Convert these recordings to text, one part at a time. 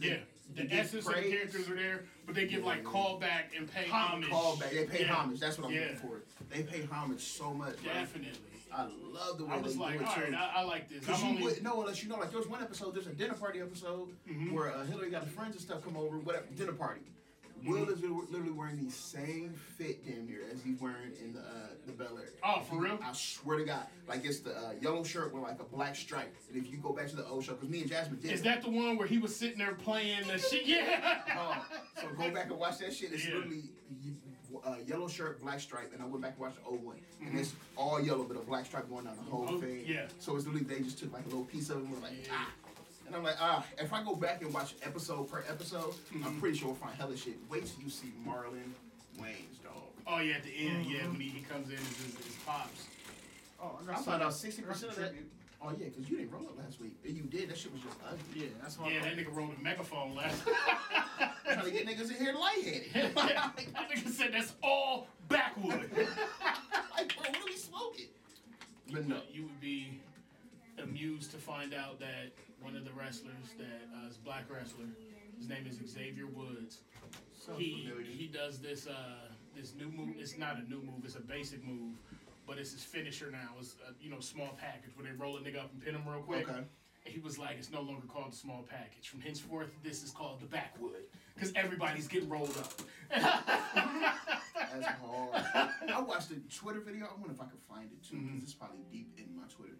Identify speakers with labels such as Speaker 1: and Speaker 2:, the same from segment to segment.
Speaker 1: Yeah, the essence of the characters are there, but they give like callback and pay homage.
Speaker 2: Callback. They pay
Speaker 1: Yeah.
Speaker 2: homage. That's what I'm
Speaker 1: Yeah.
Speaker 2: looking for. They pay homage so much. bro.
Speaker 1: Definitely.
Speaker 2: I love the way
Speaker 1: I
Speaker 2: they
Speaker 1: was
Speaker 2: do
Speaker 1: like,
Speaker 2: it
Speaker 1: all
Speaker 2: too.
Speaker 1: right, I, I like this.
Speaker 2: Cause
Speaker 1: I'm
Speaker 2: you
Speaker 1: only,
Speaker 2: would know unless you know. Like there was one episode, there's a dinner party episode
Speaker 1: Mm-hmm.
Speaker 2: where uh, Hillary got her friends and stuff come over. Whatever dinner party. Will
Speaker 1: Mm-hmm.
Speaker 2: is li- literally wearing the same fit damn near as he's wearing in the uh, the Bel Air.
Speaker 1: Oh, for real?
Speaker 2: I swear to God, like it's the uh, yellow shirt with like a black stripe. And if you go back to the old show, because me and Jasmine did.
Speaker 1: is
Speaker 2: it.
Speaker 1: that the one where he was sitting there playing the shit? Yeah.
Speaker 2: Oh, so go back and watch that shit. It's
Speaker 1: Yeah.
Speaker 2: literally y- uh, yellow shirt, black stripe, and I went back and watched the old one, and it's all yellow, but a black stripe going down the whole
Speaker 1: Oh,
Speaker 2: thing.
Speaker 1: yeah.
Speaker 2: So it's literally they just took like a little piece of it and were like
Speaker 1: Yeah.
Speaker 2: ah, and I'm like ah. If I go back and watch episode per episode, I'm pretty sure we'll find hella shit. Wait till you see Marlon Wayne's dog.
Speaker 1: Oh yeah, at the end, yeah, when he, he comes in, it's, it's, it's pops.
Speaker 3: Oh, and
Speaker 2: I
Speaker 3: that's
Speaker 2: found
Speaker 3: why-
Speaker 2: out sixty percent of that. Oh yeah, because you didn't roll it last week. If you did, that shit was just ugly.
Speaker 3: Yeah, that's why.
Speaker 1: Yeah, that nigga rolled a megaphone last.
Speaker 2: I'm trying to get niggas in here lightheaded.
Speaker 1: that nigga said that's all backwood.
Speaker 2: like, bro, what are we smoking? But no.
Speaker 1: You would be amused to find out that one of the wrestlers that uh, is a black wrestler, his name is Xavier Woods. he he does this uh this new move. It's not a new move. It's a basic move, but it's his finisher now. It's a, you know small package where they roll a nigga up and pin him real quick.
Speaker 2: Okay.
Speaker 1: And he was like, it's no longer called the small package. From henceforth, this is called the backwood because everybody's getting rolled up.
Speaker 2: That's hard. I watched a Twitter video. I wonder if I could find it too,
Speaker 1: Mm-hmm.
Speaker 2: because it's probably deep in my Twitter.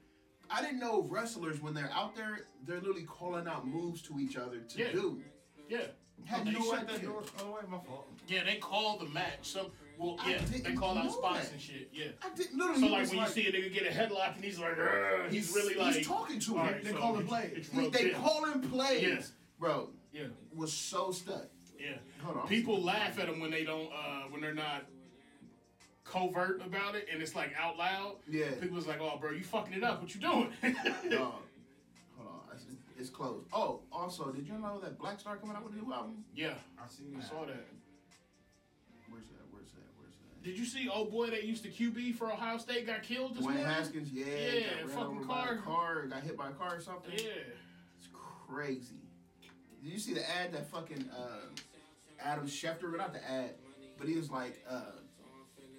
Speaker 2: I didn't know wrestlers when they're out there, they're literally calling out moves to each other to
Speaker 1: Yeah. Oh,
Speaker 2: do.
Speaker 1: Yeah.
Speaker 2: Have
Speaker 3: They
Speaker 2: no
Speaker 3: shut that
Speaker 2: idea.
Speaker 3: door. Oh, wait, my fault.
Speaker 1: Yeah, they call the match. Some well,
Speaker 2: I
Speaker 1: yeah, they
Speaker 2: didn't
Speaker 1: call out
Speaker 2: know
Speaker 1: spots
Speaker 2: that.
Speaker 1: and shit. Yeah.
Speaker 2: I didn't literally.
Speaker 1: So
Speaker 2: he
Speaker 1: like
Speaker 2: was
Speaker 1: when you see a nigga get a headlock and he's like, "Argh," he's really like
Speaker 2: he's talking to him.
Speaker 1: all right,
Speaker 2: they
Speaker 1: so
Speaker 2: call him
Speaker 1: it's-
Speaker 2: plays.
Speaker 1: it's
Speaker 2: He-
Speaker 1: roped
Speaker 2: they
Speaker 1: in.
Speaker 2: call him plays,
Speaker 1: Yeah.
Speaker 2: bro.
Speaker 1: Yeah,
Speaker 2: Was so stuck.
Speaker 1: yeah.
Speaker 2: Hold on.
Speaker 1: People laugh at them when they don't, uh, when they're not covert about it, and it's like out loud.
Speaker 2: Yeah.
Speaker 1: People's like, "Oh, bro, you fucking it up. What you doing?"
Speaker 2: Dog. Uh, Hold on, It's- it's closed. Oh, also, did you know that Black Star coming out with a new album?
Speaker 1: yeah,
Speaker 3: I seen
Speaker 1: I
Speaker 3: that.
Speaker 1: saw that.
Speaker 2: Where's that? Where's that? Where's that?
Speaker 1: Did you see old boy that used to QB for Ohio State got killed this
Speaker 2: Dwayne
Speaker 1: morning?
Speaker 2: Haskins, yeah,
Speaker 1: Yeah,
Speaker 2: got ran
Speaker 1: fucking
Speaker 2: over by a
Speaker 1: car.
Speaker 2: car, got hit by a car or something.
Speaker 1: Yeah.
Speaker 2: It's crazy. Did you see the ad that fucking uh, Adam Schefter, not the ad, but he was like uh,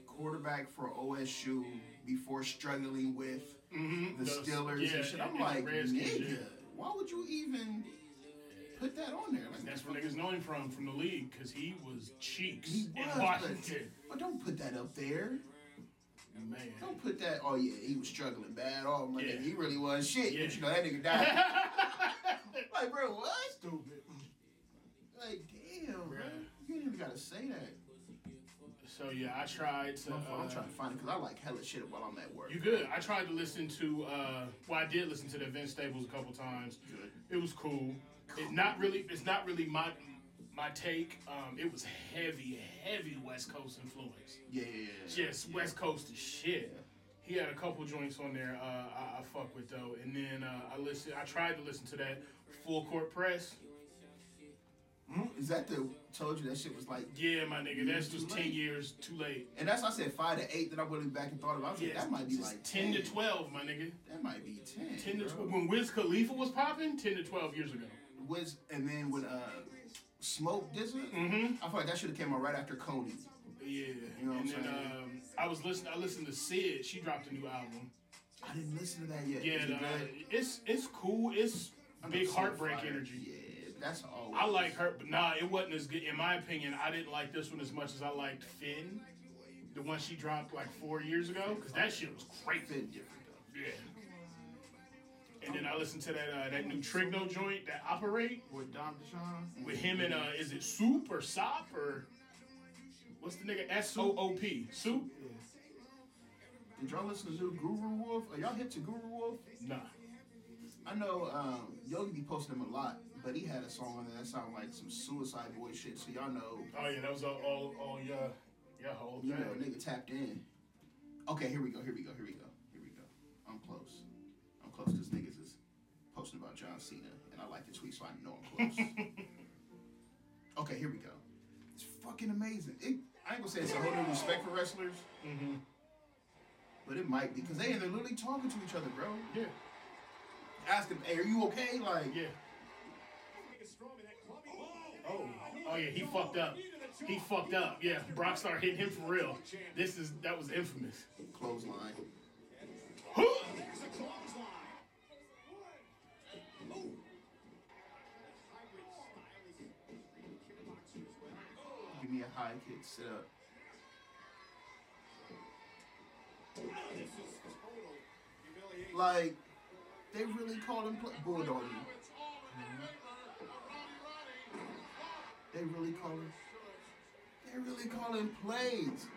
Speaker 2: quarterback for OSU before struggling with
Speaker 1: Mm-hmm.
Speaker 2: the Steelers
Speaker 1: yeah,
Speaker 2: and shit. I'm
Speaker 1: and the
Speaker 2: like,
Speaker 1: Redskins,
Speaker 2: nigga,
Speaker 1: yeah.
Speaker 2: why would you even put that on there? Like,
Speaker 1: That's where niggas know him from, from the league, because he was cheeks
Speaker 2: He
Speaker 1: in
Speaker 2: was,
Speaker 1: Washington.
Speaker 2: but don't put that up there.
Speaker 1: Man.
Speaker 2: Don't put that. Oh yeah, he was struggling bad. Oh my
Speaker 1: Yeah.
Speaker 2: nigga, he really was shit.
Speaker 1: Yeah.
Speaker 2: But you know that nigga died. like, bro, what?
Speaker 3: Stupid.
Speaker 2: Like, damn, bro.
Speaker 1: Bruh.
Speaker 2: You didn't even gotta say that.
Speaker 1: so yeah, I tried to.
Speaker 2: I'm, I'm
Speaker 1: uh,
Speaker 2: trying to find it because I like hella shit while I'm at work.
Speaker 1: You good? I tried to listen to. Uh, well, I did listen to the Vince Staples a couple times.
Speaker 2: Good.
Speaker 1: It was cool. It's not really. It's not really my my take. Um, it was heavy, heavy West Coast influence.
Speaker 2: Yeah, yeah, yeah.
Speaker 1: Just West Coast as shit. He had a couple joints on there uh, I, I fuck with though, and then uh, I listen. I tried to listen to that full court press.
Speaker 2: Hmm? Is that the told you that shit was like?
Speaker 1: Yeah, my nigga, that's
Speaker 2: Mm, Too
Speaker 1: just ten
Speaker 2: late.
Speaker 1: years too late.
Speaker 2: And that's why I said five to eight. Then I went back and thought about. it. I was
Speaker 1: Yeah,
Speaker 2: like, that might be
Speaker 1: just
Speaker 2: like
Speaker 1: ten to twelve, my nigga.
Speaker 2: That might be ten.
Speaker 1: Ten to
Speaker 2: bro.
Speaker 1: twelve. When Wiz Khalifa was popping, ten to twelve years ago.
Speaker 2: Was and then when uh, Smoke did it,
Speaker 1: Mhm.
Speaker 2: I feel like that should have came out right after Coney.
Speaker 1: Yeah,
Speaker 2: You know what
Speaker 1: and
Speaker 2: I'm
Speaker 1: then
Speaker 2: saying?
Speaker 1: um, I was listening. I listened to Sid. She dropped a new album.
Speaker 2: I didn't listen to that yet.
Speaker 1: Yeah,
Speaker 2: Is it
Speaker 1: the, uh,
Speaker 2: good?
Speaker 1: it's it's cool. It's
Speaker 2: I know
Speaker 1: big
Speaker 2: it's so
Speaker 1: heartbreak
Speaker 2: fire.
Speaker 1: energy.
Speaker 2: Yeah, that's all.
Speaker 1: I like her, but nah, it wasn't as good. In my opinion, I didn't like this one as much as I liked Finn, the one she dropped like four years ago, because that shit was crazy.
Speaker 2: Been different though.
Speaker 1: Yeah. And then I listened to that uh, that new Trigno joint that operate
Speaker 3: With Dom Deshawn.
Speaker 1: with him and uh, is it Soup or Sop or what's the nigga S O O P Soup?
Speaker 3: Yeah.
Speaker 2: Did y'all listen to new Guru Wolf? Are y'all hip to Guru Wolf?
Speaker 1: Nah.
Speaker 2: I know um, Yogi be posting him a lot, but he had a song on there that sounded like some Suicide Boy shit. So y'all know,
Speaker 1: Oh yeah, that was all all, all yeah yeah whole
Speaker 2: you
Speaker 1: thing.
Speaker 2: know, nigga tapped in. Okay, here we go. Here we go. Here we go. Here we go. I'm close. I'm close because niggas is posting about John Cena, and I like the tweet, so I know I'm close. okay, here we go. It's fucking amazing. It, I ain't gonna say it's a whole new respect for wrestlers,
Speaker 1: hmm
Speaker 2: but it might be because they they're literally talking to each other, bro.
Speaker 1: Yeah,
Speaker 2: Ask them, hey, are you okay? Like,
Speaker 1: yeah.
Speaker 4: Strowman had club
Speaker 1: Oh yeah, he fucked up. He fucked up. Yeah, Brock started hitting him for real. This is that was infamous.
Speaker 2: Clothesline. Give me a high kick. Sit up. Oh, Like, they really called him pl- bulldogging. They really call him. They really call him plays.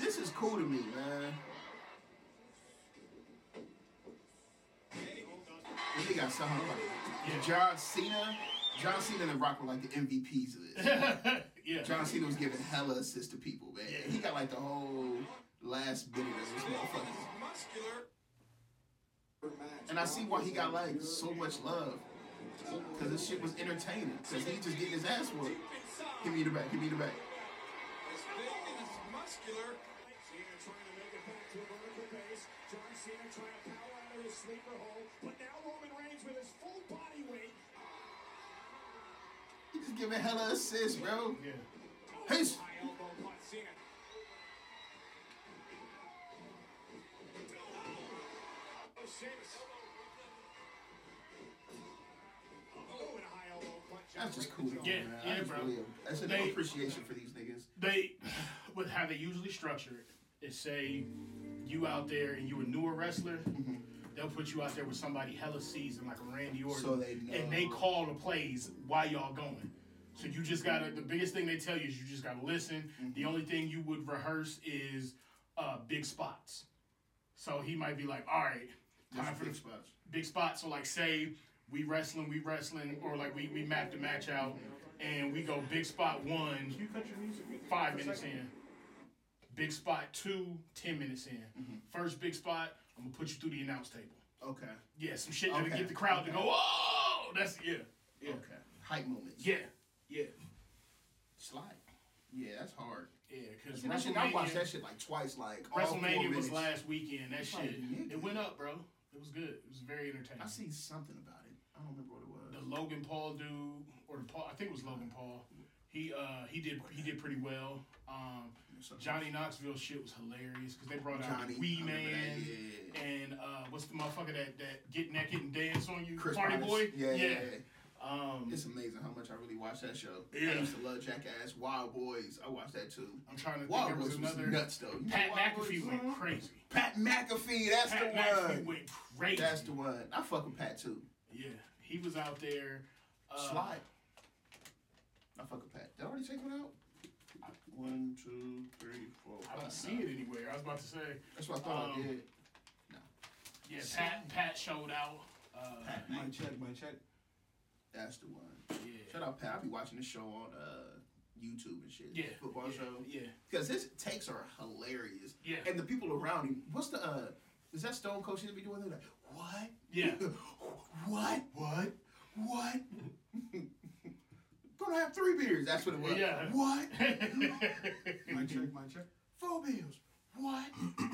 Speaker 2: This is cool to me, man. And They got something like John Cena. John Cena and The Rock were like the MVPs of this.
Speaker 1: yeah.
Speaker 2: John Cena was giving hella assists to people, man. He got like the whole last bit of this motherfucker. And I see why he got like so much love. Cause this shit was entertaining. Cause he just getting his ass whooped. Give me the back, give me the back. He just giving hella assists, bro.
Speaker 1: Yeah.
Speaker 2: Peace. That's just cool.
Speaker 1: Yeah,
Speaker 2: man. I
Speaker 1: yeah,
Speaker 2: just
Speaker 1: bro.
Speaker 2: Really, that's a
Speaker 1: They-
Speaker 2: new appreciation for these niggas.
Speaker 1: They, with how they usually structure it, is say you out there and you a newer wrestler,
Speaker 2: Mm-hmm.
Speaker 1: they'll put you out there with somebody hella seasoned like a Randy Orton,
Speaker 2: So they know.
Speaker 1: and they call the plays while y'all going. So you just gotta. The biggest thing they tell you is you just gotta listen.
Speaker 2: Mm-hmm.
Speaker 1: The only thing you would rehearse is uh, big spots. So he might be like, all right, time
Speaker 2: That's
Speaker 1: for
Speaker 2: big
Speaker 1: the
Speaker 2: spots.
Speaker 1: big spot. So like say we wrestling, we wrestling, or like we, we map the match out and we go big spot one,
Speaker 3: Can you cut your music?
Speaker 1: five minutes in. Big spot two, ten minutes in. First big spot, I'm gonna put you through the announce table.
Speaker 2: Okay.
Speaker 1: Yeah, some shit that'll
Speaker 2: Okay,
Speaker 1: get the crowd to
Speaker 2: okay.
Speaker 1: go, oh that's yeah. Yeah.
Speaker 2: Okay. Hype moments.
Speaker 1: Yeah. Yeah.
Speaker 2: Slide. Yeah, that's hard.
Speaker 1: Yeah. Cause
Speaker 2: That shit- I watched
Speaker 1: WrestleMania,
Speaker 2: that shit like twice. Like all four
Speaker 1: WrestleMania was
Speaker 2: minutes.
Speaker 1: last weekend. That
Speaker 2: like,
Speaker 1: shit
Speaker 2: nigga.
Speaker 1: it went up, bro. It was good. It was very entertaining.
Speaker 2: I seen something about it. I don't remember what it was.
Speaker 1: the Logan Paul dude, or the Paul, I think it was Logan Paul. He uh he did he did pretty well. Um,
Speaker 2: Something.
Speaker 1: Johnny Knoxville shit was hilarious because they brought out
Speaker 2: Johnny,
Speaker 1: the Wee
Speaker 2: I remember that,
Speaker 1: Man
Speaker 2: yeah.
Speaker 1: and uh what's the motherfucker that that get naked and dance on you
Speaker 2: Chris
Speaker 1: party
Speaker 2: Brothers.
Speaker 1: boy
Speaker 2: Yeah, yeah. yeah.
Speaker 1: Um,
Speaker 2: It's amazing how much I really watched that show.
Speaker 1: Yeah.
Speaker 2: I used to love Jackass, Wild Boys. I watched that too.
Speaker 1: I'm trying to think
Speaker 2: Wild
Speaker 1: there was
Speaker 2: Boys was
Speaker 1: another
Speaker 2: nuts though. You know
Speaker 1: Pat
Speaker 2: Wild Boys?
Speaker 1: McAfee went crazy.
Speaker 2: Pat McAfee, that's
Speaker 1: Pat
Speaker 2: the
Speaker 1: McAfee
Speaker 2: one.
Speaker 1: went crazy.
Speaker 2: That's the one. I fuck with Pat too.
Speaker 1: yeah, he was out there. Uh,
Speaker 2: Slide. I fuck with Pat. Did I already take one out? One, two, three, four,
Speaker 1: I don't
Speaker 2: five.
Speaker 1: see it anywhere. I was about to say.
Speaker 2: That's what I thought
Speaker 1: Um,
Speaker 2: I did.
Speaker 1: Yeah, Pat Pat showed out. Uh,
Speaker 3: My check, my check.
Speaker 2: That's the one.
Speaker 1: yeah.
Speaker 2: Shout out Pat. I be watching this show on uh, YouTube and shit.
Speaker 1: Yeah.
Speaker 2: Football
Speaker 1: yeah,
Speaker 2: show.
Speaker 1: Yeah.
Speaker 2: Because his takes are hilarious.
Speaker 1: Yeah.
Speaker 2: And the people around him, what's the uh is that Stone Cold shit be doing? They're like, what?
Speaker 1: Yeah.
Speaker 2: what? What? What? Gonna have three beers. That's what it was.
Speaker 1: Yeah.
Speaker 2: What?
Speaker 3: My check, my check.
Speaker 2: Four beers. What?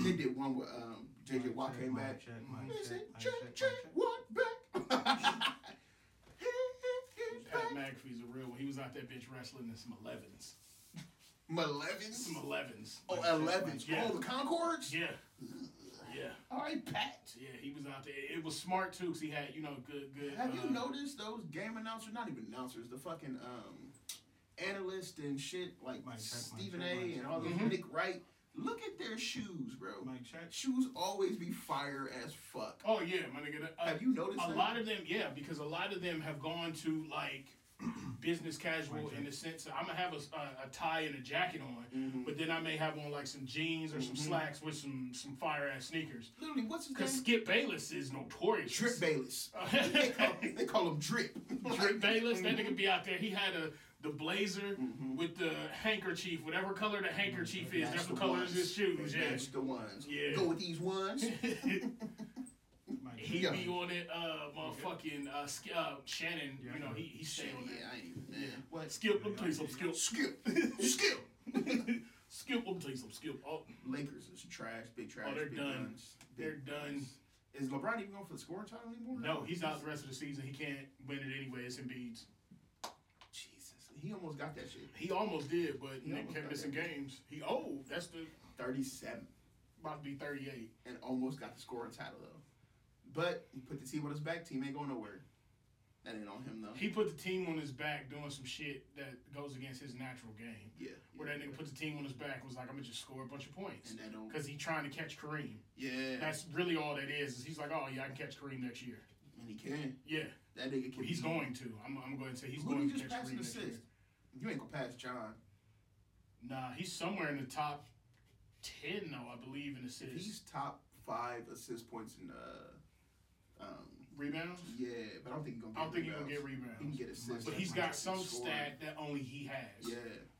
Speaker 2: they did one with um JJ Watt came back. They said, check, check, Watt back. He- he- he's
Speaker 1: Pat
Speaker 2: back.
Speaker 1: McAfee's a real one. He was out that bitch wrestling in some 11s.
Speaker 2: Malevins?
Speaker 1: Some 11s.
Speaker 2: Oh, 11s.
Speaker 1: Yeah.
Speaker 2: Oh, the Concords?
Speaker 1: Yeah. Yeah.
Speaker 2: All right, Pat.
Speaker 1: Yeah, he was out there. It was smart too, cause he had you know good, good.
Speaker 2: Have
Speaker 1: uh,
Speaker 2: you noticed those game announcers? Not even announcers, the fucking um, analysts and shit like
Speaker 3: Mike Tyson, Mike
Speaker 2: Stephen
Speaker 3: Tyson,
Speaker 2: A.
Speaker 3: Mike
Speaker 2: and all those
Speaker 1: Tyson.
Speaker 2: Nick Wright. Look at their shoes, bro.
Speaker 3: My check.
Speaker 2: Shoes always be fire as fuck.
Speaker 1: Oh yeah, my nigga. Uh,
Speaker 2: Have you noticed
Speaker 1: a
Speaker 2: that?
Speaker 1: lot of them? Yeah, because a lot of them have gone to like business casual in the sense that I'm gonna have a, s- a- a tie and a jacket on, but then I may have on like some jeans or some slacks with some some fire ass sneakers.
Speaker 2: Literally, what's his
Speaker 1: Cause
Speaker 2: name?
Speaker 1: Skip Bayless is notorious.
Speaker 2: Drip Bayless. they, call, they call him Drip.
Speaker 1: Drip Bayless, that
Speaker 2: Mm-hmm.
Speaker 1: nigga be out there. He had a the blazer with the handkerchief, whatever color the handkerchief is, that's the color of his shoes.
Speaker 2: They
Speaker 1: Yeah,
Speaker 2: Match the Mm-hmm. ones.
Speaker 1: Yeah.
Speaker 2: Go with these ones.
Speaker 3: My
Speaker 1: he
Speaker 3: check.
Speaker 2: Yeah.
Speaker 1: be on it. Uh, motherfucking uh, Sk- uh, Shannon,
Speaker 3: Yeah.
Speaker 1: you know, he he stay
Speaker 2: Shit,
Speaker 1: on
Speaker 2: yeah,
Speaker 1: that.
Speaker 2: I ain't even. Man. What?
Speaker 1: Skip, let me tell you something. Skip,
Speaker 2: Skip. Skip.
Speaker 1: skip, let me tell you something. Skip. Oh,
Speaker 2: Lakers is trash. Big trash.
Speaker 1: they're
Speaker 2: big
Speaker 1: done.
Speaker 2: Guns, big
Speaker 1: They're done.
Speaker 2: guns. Is LeBron even going for the scoring title anymore?
Speaker 1: no, he's out the rest of the season. He can't win it anyway. It's Embiid's.
Speaker 2: Jesus, he almost got that shit.
Speaker 1: He almost did, but
Speaker 2: He
Speaker 1: Nick
Speaker 2: almost
Speaker 1: kept
Speaker 2: got
Speaker 1: missing
Speaker 2: that.
Speaker 1: games. He old. That's the
Speaker 2: Thirty-seven
Speaker 1: about to be thirty eight.
Speaker 2: and almost got the scoring title though. But he put the team on his back. Team ain't going nowhere. That ain't on him though.
Speaker 1: He put the team on his back doing some shit that goes against his natural game.
Speaker 2: yeah.
Speaker 1: Where that nigga put the team on his back was like, I'm gonna just score a bunch of points
Speaker 2: And that don't.
Speaker 1: because he trying to catch Kareem.
Speaker 2: Yeah.
Speaker 1: That's really all that is. Is he's like, oh yeah, I can catch Kareem next year.
Speaker 2: and he can.
Speaker 1: Yeah,
Speaker 2: That nigga can.
Speaker 1: he's
Speaker 2: be-
Speaker 1: going to. I'm, I'm going to say he's
Speaker 2: Who
Speaker 1: going
Speaker 2: did
Speaker 1: to
Speaker 2: he
Speaker 1: catch
Speaker 2: just pass
Speaker 1: Kareem
Speaker 2: an
Speaker 1: next year.
Speaker 2: assist? You ain't gonna pass John.
Speaker 1: Nah, he's somewhere in the top ten though, I believe, in assists.
Speaker 2: If he's top five assist points in uh, um,
Speaker 1: rebounds.
Speaker 2: yeah, but I don't think he's gonna. Get
Speaker 1: I don't think he's
Speaker 2: rebounds.
Speaker 1: gonna get
Speaker 2: He can
Speaker 1: rebounds,
Speaker 2: get assists,
Speaker 1: but he's
Speaker 2: Might
Speaker 1: got
Speaker 2: just
Speaker 1: some
Speaker 2: score.
Speaker 1: stat that only he has.
Speaker 2: Yeah,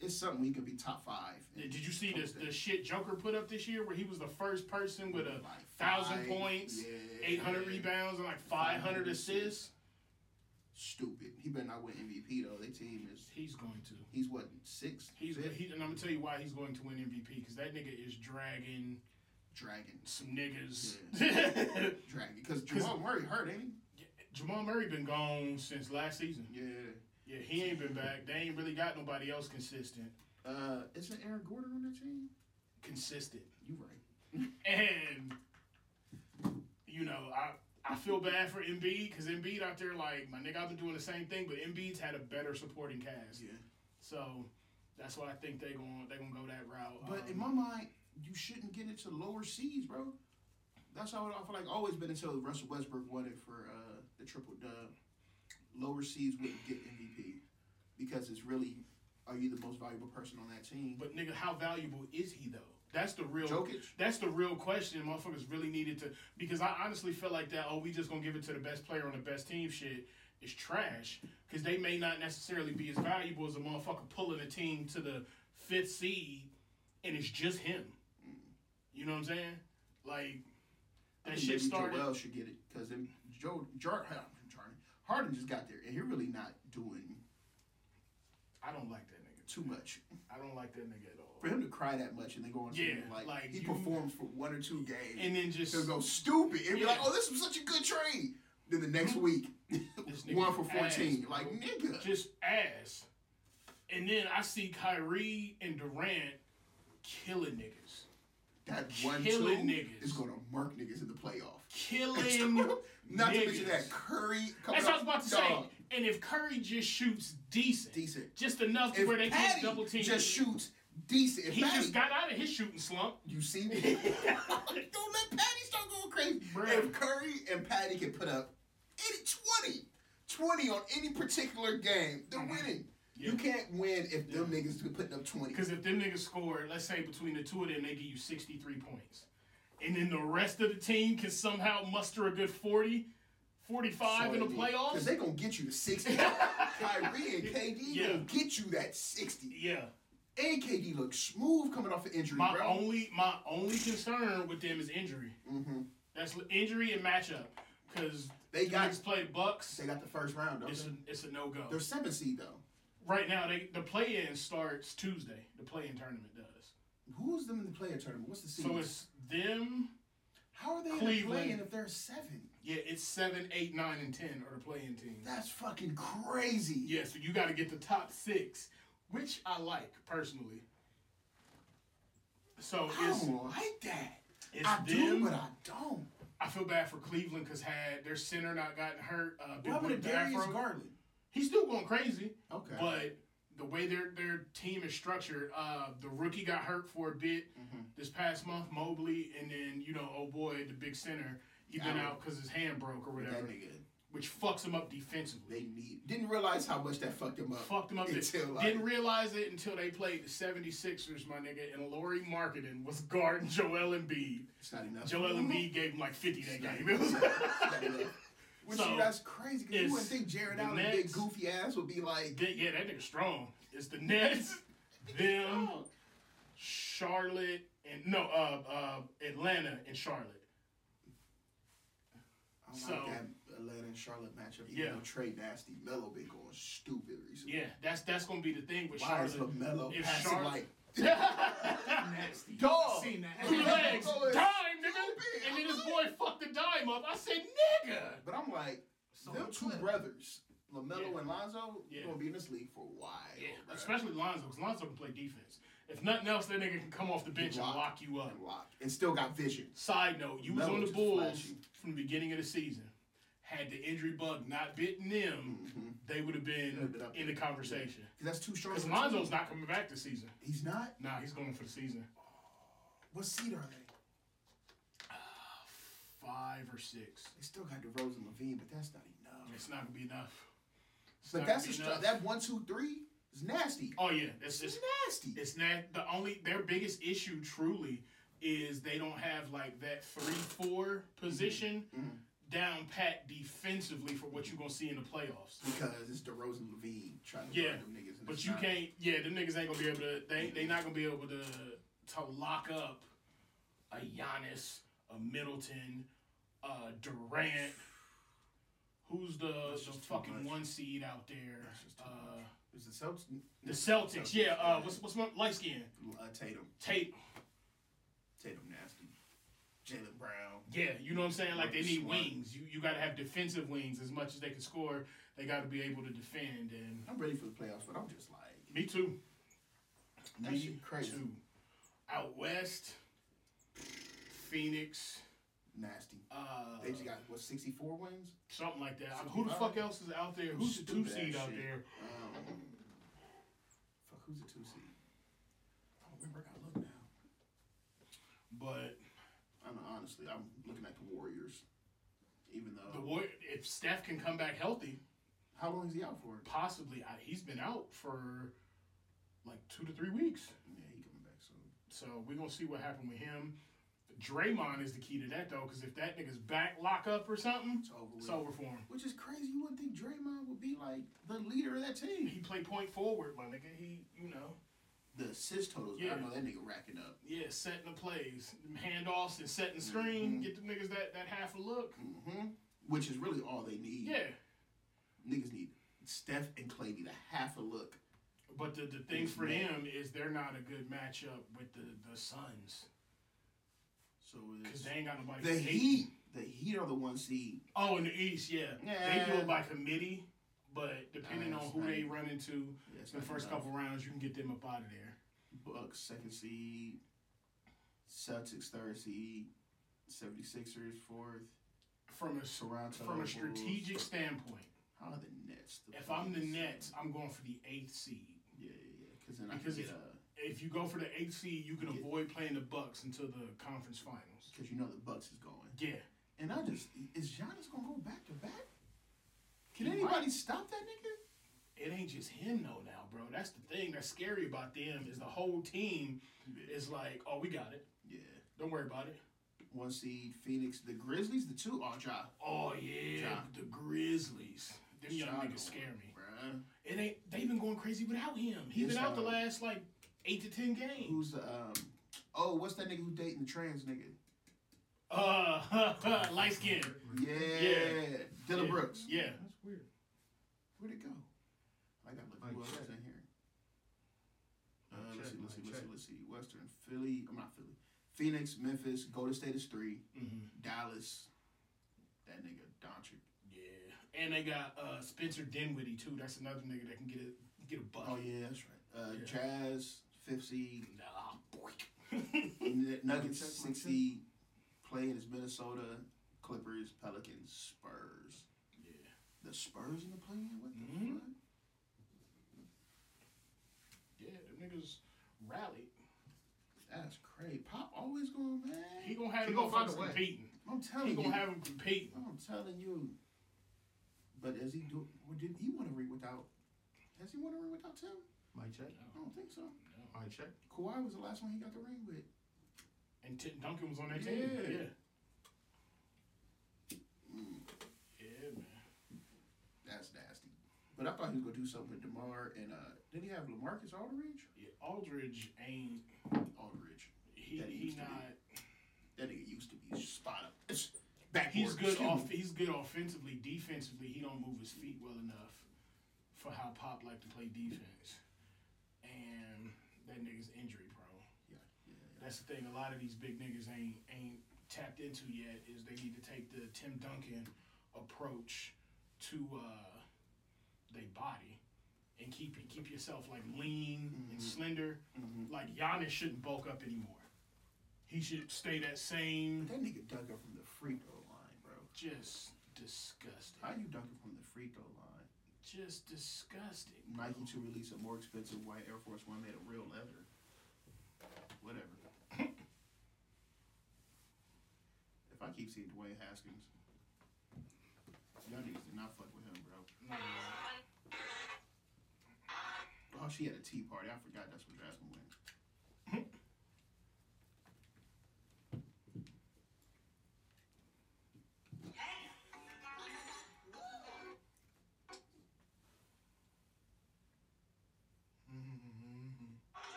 Speaker 2: it's something he could be top five. in.
Speaker 1: Did you see this the shit Joker put up this year where he was the first person with a
Speaker 2: Like
Speaker 1: thousand
Speaker 2: five,
Speaker 1: points,
Speaker 2: yeah.
Speaker 1: eight hundred rebounds, and like five hundred
Speaker 2: 500
Speaker 1: assists?
Speaker 2: Stupid. He better not win MVP though. Their team is.
Speaker 1: He's going to.
Speaker 2: He's what sixth.
Speaker 1: He's
Speaker 2: fifth?
Speaker 1: he, and I'm gonna tell you why he's going to win MVP because that nigga is dragging
Speaker 2: dragon.
Speaker 1: some niggas.
Speaker 2: Dragon. Because Jamal Murray hurt, ain't
Speaker 1: Jamal Murray been gone since last season.
Speaker 2: he? Yeah.
Speaker 1: Yeah, he ain't been back. They ain't really got nobody else consistent.
Speaker 2: Uh, isn't Aaron Gordon on that team?
Speaker 1: Consistent.
Speaker 2: You right.
Speaker 1: And you know, I I feel bad for Embiid because Embiid out there like my nigga, I've been doing the same thing, but Embiid's had a better supporting cast.
Speaker 2: Yeah.
Speaker 1: So that's why I think they going they gonna go that route.
Speaker 2: But
Speaker 1: Um,
Speaker 2: in my mind, you shouldn't get into lower seeds, bro. That's how it, I feel like always been until Russell Westbrook won it for uh, the triple dub. Lower seeds wouldn't get MVP because it's really are you the most valuable person on that team?
Speaker 1: but nigga, how valuable is he though? That's the real
Speaker 2: Jokic.
Speaker 1: that's the real question. Motherfuckers really needed to because I honestly feel like that. Oh, we just gonna give it to the best player on the best team. Shit is trash because they may not necessarily be as valuable as a motherfucker pulling a team to the fifth seed, and it's just him. You know what I'm saying? Like
Speaker 2: I
Speaker 1: that
Speaker 2: think
Speaker 1: shit
Speaker 2: maybe
Speaker 1: started.
Speaker 2: Joel should get it because Joe Jar, Jarden Harden just got there and he really not doing
Speaker 1: I don't like that nigga.
Speaker 2: too much.
Speaker 1: I don't like that nigga at all.
Speaker 2: For him to cry that much and then go on
Speaker 1: Yeah,
Speaker 2: to, like,
Speaker 1: like,
Speaker 2: he
Speaker 1: you-
Speaker 2: performed for one or two games
Speaker 1: And then just
Speaker 2: he'll go stupid and be like,
Speaker 1: Yeah.
Speaker 2: "Oh, this was such a good trade." Then the next week, one for fourteen.
Speaker 1: ass,
Speaker 2: like
Speaker 1: bro.
Speaker 2: nigga,
Speaker 1: just ass. And then I see Kyrie and Durant killing niggas.
Speaker 2: that one two
Speaker 1: killing niggas.
Speaker 2: is gonna murk niggas in the playoff. It's
Speaker 1: Killing
Speaker 2: gonna- Not to mention
Speaker 1: niggas.
Speaker 2: that Curry. coming
Speaker 1: That's what I was
Speaker 2: off-
Speaker 1: about to
Speaker 2: Dog,
Speaker 1: say. And if Curry just shoots decent,
Speaker 2: Decent.
Speaker 1: just enough to
Speaker 2: If
Speaker 1: where they
Speaker 2: Patty
Speaker 1: can double team,
Speaker 2: just shoots decent. If
Speaker 1: he
Speaker 2: Patty
Speaker 1: just got out of his shooting slump.
Speaker 2: You see me? Don't let Patty start going crazy.
Speaker 1: Bruh.
Speaker 2: If Curry and Patty can put up any 20, 20 on any particular game, they're winning. You
Speaker 1: Mm-hmm. Yeah.
Speaker 2: can't win if them niggas be putting up 20.
Speaker 1: Because if them niggas score, let's say between the two of them, they give you sixty-three points, and then the rest of the team can somehow muster a good 40, 45 in the
Speaker 2: Because
Speaker 1: playoffs.
Speaker 2: they going to get you to 60. Kyrie and KD
Speaker 1: Yeah.
Speaker 2: going to get you that 60.
Speaker 1: Yeah.
Speaker 2: And KD looks smooth coming off an injury,
Speaker 1: My
Speaker 2: bro.
Speaker 1: only my only concern with them is injury.
Speaker 2: hmm
Speaker 1: That's li- injury and matchup. Because
Speaker 2: They got-
Speaker 1: niggas play Bucks.
Speaker 2: They got the first round, don't
Speaker 1: It's a
Speaker 2: they?
Speaker 1: it's a no go.
Speaker 2: They're 7 seed, though.
Speaker 1: Right now, they, the play-in starts Tuesday. The play-in tournament does.
Speaker 2: Who's them in the player tournament? What's the seed?
Speaker 1: So it's them.
Speaker 2: How are they in the
Speaker 1: Cleveland.
Speaker 2: play-in if they're 7?
Speaker 1: Yeah, it's seven, eight, nine, and ten are the play-in teams.
Speaker 2: That's fucking crazy.
Speaker 1: Yeah, so you got to get the top six, which I like personally. So
Speaker 2: I
Speaker 1: it's,
Speaker 2: don't like that.
Speaker 1: it's
Speaker 2: I do,
Speaker 1: them.
Speaker 2: but I don't.
Speaker 1: I feel bad for Cleveland because had their center not gotten hurt, uh,
Speaker 2: What
Speaker 1: been
Speaker 2: happened
Speaker 1: with
Speaker 2: to
Speaker 1: the
Speaker 2: Darius
Speaker 1: Afro-
Speaker 2: Garland?
Speaker 1: he's still going crazy.
Speaker 2: Okay.
Speaker 1: But the way their their team is structured, uh, the rookie got hurt for a bit
Speaker 2: Mm-hmm.
Speaker 1: this past month, Mobley, and then you know, oh boy, the big center, he been
Speaker 2: Yeah.
Speaker 1: out because his hand broke or
Speaker 2: that
Speaker 1: whatever,
Speaker 2: nigga,
Speaker 1: which fucks him up defensively.
Speaker 2: they need. Didn't realize how much that fucked him up.
Speaker 1: Fucked him up.
Speaker 2: Until, like-
Speaker 1: Didn't realize it until they played the 76ers, my nigga, and Laurie Marketing was guarding Joel Embiid.
Speaker 2: It's not enough.
Speaker 1: Joel Embiid gave him like 50 that
Speaker 2: Not
Speaker 1: game. It
Speaker 2: enough.
Speaker 1: was-
Speaker 2: It's not enough. Which
Speaker 1: So,
Speaker 2: that's crazy because you wouldn't
Speaker 1: it's
Speaker 2: think Jared
Speaker 1: the
Speaker 2: Allen, big
Speaker 1: Nets.
Speaker 2: goofy ass, would be like,
Speaker 1: yeah, that nigga strong. It's the Nets, them,
Speaker 2: oh,
Speaker 1: Charlotte and no, uh, uh, Atlanta and Charlotte.
Speaker 2: I like
Speaker 1: So-
Speaker 2: that Atlanta and Charlotte matchup. Even
Speaker 1: Yeah.
Speaker 2: though Trey Nasty Melo been going stupid recently.
Speaker 1: Yeah, that's that's gonna be the thing with
Speaker 2: Why is
Speaker 1: Charlotte.
Speaker 2: Melo
Speaker 1: If
Speaker 2: passing
Speaker 1: Charlotte-
Speaker 2: like
Speaker 4: Nasty.
Speaker 2: dog?
Speaker 4: Seen that.
Speaker 1: two legs,
Speaker 2: Oh, it's
Speaker 1: dime,
Speaker 2: stupid.
Speaker 1: nigga, and then this boy fucked the dime up. I said, nigga,
Speaker 2: But I'm like,
Speaker 4: Saw
Speaker 2: them
Speaker 4: the
Speaker 2: two
Speaker 4: clip.
Speaker 2: brothers, Lamelo
Speaker 1: Yeah.
Speaker 2: and Lonzo
Speaker 1: Yeah.
Speaker 2: gonna be in this league for a while.
Speaker 1: Yeah,
Speaker 2: bruh.
Speaker 1: especially Lonzo, because Lonzo can play defense. If nothing else, that nigga can come off the bench and
Speaker 2: block.
Speaker 1: lock you up.
Speaker 2: and lock and still got vision.
Speaker 1: Side note, you was
Speaker 2: Melo
Speaker 1: on the
Speaker 2: just
Speaker 1: Bulls
Speaker 2: flashy.
Speaker 1: from the beginning of the season. Had the injury bug not bitten them,
Speaker 2: Mhm.
Speaker 1: they would have been
Speaker 2: Would've been up
Speaker 1: in the conversation.
Speaker 2: Cause that's too strong.
Speaker 1: Because
Speaker 2: of a team.
Speaker 1: Lonzo's not coming back this season.
Speaker 2: He's not.
Speaker 1: Nah, he's going for the season.
Speaker 4: What seed are they?
Speaker 1: Five or six.
Speaker 2: They still got DeRozan and Levine, but that's not enough.
Speaker 1: It's not gonna be enough. It's
Speaker 2: But
Speaker 1: not
Speaker 2: that's a
Speaker 1: gonna be
Speaker 2: str-
Speaker 1: enough.
Speaker 2: that one, two, three is nasty.
Speaker 1: Oh yeah, it's
Speaker 2: It's
Speaker 1: just
Speaker 2: nasty.
Speaker 1: It's not the only their biggest issue truly is they don't have like that three four position
Speaker 2: Mhm.
Speaker 1: down pat defensively for what you're gonna see in the playoffs.
Speaker 2: because it's DeRozan and Levine trying to
Speaker 1: Yeah,
Speaker 2: guard them niggas. and
Speaker 1: But
Speaker 2: it's
Speaker 1: you
Speaker 2: not-
Speaker 1: can't yeah, the niggas ain't gonna be able to they they not gonna be able to to lock up a Giannis, a Middleton, uh Durant. Who's the,
Speaker 2: That's
Speaker 1: the
Speaker 2: just too
Speaker 1: fucking
Speaker 2: much.
Speaker 1: one seed out there?
Speaker 2: That's just too
Speaker 1: Uh,
Speaker 2: much. Is the Celtics?
Speaker 1: the Celtics, yeah. Uh, what's what's my light skin?
Speaker 2: Uh, Tatum.
Speaker 1: Tate.
Speaker 2: Tatum nasty. Jalen Brown.
Speaker 1: Yeah, you know what I'm saying? Like they
Speaker 2: Marcus
Speaker 1: need
Speaker 2: Smart.
Speaker 1: wings. You you gotta have defensive wings as much as they can score. They gotta be able to defend and
Speaker 2: I'm ready for the playoffs, but I'm just like
Speaker 1: me too.
Speaker 2: That
Speaker 1: me
Speaker 2: shit crazy.
Speaker 1: too. Out west, Phoenix,
Speaker 2: nasty.
Speaker 1: uh
Speaker 2: They just got what 64 wins.
Speaker 1: something like that.
Speaker 2: Something
Speaker 1: Who the
Speaker 2: about
Speaker 1: fuck
Speaker 2: it.
Speaker 1: else is out there? Who's the two
Speaker 2: Stupid
Speaker 1: seed
Speaker 2: ass
Speaker 1: out
Speaker 2: shit.
Speaker 1: there?
Speaker 2: Um, fuck, who's the two seed? I don't remember. I gotta look now.
Speaker 1: But
Speaker 2: I'm honestly, I'm looking at the Warriors. Even
Speaker 1: the
Speaker 2: though,
Speaker 1: war if Steph can come back healthy,
Speaker 2: how long is he out for?
Speaker 1: possibly I, he's been out for like two to three weeks.
Speaker 2: Yeah, he coming back soon.
Speaker 1: So we're gonna see what happened with him. Draymond is the key to that though, because if that nigga's back lock up or something,
Speaker 2: It's over. With.
Speaker 1: it's over for him.
Speaker 2: which is crazy. You wouldn't think Draymond would be like the leader of that team.
Speaker 1: He play point forward, my nigga. He, you know,
Speaker 2: The assist totals,
Speaker 1: Yeah.
Speaker 2: I know that nigga racking up.
Speaker 1: yeah, setting the plays, handoffs, and setting screen.
Speaker 2: Mhm.
Speaker 1: Get the niggas that that half a look.
Speaker 2: hmm Which is really all they need.
Speaker 1: Yeah,
Speaker 2: Niggas need Steph and Clay need a half a look.
Speaker 1: but the the thing for
Speaker 2: Yeah.
Speaker 1: them is they're not a good matchup with the the Suns
Speaker 2: So
Speaker 1: because
Speaker 2: it's
Speaker 1: they ain't got nobody.
Speaker 2: the
Speaker 1: to hate.
Speaker 2: Heat. The Heat are the one seed.
Speaker 1: Oh, in the East, yeah, they do
Speaker 2: Yeah.
Speaker 1: it by committee. But depending
Speaker 2: Nah,
Speaker 1: on
Speaker 2: it's
Speaker 1: who
Speaker 2: not
Speaker 1: they
Speaker 2: even-
Speaker 1: run into
Speaker 2: Yeah, it's
Speaker 1: the
Speaker 2: not
Speaker 1: first
Speaker 2: enough.
Speaker 1: couple rounds, you can get them up out of there.
Speaker 2: Bucks second seed. Celtics third seed. 76ers fourth.
Speaker 1: From a s-
Speaker 2: Toronto.
Speaker 1: from a
Speaker 2: Bulls.
Speaker 1: strategic standpoint,
Speaker 2: How are the Nets? the
Speaker 1: if I'm the
Speaker 2: Bucks?
Speaker 1: Nets, I'm going for the eighth seed.
Speaker 2: Yeah, yeah, yeah. Because then
Speaker 1: Because
Speaker 2: I can
Speaker 1: if-
Speaker 2: get uh,
Speaker 1: If you go for the eighth seed, you can avoid playing the Bucks until the conference finals.
Speaker 2: because you know the Bucks is going.
Speaker 1: Yeah,
Speaker 2: And I just is Giannis gonna go back to back? Can
Speaker 1: He
Speaker 2: anybody stop that nigga?
Speaker 1: it ain't just him though. Now, bro, that's the thing that's scary about them is the whole team is like, oh, we got it.
Speaker 2: Yeah.
Speaker 1: Don't worry about it.
Speaker 2: One seed, Phoenix, the Grizzlies, the two are Ja.
Speaker 1: Oh yeah,
Speaker 2: Ja.
Speaker 1: the Grizzlies. Them young
Speaker 2: Ja
Speaker 1: niggas
Speaker 2: going,
Speaker 1: scare me.
Speaker 2: Bruh.
Speaker 1: It ain't. They've been going crazy without him. He
Speaker 2: Yes,
Speaker 1: been out the
Speaker 2: um,
Speaker 1: last like eight to ten games.
Speaker 2: Who's the um? Oh, what's that nigga who dating the trans nigga?
Speaker 1: Uh, light skin.
Speaker 2: Mm-hmm. Yeah. Dylan
Speaker 1: Yeah.
Speaker 2: Brooks.
Speaker 1: Yeah.
Speaker 3: That's weird.
Speaker 2: Where'd it go? I got look who
Speaker 3: Mike
Speaker 2: else is
Speaker 3: Check.
Speaker 2: in here. Uh,
Speaker 3: Mike
Speaker 2: let's
Speaker 3: Check,
Speaker 2: see, let's see,
Speaker 3: Mike
Speaker 2: let's see,
Speaker 3: Check.
Speaker 2: let's see. Western Philly. I'm not Philly. Phoenix, Memphis, Golden State is three.
Speaker 1: hmm
Speaker 2: Mm-hmm. Dallas. That nigga Doncic.
Speaker 1: Yeah, and they got uh, Spencer Dinwiddie too. That's another nigga that can get a get a buck.
Speaker 2: Oh yeah, that's right. Uh,
Speaker 1: Yeah.
Speaker 2: Jazz, fifth seed.
Speaker 1: Nah, boy.
Speaker 2: N- Nuggets
Speaker 3: Check,
Speaker 2: six
Speaker 3: check.
Speaker 2: seed. Playing is Minnesota, Clippers, Pelicans, Spurs.
Speaker 1: yeah.
Speaker 2: The Spurs in the play-in? What the
Speaker 1: Mhm.
Speaker 2: fuck?
Speaker 1: Yeah, them niggas rallied.
Speaker 2: That's crazy. Pop always going man.
Speaker 1: He gonna have
Speaker 3: He
Speaker 1: them
Speaker 3: gonna find a
Speaker 1: motherfuckers
Speaker 3: way.
Speaker 1: competing.
Speaker 2: I'm
Speaker 1: He
Speaker 2: telling you.
Speaker 1: gonna have them competing.
Speaker 2: I'm telling you. But is he do? Well, did he want to ring without? Has he won a ring without Tim?
Speaker 3: My check.
Speaker 2: I don't think so.
Speaker 1: No.
Speaker 3: My check.
Speaker 2: Kawhi was the last one he got the ring with.
Speaker 1: And Tim Duncan was on that team.
Speaker 2: Yeah.
Speaker 1: Yeah.
Speaker 2: Mm,
Speaker 1: Yeah, man.
Speaker 2: that's nasty. But I thought he was gonna do something with Demar and uh. Did he have Lamarcus Aldridge?
Speaker 1: Yeah, Aldridge ain't
Speaker 2: Aldridge.
Speaker 1: he
Speaker 2: That
Speaker 1: he
Speaker 2: he used to
Speaker 1: not
Speaker 2: be. That nigga used to be spot up. It's backwards.
Speaker 1: he's good
Speaker 2: excuse
Speaker 1: off
Speaker 2: me.
Speaker 1: he's good offensively. Defensively he don't move his feet well enough for how Pop like to play defense. And that nigga's injury prone.
Speaker 2: Yeah,
Speaker 1: That's the thing. A lot of these big niggas ain't ain't tapped into yet. Is they need to take the Tim Duncan approach to uh, they body and keep keep yourself like lean
Speaker 2: Mhm.
Speaker 1: and slender.
Speaker 2: Mhm.
Speaker 1: Like Giannis shouldn't bulk up anymore. He should stay that same.
Speaker 2: That nigga dug up from the free throw line, bro.
Speaker 1: Just disgusting.
Speaker 2: How you dunk it from the free throw line?
Speaker 1: Just disgusting.
Speaker 2: Nike to release a more expensive white Air Force One made of real leather. Whatever. if I keep seeing Dwayne Haskins, y'all niggas do not fuck with him, bro. Oh, she had a tea party. I forgot that's what Jasmine went.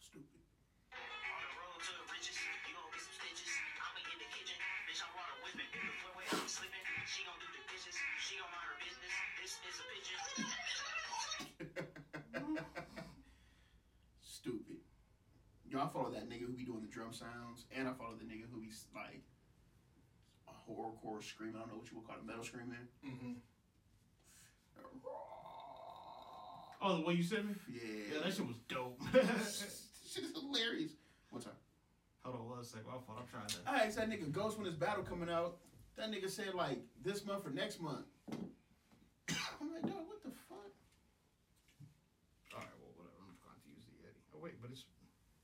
Speaker 2: Stupid.
Speaker 5: On the road to the riches, you gon' get some stitches. I'ma in the kitchen, bitch, I'm water whipping. The footwear I'm slipping, she gon' do the dishes. She gon' mind her business. This is a pigeon.
Speaker 2: Stupid. Yo, I follow that nigga who be doing the drum sounds, and I follow the nigga who be s- like a horrorcore screaming. I don't know what you would call it, metal screaming.
Speaker 6: Mm-hmm.
Speaker 1: Mhm. Oh, the way you sent me?
Speaker 2: Yeah.
Speaker 6: Yeah, that shit was dope.
Speaker 2: shit is hilarious. One time,
Speaker 6: Hold on one second. My fault. I'm trying to.
Speaker 2: I asked that nigga Ghost when his battle coming out. That nigga said like this month or next month. I'm like, dog, what the fuck?
Speaker 6: All right, well, whatever. I'm just going to use the Yeti. Oh wait, but it's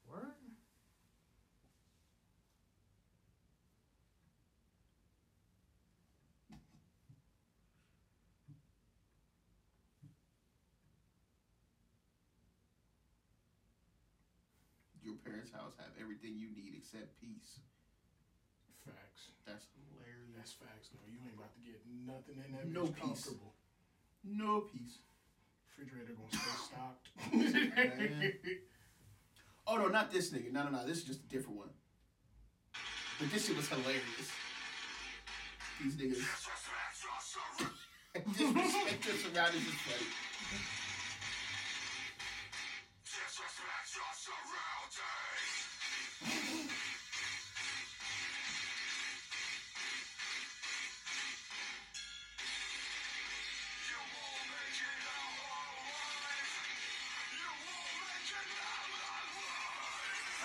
Speaker 6: where?
Speaker 2: Your parents' house have everything you need except peace.
Speaker 1: Facts.
Speaker 2: That's hilarious.
Speaker 1: That's facts, though. You ain't about to get nothing in that
Speaker 2: No
Speaker 1: bitch
Speaker 2: peace.
Speaker 1: comfortable.
Speaker 2: No peace.
Speaker 1: Refrigerator gonna stay stocked.
Speaker 2: Oh no, not this nigga. No, no, no. This is just a different one. But this shit was hilarious. These niggas. Disrespect their surroundings is funny.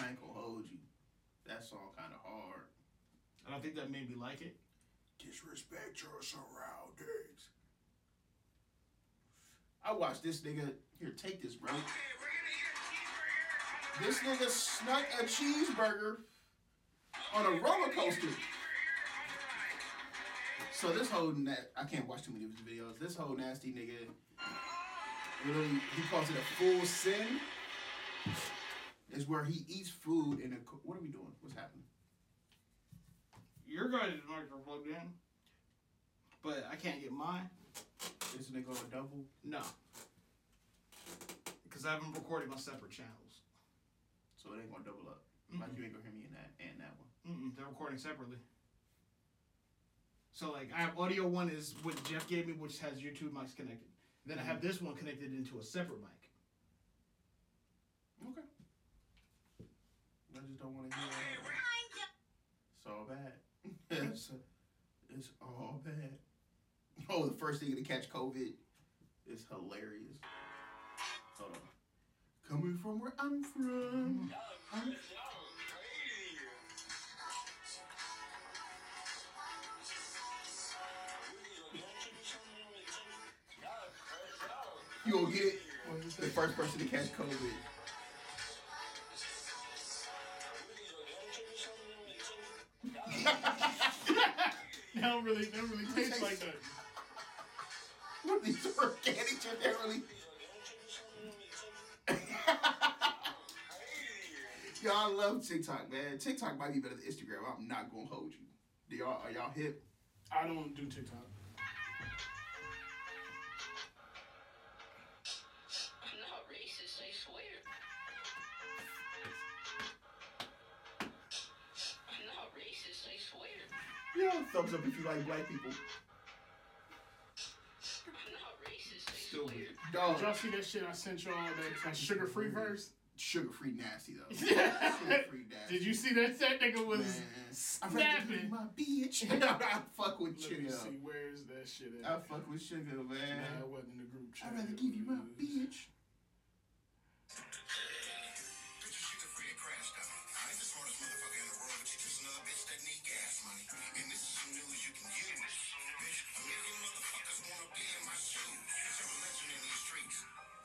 Speaker 2: I ain't gonna hold you. That song kind of hard.
Speaker 6: And I think that made me like it.
Speaker 2: Disrespect your surroundings. I watched this nigga. Here, take this, bro. This nigga snuck a cheeseburger on a roller coaster. So this whole na- I can't watch too many of his videos. This whole nasty nigga really he calls it a full sin. Is where he eats food in a. co- What are we doing? What's happening?
Speaker 6: Your guys' mics are plugged in, but I can't get mine.
Speaker 2: This nigga on a double.
Speaker 6: No, because I haven't recorded my separate channels.
Speaker 2: So it ain't gonna double up. Like you ain't gonna hear me in that and that one.
Speaker 6: Mm-mm, they're recording separately. So like, I have audio one is what Jeff gave me, which has your two mics connected. Then I have
Speaker 2: Mm-hmm.
Speaker 6: this one connected into a separate mic.
Speaker 2: Okay. I just don't wanna hear that. It's all bad. it's, it's all bad. Oh, the first thing to catch COVID is hilarious. Hold on. Coming from where I'm from. You gonna get it? The first person to catch COVID.
Speaker 1: They don't really, they don't really taste like that.
Speaker 2: What are these organic shit that really? Yo, I love TikTok, man. TikTok might be better than Instagram. I'm not gonna hold you. Do y'all are y'all hip?
Speaker 1: I don't do TikTok.
Speaker 5: I'm not racist, I swear. I'm not racist, I swear.
Speaker 2: Yo, Thumbs up if you like black people.
Speaker 5: Not racist.
Speaker 2: Still weird. Dog.
Speaker 1: Did y'all see that shit I sent y'all that, that sugar free verse?
Speaker 2: Sugar free nasty though. Sugar
Speaker 1: Did
Speaker 2: free nasty.
Speaker 1: you see that? That nigga was
Speaker 2: I'd rather be
Speaker 1: snapping.
Speaker 2: my bitch. Mm-hmm. I fuck with
Speaker 1: Let me
Speaker 2: sugar.
Speaker 1: see, where's that shit at?
Speaker 2: I fuck with sugar, man.
Speaker 1: Nah, it wasn't in the group chat.
Speaker 2: I'd rather give you my bitch.
Speaker 7: Bitch, she just created crash down. I ain't the smartest motherfucker in the world, but you just another bitch that need gas money. And this is some news you can use. Bitch, a million motherfuckers wanna be in my shoes. Bitch, I'm a legend in these streets.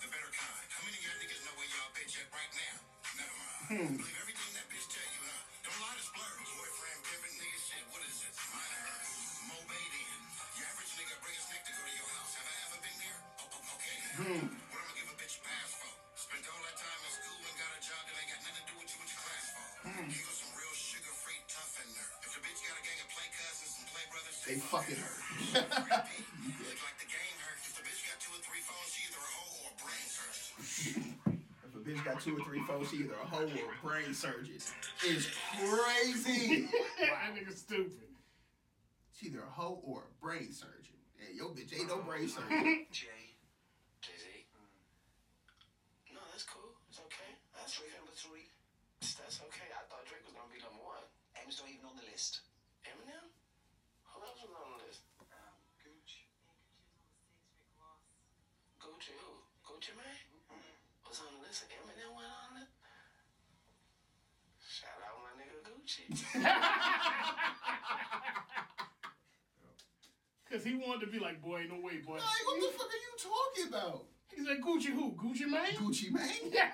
Speaker 7: The better kind. How many of y'all niggas know where y'all bitch at right now? Never mind. Believe everything that bitch tell you now. Don't lie to splurge. Boyfriend, pimpin' nigga shit. What is it? My ass. Mo bait in. Your average nigga break his neck to go to your house. Have I ever been there? Oh, oh, okay. What am I give a bitch a pass for? Spent all that time in school and got a job that ain't got nothing to do with you with your class for. Here goes some real sugar-free toughener. If the bitch got a gang of play cousins and play brothers,
Speaker 2: They fucking
Speaker 7: her.
Speaker 2: hurt.
Speaker 7: Look like the game hurt. If the bitch got two or three phones, she either a hoe or a brain surgeon.
Speaker 2: If a bitch got two or three folks, she either a hoe or a brain surgeon. It's crazy.
Speaker 1: that nigga stupid.
Speaker 2: she either a hoe or a brain surgeon. Yeah, yo bitch ain't no brain surgeon.
Speaker 5: Jay. Jay Z. Mm. No, that's cool. It's okay. That's Drake number three. That's okay. I thought Drake was gonna be number one. M's not even on the list. Eminem? Who else was on the list? Um, Gucci. Gucci who? Gucci Mane? Was on the list. Eminem went on it. Shout out my nigga Gucci.
Speaker 1: Cause he wanted to be like, boy, ain't no way, boy.
Speaker 2: like, what the fuck are you talking about?
Speaker 1: He's like Gucci who? Gucci Mane?
Speaker 2: Gucci Mane?
Speaker 1: Yeah.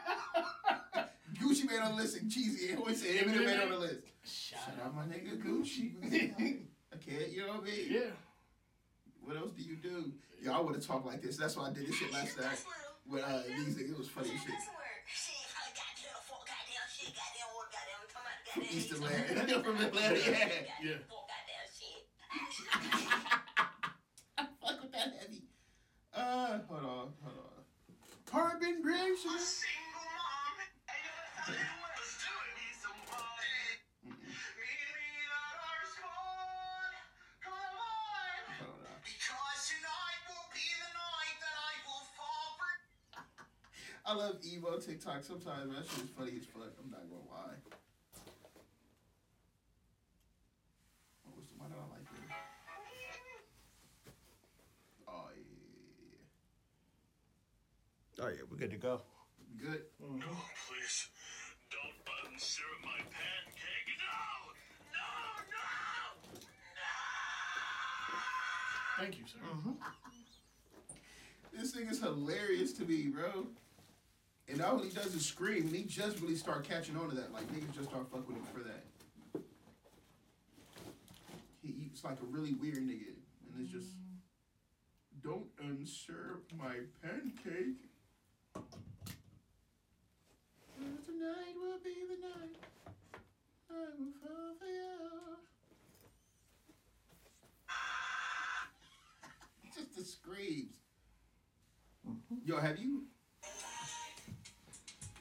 Speaker 2: Gucci Mane on the list and Cheesy. And always said Eminem Mane on the list.
Speaker 1: Shut
Speaker 2: Shout
Speaker 1: up.
Speaker 2: out my nigga Gucci. Okay, you know what I mean?
Speaker 1: Yeah.
Speaker 2: What else do you do? Yo, I would have talked like this. That's why I did this shit last night. With uh, these niggas, it was funny shit. From East Atlanta. From Atlanta, yeah.
Speaker 1: Yeah.
Speaker 2: Fuck with that heavy. Uh, hold on, hold on.
Speaker 3: Carbon
Speaker 5: A
Speaker 3: Bridge.
Speaker 5: single mom. Ain't no time to work. Let's do it. Need somebody. Meet me at our squad. Come on.
Speaker 2: Hold on.
Speaker 5: Because tonight will be the night that I will fall for
Speaker 2: I love Evo TikTok sometimes. That shit is funny as fuck. I'm not gonna lie. What was Oh, the, why did I like that? Oh, yeah, yeah,
Speaker 6: Oh yeah, we're good to go.
Speaker 2: yeah. Good.
Speaker 5: Oh, please. Don't button syrup my pancake. No! No, no!
Speaker 1: Thank you, sir.
Speaker 2: This thing is hilarious to me, bro. And all he does is scream, and he just really start catching on to that. Like niggas just start fucking with him for that. He, he's like a really weird nigga, and it's just don't unserve my pancake. Well, Tonight will be the night I will fall for you. Just the screams. Yo, have you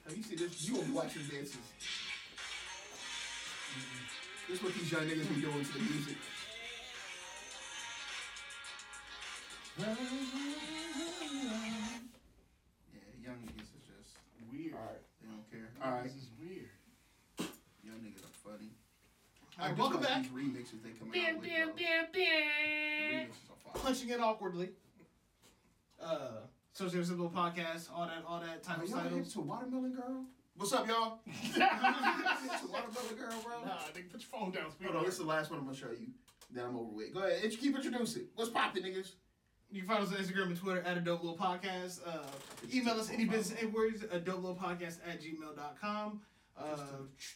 Speaker 2: have you seen this? You gonna watch his dances? This what these young niggas be doing to the music. Yeah, young niggas is just
Speaker 1: Weird.
Speaker 2: they don't care. All right,
Speaker 1: This is weird.
Speaker 2: young niggas are funny.
Speaker 6: All
Speaker 2: I
Speaker 6: right,
Speaker 2: just
Speaker 6: welcome
Speaker 2: like
Speaker 6: back.
Speaker 2: These remixes they come out
Speaker 1: Bam,
Speaker 2: with.
Speaker 1: bam,
Speaker 2: though.
Speaker 1: bam,
Speaker 2: The
Speaker 1: bam.
Speaker 2: remixes are fire.
Speaker 6: Punching it awkwardly. Uh, Social Simple podcast, all that, all that type
Speaker 2: Are
Speaker 6: of
Speaker 2: y'all hip
Speaker 6: titles.
Speaker 2: to Watermelon Girl? What's up, y'all? Hip to Watermelon Girl, bro.
Speaker 1: Nah, nigga, put your phone down. Speak
Speaker 2: Hold on, this is the last one I'm gonna show you. Then I'm over with. Go ahead, int- keep introducing. What's poppin', niggas?
Speaker 6: You can find us on Instagram and Twitter at a dope little podcast. Uh, email us any business inquiries a dope little podcast at gmail.com. Uh,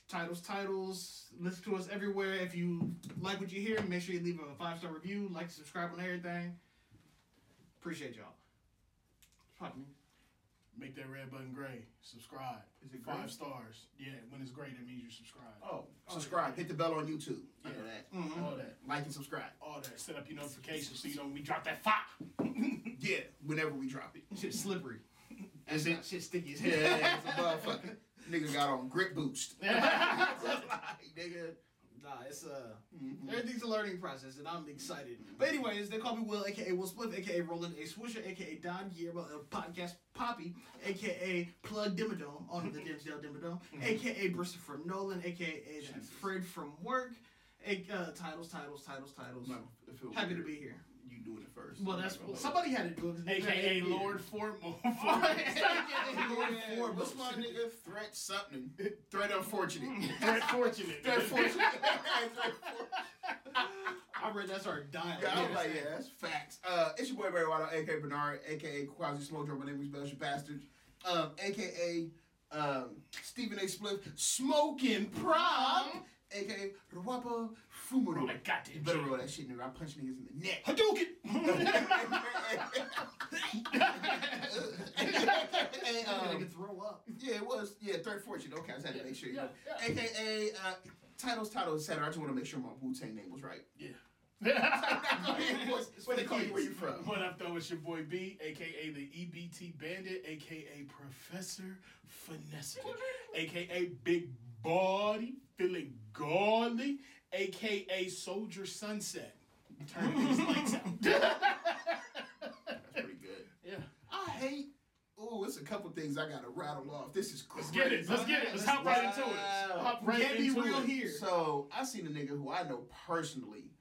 Speaker 6: titles, titles. Listen to us everywhere. If you like what you hear, make sure you leave a five star review, like, subscribe on everything. Appreciate y'all. Pardon me.
Speaker 1: Make that red button gray. Subscribe.
Speaker 2: Is it
Speaker 1: Five
Speaker 2: gray?
Speaker 1: stars. Yeah, when it's gray, that means you subscribe.
Speaker 2: Oh, subscribe. Hit the bell on YouTube. I know that.
Speaker 6: Mhm.
Speaker 1: All that.
Speaker 2: Like and subscribe.
Speaker 1: All that. Set up your notifications so you know when we drop that fire.
Speaker 2: Yeah, whenever we drop it.
Speaker 6: Shit's slippery.
Speaker 2: That's
Speaker 6: Shit,
Speaker 2: it.
Speaker 6: shit sticky as
Speaker 2: Yeah,
Speaker 6: hell.
Speaker 2: it's a motherfucker. Nigga got on grip boost. Like, nigga,
Speaker 6: Nah, it's uh,
Speaker 2: Mhm.
Speaker 6: everything's a learning process, and I'm excited. But anyways, they call me Will, aka Will Spliff, aka Roland A Swisher, aka Don Guillermo El Podcast Poppy, aka Plug Dimmadome, owner of the Dimsdale Dimmadome, aka Bristol from Nolan, aka that
Speaker 2: Jesus.
Speaker 6: Fred from Work, a, uh, titles, titles, titles, titles.
Speaker 2: Might feel
Speaker 6: Happy to
Speaker 2: weird
Speaker 6: be here.
Speaker 2: You doing it first.
Speaker 6: Well,
Speaker 2: I'm
Speaker 6: that's
Speaker 2: not gonna lie.
Speaker 6: somebody had to do it. 'cause they
Speaker 1: AKA
Speaker 6: had it.
Speaker 1: Lord Fortmore.
Speaker 6: AKA Lord
Speaker 2: Yeah,
Speaker 6: Ford.
Speaker 2: What's my nigga? Threat something. Threat unfortunate.
Speaker 1: Threat fortunate.
Speaker 2: Threat fortunate.
Speaker 6: I read that's our dialogue.
Speaker 2: Yeah, I was like, yeah, that's facts. Uh, it's your boy Barry Waddle, aka Bernard, aka Quasi Smoke Drop, my name is Belgian Bastard, um, aka um, Stephen A. Spliff, Smoking Prom, aka Ruapa
Speaker 1: Bro,
Speaker 2: Fumuro.
Speaker 1: I got Mm-hmm. that
Speaker 2: You better
Speaker 1: shit.
Speaker 2: roll that shit, nigga. I'm punching niggas in the neck. and,
Speaker 6: I
Speaker 2: um,
Speaker 6: could throw up.
Speaker 2: yeah, it was. Yeah, third fortune. Okay, I just had to make sure. You
Speaker 1: Yeah,
Speaker 2: know. AKA uh, titles, titles, etc. I just want to make sure my Wu Tang name was right.
Speaker 1: yeah.
Speaker 2: when they call you where you from.
Speaker 1: What up, though? It's your boy B, aka the EBT Bandit, aka Professor Finesse, aka Big Body, feeling godly, aka Soldier Sunset. Turn these lights out.
Speaker 2: That's pretty good.
Speaker 1: yeah,
Speaker 2: I hate. Ooh, it's a couple things I gotta rattle off. This is
Speaker 1: let's
Speaker 2: crazy.
Speaker 1: get it. Let's get it. Let's hop right into it. Hop right
Speaker 6: Can't be
Speaker 1: into
Speaker 6: real
Speaker 1: it.
Speaker 6: here.
Speaker 2: So I seen a nigga who I know personally,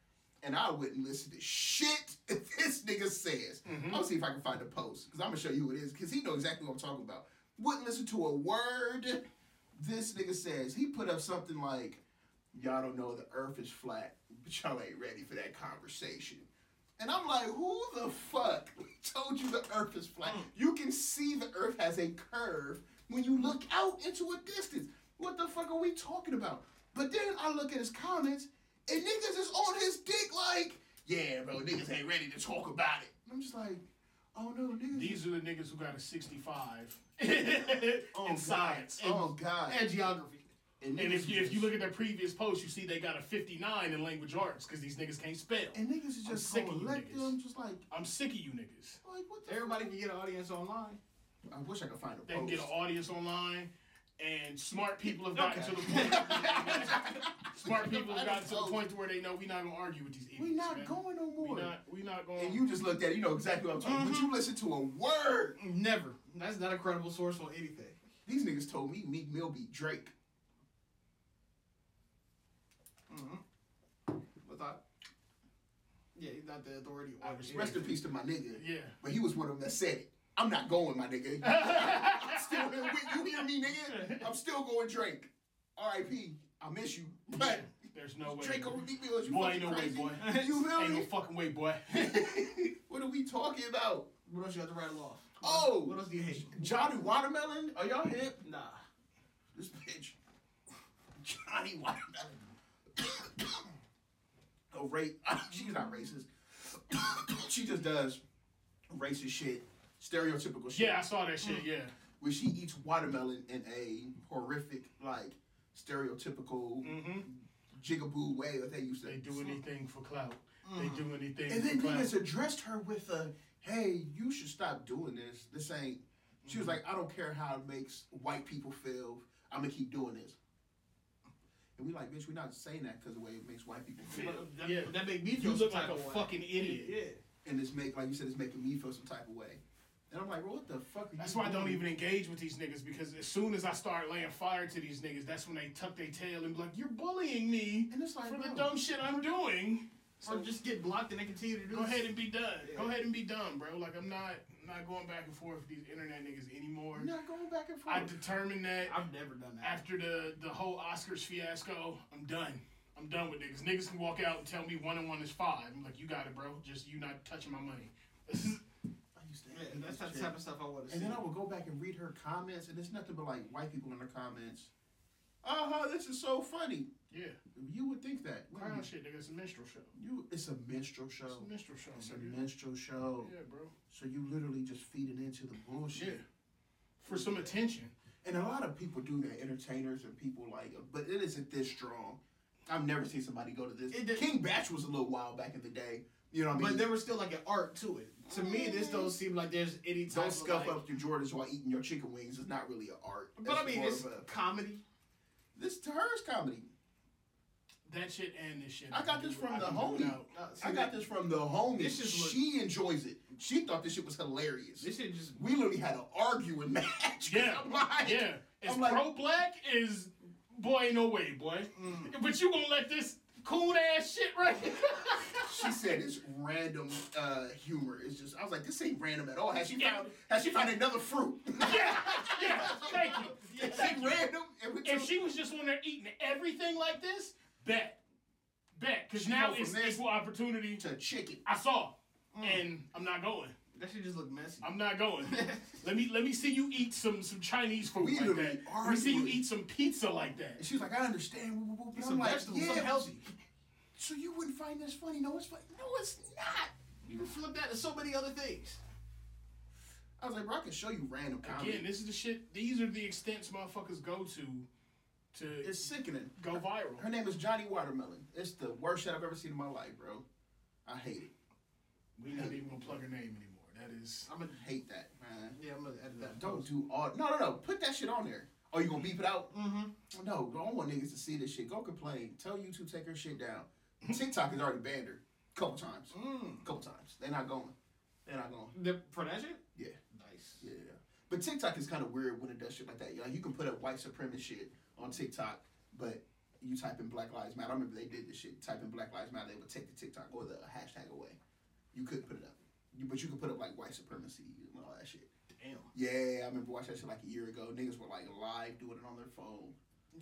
Speaker 2: and I wouldn't listen to shit this nigga says.
Speaker 1: Mm-hmm.
Speaker 2: I'm gonna see if I can find the post because I'm gonna show you who it is because he knows exactly what I'm talking about. Wouldn't listen to a word this nigga says. He put up something like, "Y'all don't know the Earth is flat, but y'all ain't ready for that conversation." And I'm like, who the fuck told you the earth is flat?
Speaker 1: Mm.
Speaker 2: You can see the earth has a curve when you look out into a distance. What the fuck are we talking about? But then I look at his comments, and niggas is on his dick like, yeah, bro, niggas ain't ready to talk about it. And I'm just like, oh no, niggas.
Speaker 1: These are the niggas who got a 65 in
Speaker 2: oh, God.
Speaker 1: science. And,
Speaker 2: Oh, God.
Speaker 6: And geography.
Speaker 1: and if,
Speaker 2: niggas
Speaker 1: you, if you
Speaker 2: just-
Speaker 1: look at their previous posts, you see they got a 59 in language arts because these niggas can't spell.
Speaker 2: And niggas is
Speaker 1: I'm
Speaker 2: just
Speaker 1: sick
Speaker 2: so
Speaker 1: of you
Speaker 2: elected.
Speaker 1: niggas.
Speaker 2: I'm just like,
Speaker 1: I'm sick of you niggas.
Speaker 2: like what the
Speaker 6: Everybody can get an audience online.
Speaker 2: fuck? I wish I could find a
Speaker 1: They can
Speaker 2: post.
Speaker 1: get an audience online, and smart people have gotten
Speaker 6: Okay.
Speaker 1: to the point. Where they know, smart people have gotten to the
Speaker 2: Post.
Speaker 1: point to where they know we're not gonna argue with these idiots.
Speaker 2: we not
Speaker 1: man.
Speaker 2: going no more. Mm-hmm.
Speaker 1: We not. We not going.
Speaker 2: and you just looked at it, you know exactly what I'm talking about. But you listen to a word.
Speaker 6: Never. That's not a credible source on anything.
Speaker 2: These niggas told me Meek Mill beat Drake.
Speaker 6: What's that? Yeah, he's not the authority. on
Speaker 1: was
Speaker 6: it.
Speaker 2: Rest in peace to my nigga.
Speaker 1: yeah.
Speaker 2: But he was one of them that said it. I'm not going, my nigga. I'm still here with you hear me, nigga? I'm still going Drake. R.I.P. I miss you. But
Speaker 1: There's no way.
Speaker 2: Drake over Meek Mill, is you
Speaker 1: boy,
Speaker 2: fucking
Speaker 1: ain't no
Speaker 2: crazy?
Speaker 1: way, boy.
Speaker 2: You feel
Speaker 1: ain't no
Speaker 2: me?
Speaker 1: fucking way, boy.
Speaker 2: what are we talking about?
Speaker 6: What else you have to rattle off?
Speaker 2: Oh!
Speaker 6: What else do you hate?
Speaker 2: Johnny Watermelon? Are y'all hip?
Speaker 6: Nah.
Speaker 2: This bitch, Johnny Watermelon. a rape. She's not racist. she just does racist shit, stereotypical shit.
Speaker 1: yeah, I saw that
Speaker 2: Mm.
Speaker 1: shit. Yeah.
Speaker 2: Where she eats watermelon in a horrific, like, stereotypical
Speaker 1: Mm-hmm.
Speaker 2: jigaboo way that they used to.
Speaker 1: They do anything for clout. They do anything.
Speaker 2: Mm. And then
Speaker 1: for clout.
Speaker 2: niggas addressed her with a, "Hey, you should stop doing this. This ain't." She was
Speaker 1: Mm-hmm.
Speaker 2: like, "I don't care how it makes white people feel. I'm gonna keep doing this." And we like, bitch, we're not saying that because the way it makes white people feel.
Speaker 6: That,
Speaker 1: Yeah.
Speaker 6: that made me
Speaker 1: You
Speaker 6: feel
Speaker 1: look
Speaker 6: some
Speaker 1: like
Speaker 6: type
Speaker 1: a
Speaker 6: of way.
Speaker 1: fucking idiot.
Speaker 6: Yeah.
Speaker 2: And it's make like you said, it's making me feel some type of way. And I'm like, well, what the fuck? Are
Speaker 1: That's
Speaker 2: you
Speaker 1: why I don't
Speaker 2: doing?
Speaker 1: even engage with these niggas because as soon as I start laying fire to these niggas, that's when they tuck their tail and be like, "You're bullying me
Speaker 2: And it's like,
Speaker 1: for the
Speaker 2: bro.
Speaker 1: dumb shit I'm doing."
Speaker 6: or just get blocked and they continue to do
Speaker 1: Go
Speaker 6: this.
Speaker 1: ahead and be done. Go
Speaker 6: Yeah.
Speaker 1: ahead and be done, bro. Like I'm not I'm not going back and forth with these internet niggas anymore.
Speaker 2: I'm not going back and forth.
Speaker 1: I determined that
Speaker 6: I've never done that.
Speaker 1: after the the whole Oscars fiasco, I'm done. I'm done with niggas. Niggas can walk out and tell me one on one is five. I'm like, you got it, bro. Just you not touching my money.
Speaker 2: I used to
Speaker 6: Yeah,
Speaker 2: hate
Speaker 6: that's
Speaker 2: that
Speaker 6: not the
Speaker 2: shit.
Speaker 6: type of stuff I want to see.
Speaker 2: And then I would go back and read her comments, and it's nothing but like white people in her comments. Uh huh. This is so funny.
Speaker 1: yeah,
Speaker 2: You would think that. Wait a
Speaker 1: clown
Speaker 2: minute.
Speaker 1: shit, nigga. It's a minstrel show.
Speaker 2: You, it's a minstrel show.
Speaker 1: It's a minstrel show.
Speaker 2: It's a
Speaker 1: nigga.
Speaker 2: minstrel show.
Speaker 1: Yeah, bro.
Speaker 2: So you literally just feeding into the bullshit.
Speaker 1: Yeah. For some attention.
Speaker 2: And a lot of people do that, entertainers and people like, but it isn't this strong. I've never seen somebody go to this.
Speaker 6: It did-
Speaker 2: King Batch was a little wild back in the day. You know what I mean?
Speaker 6: But there was still like an art to it. To me, this don't seem like there's any type
Speaker 2: Don't
Speaker 6: of,
Speaker 2: scuff
Speaker 6: like-
Speaker 2: up your Jordans while eating your chicken wings. It's not really an art.
Speaker 6: But I
Speaker 2: It's
Speaker 6: mean,
Speaker 2: more
Speaker 6: it's
Speaker 2: of a-
Speaker 6: comedy.
Speaker 2: this to her is comedy.
Speaker 1: that shit and this shit.
Speaker 2: I got this
Speaker 1: can do
Speaker 2: from
Speaker 1: it-
Speaker 2: the
Speaker 1: I can do it
Speaker 2: homie.
Speaker 1: out.
Speaker 6: Uh, see,
Speaker 2: I got this from the homie.
Speaker 6: This is what-
Speaker 2: she enjoys it. She thought this shit was hilarious.
Speaker 6: This shit just
Speaker 2: we literally had an arguing match.
Speaker 1: Yeah,
Speaker 2: I'm like,
Speaker 1: yeah. It's
Speaker 2: I'm like-
Speaker 1: pro black is boy no way boy.
Speaker 2: Mm.
Speaker 1: But you gonna let this cool ass shit right? here-
Speaker 2: She said it's random uh, humor. It's just I was like, this ain't random at all. Has she
Speaker 1: Yeah.
Speaker 2: found? Has she found another fruit?
Speaker 1: yeah, yeah. Thank you. Yeah,
Speaker 2: It's ain't
Speaker 1: thank you.
Speaker 2: random. And we
Speaker 1: If
Speaker 2: took,
Speaker 1: she was just on there eating everything like this, bet, bet. Because
Speaker 2: She
Speaker 1: now
Speaker 2: go from
Speaker 1: it's
Speaker 2: this- Mm.
Speaker 1: equal opportunity.
Speaker 2: to chicken.
Speaker 1: I saw, and I'm not going.
Speaker 6: that shit just look messy.
Speaker 1: I'm not going. let me let me see you eat some some Chinese food
Speaker 2: We
Speaker 1: like
Speaker 2: literally
Speaker 1: that. Let me see you
Speaker 2: arguing.
Speaker 1: eat some pizza like that.
Speaker 2: And she was like, I understand. woo, woo, woo." And I'm
Speaker 6: Some
Speaker 2: like,
Speaker 6: vegetables,
Speaker 2: yeah.
Speaker 6: some healthy.
Speaker 2: So you wouldn't find this funny? No, it's funny. No, it's not.
Speaker 6: You can flip that to so many other things.
Speaker 2: I was like, bro, I can show you random comedy.
Speaker 1: Again, this is the shit. These are the extents motherfuckers go to to
Speaker 2: it's sickening.
Speaker 1: go viral.
Speaker 2: Her name is Johnny Watermelon. It's the worst shit I've ever seen in my life, bro. I hate it.
Speaker 1: We're not even gonna plug her name anymore. That is
Speaker 2: I'm gonna hate that, man.
Speaker 6: Yeah, I'm gonna edit that.
Speaker 2: Don't do all. No, no, no. Put that shit on there. Oh, you gonna beep it out? Mm-hmm. No, bro, I don't want niggas to see this shit. Go complain. Tell you to take her shit down. TikTok has already banned her. Couple times. Couple times. They're not going. They're not going.
Speaker 6: The, for that shit?
Speaker 2: Yeah.
Speaker 6: Nice.
Speaker 2: Yeah. But TikTok is kind of weird when it does shit like that. You know, you can put up white supremacist shit on TikTok, but you type in Black Lives Matter. I remember they did this shit. Type in Black Lives Matter, they would take the TikTok or the hashtag away. You couldn't put it up. You, but you could put up like white supremacy and all that shit.
Speaker 6: Damn.
Speaker 2: Yeah, I remember watching that shit like a year ago. Niggas were like live doing it on their phone.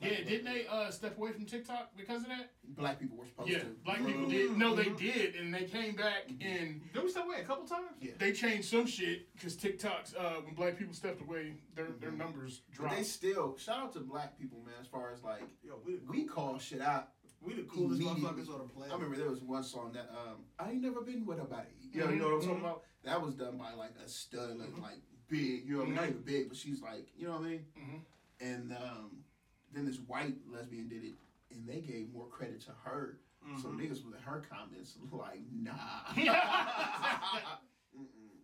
Speaker 1: yeah. Didn't they uh, step away from TikTok because of that?
Speaker 2: Black people were supposed
Speaker 1: Yeah,
Speaker 2: to.
Speaker 1: black people did. No, they did, and they came back and
Speaker 6: Did we step away a couple times?
Speaker 2: Yeah.
Speaker 1: they changed some shit because TikToks. Uh, when black people stepped away, their their
Speaker 2: Mhm.
Speaker 1: numbers
Speaker 2: But
Speaker 1: dropped.
Speaker 2: they still shout out to black people, man. As far as like
Speaker 3: Yo, we the,
Speaker 2: we call shit out.
Speaker 3: we the coolest
Speaker 2: Immediately.
Speaker 3: motherfuckers on the planet.
Speaker 2: I remember there was one song that um I ain't never been with nobody. You know, you know what I'm
Speaker 1: Mm-hmm.
Speaker 2: talking about? That was done by like a stud, like, like big. You know, what I mean?
Speaker 1: Mm-hmm.
Speaker 2: not even big, but she's like, you know what I mean?
Speaker 1: Mhm.
Speaker 2: And um, then this white lesbian did it, and they gave more credit to her. So
Speaker 1: Mm-hmm.
Speaker 2: niggas was in her comments like, nah. Mm-mm.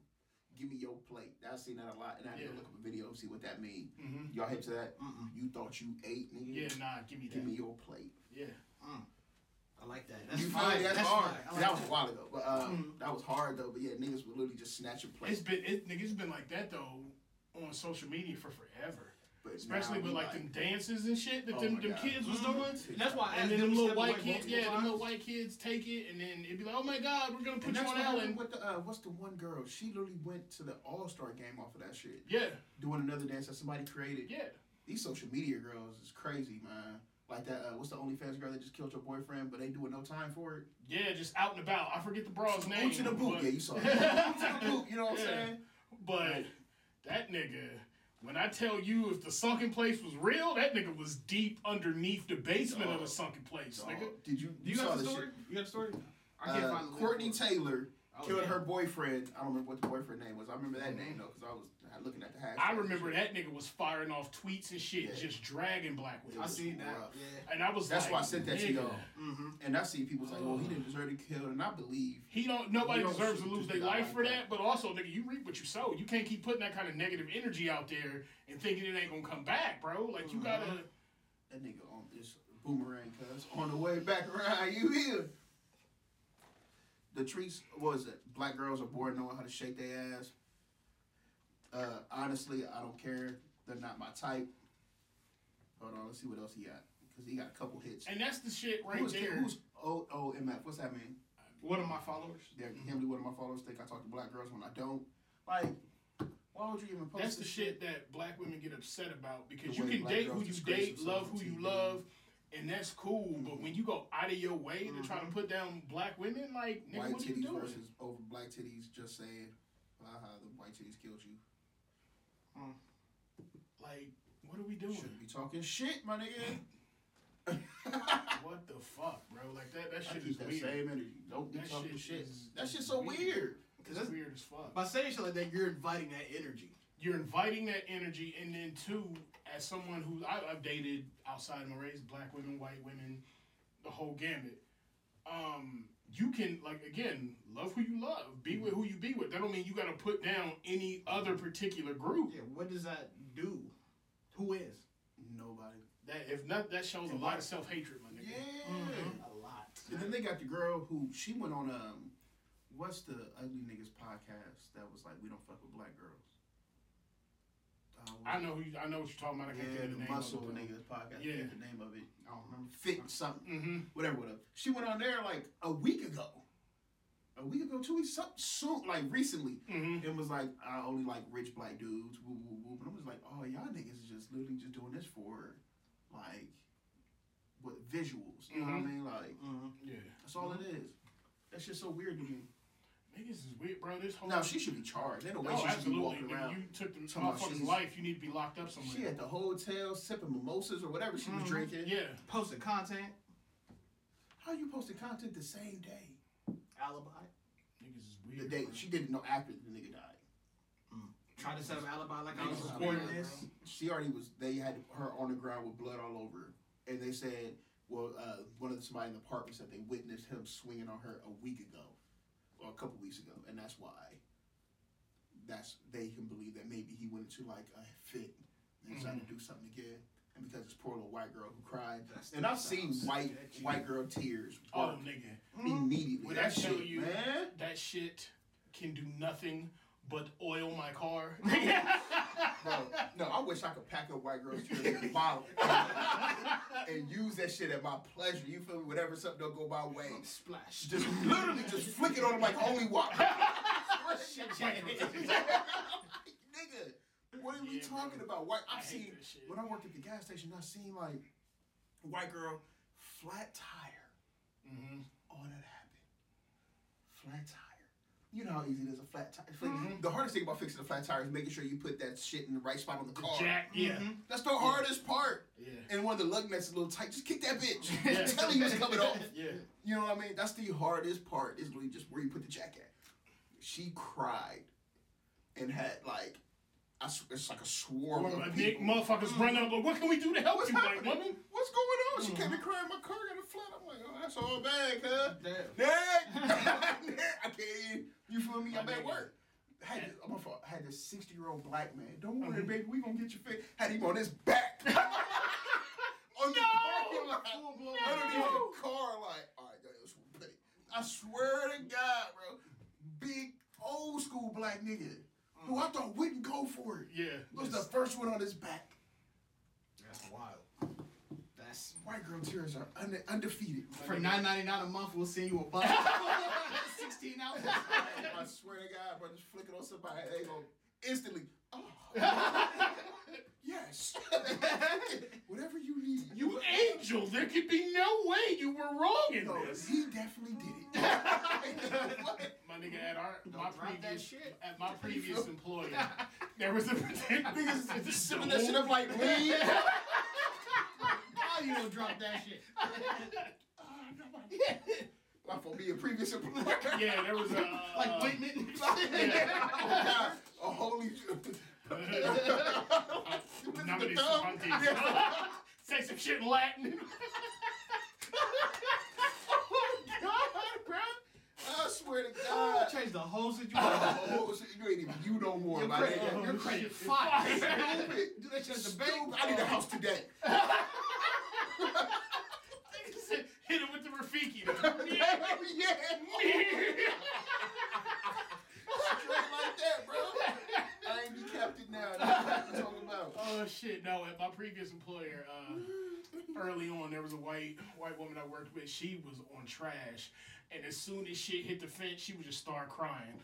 Speaker 2: Give me your plate. I seen that a lot, and I had to
Speaker 1: Yeah.
Speaker 2: look up a video and see what that mean.
Speaker 1: Mhm.
Speaker 2: Y'all hip to that?
Speaker 3: Mm-mm.
Speaker 2: You thought you ate, nigga?
Speaker 1: Yeah, nah, give me
Speaker 2: Give
Speaker 1: that.
Speaker 2: me your plate.
Speaker 1: Yeah,
Speaker 3: I like that. That's
Speaker 2: you feel
Speaker 3: fine.
Speaker 2: me?
Speaker 3: That's,
Speaker 2: That's,
Speaker 3: fine.
Speaker 2: hard.
Speaker 3: I like
Speaker 2: that was a while ago, but um, that was hard though. But yeah, niggas would literally just snatch your
Speaker 1: Hmm. it's
Speaker 2: plate.
Speaker 1: been it, nigga, it's been like that though on social media for forever.
Speaker 2: But
Speaker 1: Especially
Speaker 2: now
Speaker 1: with
Speaker 2: we
Speaker 1: like them dances and shit that
Speaker 2: Oh
Speaker 1: them,
Speaker 2: my
Speaker 1: them
Speaker 2: God.
Speaker 1: kids was
Speaker 6: Mhm.
Speaker 1: doing.
Speaker 6: And that's why I asked
Speaker 1: And then
Speaker 6: did
Speaker 1: them
Speaker 6: we
Speaker 1: little
Speaker 6: step
Speaker 1: white
Speaker 6: away
Speaker 1: kids,
Speaker 6: multiple
Speaker 1: yeah, them
Speaker 6: times?
Speaker 1: little white kids take it, and then it'd be like, oh my god, we're gonna put
Speaker 2: And
Speaker 1: you
Speaker 2: that's
Speaker 1: on
Speaker 2: what happened
Speaker 1: Ellen.
Speaker 2: with the uh, what's the one girl? She literally went to the All Star game off of that shit,
Speaker 1: Yeah,
Speaker 2: doing another dance that somebody created.
Speaker 1: yeah.
Speaker 2: These social media girls is crazy, man. Like that, uh, what's the OnlyFans girl that just killed your boyfriend, but they doing no time for it?
Speaker 1: Yeah, just out and about. I forget the bra's name.
Speaker 2: Ooh to the boot,
Speaker 1: but-
Speaker 2: yeah, you saw it. Ooh to the boot, you know what I'm
Speaker 1: Yeah.
Speaker 2: saying?
Speaker 1: But that nigga, when I tell you if the sunken place was real, that nigga was deep underneath the basement of the
Speaker 2: Dog.
Speaker 1: sunken place,
Speaker 2: Dog,
Speaker 1: nigga.
Speaker 2: Did you?
Speaker 6: Do you
Speaker 2: saw
Speaker 6: got the
Speaker 2: this
Speaker 6: story?
Speaker 2: shit.
Speaker 6: You got the story? I
Speaker 2: Uh,
Speaker 6: link
Speaker 2: Courtney
Speaker 6: for it.
Speaker 2: Taylor
Speaker 6: Oh,
Speaker 2: killed
Speaker 6: damn.
Speaker 2: her boyfriend. I don't remember what the boyfriend name was. I remember that name though, because I was uh, looking at the hashtag.
Speaker 1: I remember that nigga was firing off tweets and shit,
Speaker 2: Yeah.
Speaker 1: just dragging black with
Speaker 2: I
Speaker 1: it.
Speaker 6: I
Speaker 2: was
Speaker 6: seen that.
Speaker 2: rough.
Speaker 6: Yeah.
Speaker 1: And I was
Speaker 2: That's
Speaker 1: like,
Speaker 2: why I sent that to
Speaker 1: nigga,
Speaker 2: y'all. Mm-hmm. And I see people like, well, he didn't deserve to be killed, and I believe.
Speaker 1: He don't. Nobody
Speaker 2: You don't
Speaker 1: deserves to
Speaker 2: shoot
Speaker 1: lose
Speaker 2: the
Speaker 1: their
Speaker 2: guy
Speaker 1: life
Speaker 2: like
Speaker 1: for that.
Speaker 2: that.
Speaker 1: But also, nigga, you reap what you sow. You can't keep putting that kind of negative energy out there and thinking it ain't gonna come back, bro. Like
Speaker 2: Mm-hmm.
Speaker 1: you gotta.
Speaker 2: That nigga on this boomerang, cuz on the way back around, you here. The treats was it? Black girls are born knowing how to shake their ass. Uh, honestly, I don't care. They're not my type. Hold on, let's see what else he got. Cause he got a couple hits.
Speaker 1: And that's the shit right
Speaker 2: who's,
Speaker 1: there.
Speaker 2: who's O O M F? What's that mean?
Speaker 6: One of my followers.
Speaker 2: They're can't be one of my followers think I talk to black girls when I don't. Like, why would you even post
Speaker 1: That's the
Speaker 2: this
Speaker 1: shit that black women get upset about because
Speaker 2: The
Speaker 1: you
Speaker 2: way
Speaker 1: can
Speaker 2: black
Speaker 1: date
Speaker 2: girls
Speaker 1: who you
Speaker 2: disgrace
Speaker 1: date, love
Speaker 2: themselves
Speaker 1: who
Speaker 2: on
Speaker 1: you
Speaker 2: TV.
Speaker 1: love, and that's cool. But when you go out of your way to try to put down black women, like nigga,
Speaker 2: White
Speaker 1: what are you
Speaker 2: titties
Speaker 1: doing?
Speaker 2: versus over black titties. Just saying, haha, the white titties killed you.
Speaker 1: Like, what are we doing?
Speaker 2: Shouldn't be talking shit, my nigga.
Speaker 1: what the fuck, bro? Like that. That
Speaker 2: I
Speaker 1: shit
Speaker 2: keep
Speaker 1: is
Speaker 2: that
Speaker 1: weird.
Speaker 2: same energy. Don't be
Speaker 1: That
Speaker 2: talking
Speaker 1: shit
Speaker 2: shit.
Speaker 1: is
Speaker 2: That shit's so
Speaker 1: weird.
Speaker 2: weird.
Speaker 1: Cause that's weird as fuck.
Speaker 6: By saying shit like that, you're inviting that energy.
Speaker 1: you're inviting that energy, and then two, as someone who I, I've dated outside of my race, black women, white women, the whole gamut. Um, you can like again love who you love, be with who you be with. That don't mean you got to put down any other particular group.
Speaker 6: Yeah, what does that do? Who is?
Speaker 2: Nobody.
Speaker 1: That if not, that shows a lot of self hatred, my nigga.
Speaker 2: Yeah.
Speaker 1: Mm-hmm.
Speaker 3: A lot.
Speaker 2: And then they got the girl who she went on um what's the ugly niggas podcast that was like we don't fuck with black girls. Uh, what-
Speaker 1: I know who you, I know what you're talking about. I can't think
Speaker 2: Yeah, the
Speaker 1: of the name.
Speaker 2: muscle niggas podcast. I
Speaker 1: Yeah.
Speaker 2: can't get the name of it. I don't remember. Fit something.
Speaker 1: Mm-hmm.
Speaker 2: Whatever, whatever. She went on there like a week ago. A week ago, two weeks, something soon, like recently.
Speaker 1: Mm-hmm.
Speaker 2: It was like I only like rich black dudes, woo woo woo. And I was like, oh y'all niggas is just literally just doing this for like what visuals.
Speaker 1: Mm-hmm.
Speaker 2: You know what I mean? Like
Speaker 1: Yeah.
Speaker 2: that's all it is. That shit's so weird to me.
Speaker 1: Niggas is weird, bro. This whole
Speaker 2: Now she should be charged. Ain't no way
Speaker 1: oh,
Speaker 2: she should be
Speaker 1: absolutely.
Speaker 2: walking
Speaker 1: If
Speaker 2: around.
Speaker 1: you took the
Speaker 2: Talking about
Speaker 1: motherfucker's
Speaker 2: she's-
Speaker 1: life, you need to be locked up somewhere.
Speaker 2: She at the hotel sipping mimosas or whatever she
Speaker 1: Mm-hmm.
Speaker 2: was drinking.
Speaker 1: Yeah.
Speaker 6: Posted content.
Speaker 2: How you posted content the same day?
Speaker 6: Alibi.
Speaker 1: Niggas is
Speaker 2: The
Speaker 1: weird.
Speaker 2: day
Speaker 1: bro.
Speaker 2: she didn't know after the nigga died.
Speaker 6: Trying to set up alibi like I
Speaker 1: Niggas
Speaker 6: was
Speaker 1: is
Speaker 6: recording
Speaker 1: weird,
Speaker 6: this.
Speaker 1: bro.
Speaker 2: She already was. They had her on the ground with blood all over, her. and they said, well, uh, one of the, somebody in the apartment said they witnessed him swinging on her a week ago, or a couple weeks ago, and that's why. That's they can believe that maybe he went into like a fit and decided
Speaker 6: Mm-hmm.
Speaker 2: to do something again, and because this poor little white girl who cried,
Speaker 6: That's
Speaker 2: and I've seen
Speaker 6: sounds
Speaker 2: white
Speaker 6: sketchy. mm-hmm.
Speaker 2: white girl tears
Speaker 1: Oh,
Speaker 2: work
Speaker 1: nigga.
Speaker 2: immediately.
Speaker 1: When I
Speaker 2: that
Speaker 1: tell
Speaker 2: shit,
Speaker 1: you-
Speaker 2: man.
Speaker 1: That shit can do nothing but oil my car.
Speaker 2: Bro, no, I wish I could pack up white girls to a bottle and use that shit at my pleasure. You feel me? Whatever something don't go my way.
Speaker 6: Splash.
Speaker 2: Just literally just flick it on them like holy water.
Speaker 1: Shit,
Speaker 2: Nigga, what are we
Speaker 1: Yeah,
Speaker 2: talking
Speaker 1: bro.
Speaker 2: about? White
Speaker 1: I
Speaker 2: I've
Speaker 1: hate
Speaker 2: seen
Speaker 1: that shit.
Speaker 2: when I worked at the gas station, I seen like a white girl, flat tire.
Speaker 1: Mm-hmm.
Speaker 2: All that happened. Flat tire. You know how easy it is a flat tire. Flick-
Speaker 1: Mm-hmm.
Speaker 2: The hardest thing about fixing a flat tire is making sure you put that shit in the right spot on the car.
Speaker 1: Jack, yeah.
Speaker 2: That's the hardest part.
Speaker 1: Yeah.
Speaker 2: And one of the lug nuts is a little tight. Just kick that bitch.
Speaker 1: Yeah.
Speaker 2: Tell him it's coming off.
Speaker 1: Yeah.
Speaker 2: You know what I mean? That's the hardest part. Is really just where you put the jack at. She cried, and had like, I sw- it's like a swarm
Speaker 1: Or my
Speaker 2: of
Speaker 1: dick
Speaker 2: people.
Speaker 1: motherfuckers run up, but what can we do to help
Speaker 2: Mm-hmm. What's
Speaker 1: you, white
Speaker 2: happening?
Speaker 1: woman?
Speaker 2: What's going on? She came and cried. My car got a flood. I'm like, oh, that's all bad, huh?
Speaker 6: Damn.
Speaker 2: Dad, I can't. You feel me? I'm
Speaker 1: My
Speaker 2: at
Speaker 1: nigga.
Speaker 2: work. Had this, I'm fault. Had this 60 year old black man. Don't worry, baby. We gonna get you fixed. Had him on his back. on the parking lot. Underneath the car, like, all right, yo, let's put it. I swear to God, bro. Big old school black nigga who I thought wouldn't go for it
Speaker 1: Yeah.
Speaker 2: was the first one on his back.
Speaker 6: That's wild. That's
Speaker 2: White girl tears are unde- undefeated.
Speaker 6: for nine ninety nine a month. We'll send you a bottle. Sixteen ounces.
Speaker 2: I swear to God, bro, just flick it on somebody, they go instantly. Oh. yes. Whatever you need.
Speaker 1: You angel, there could be no way you were wrong in
Speaker 2: No,
Speaker 1: this.
Speaker 2: he definitely did it.
Speaker 1: My nigga, at our my
Speaker 6: drop that
Speaker 1: previous
Speaker 6: shit.
Speaker 1: at my previous employer, there was a niggas is
Speaker 2: Sipping that shit up like weed.
Speaker 6: How you gonna drop that shit?
Speaker 2: Like for me, a previous employer.
Speaker 1: Yeah, there was a uh,
Speaker 6: Like wait a minute.
Speaker 2: Yeah. a holy.
Speaker 1: uh, Nominee
Speaker 2: Thumb.
Speaker 1: Cervantes. Say some shit in Latin. Oh,
Speaker 2: I swear to God.
Speaker 6: Oh, Change the whole situation.
Speaker 2: Oh, you ain't even you no more, my
Speaker 6: credit-
Speaker 2: nigga.
Speaker 6: your
Speaker 2: You're
Speaker 6: credit
Speaker 1: shit.
Speaker 6: fire.
Speaker 1: Fire.
Speaker 2: stupid.
Speaker 6: Do that shit at the
Speaker 2: Stupid.
Speaker 6: bank.
Speaker 2: I need a house today.
Speaker 1: Nigga said, Hit him with the Rafiki.
Speaker 2: yeah. Straight like that, bro. I ain't be captain now. That's what I'm talking about.
Speaker 1: Oh shit! No, at my previous employer, uh, early on, there was a white white woman I worked with. She was on trash, and as soon as shit hit the fence, she would just start crying,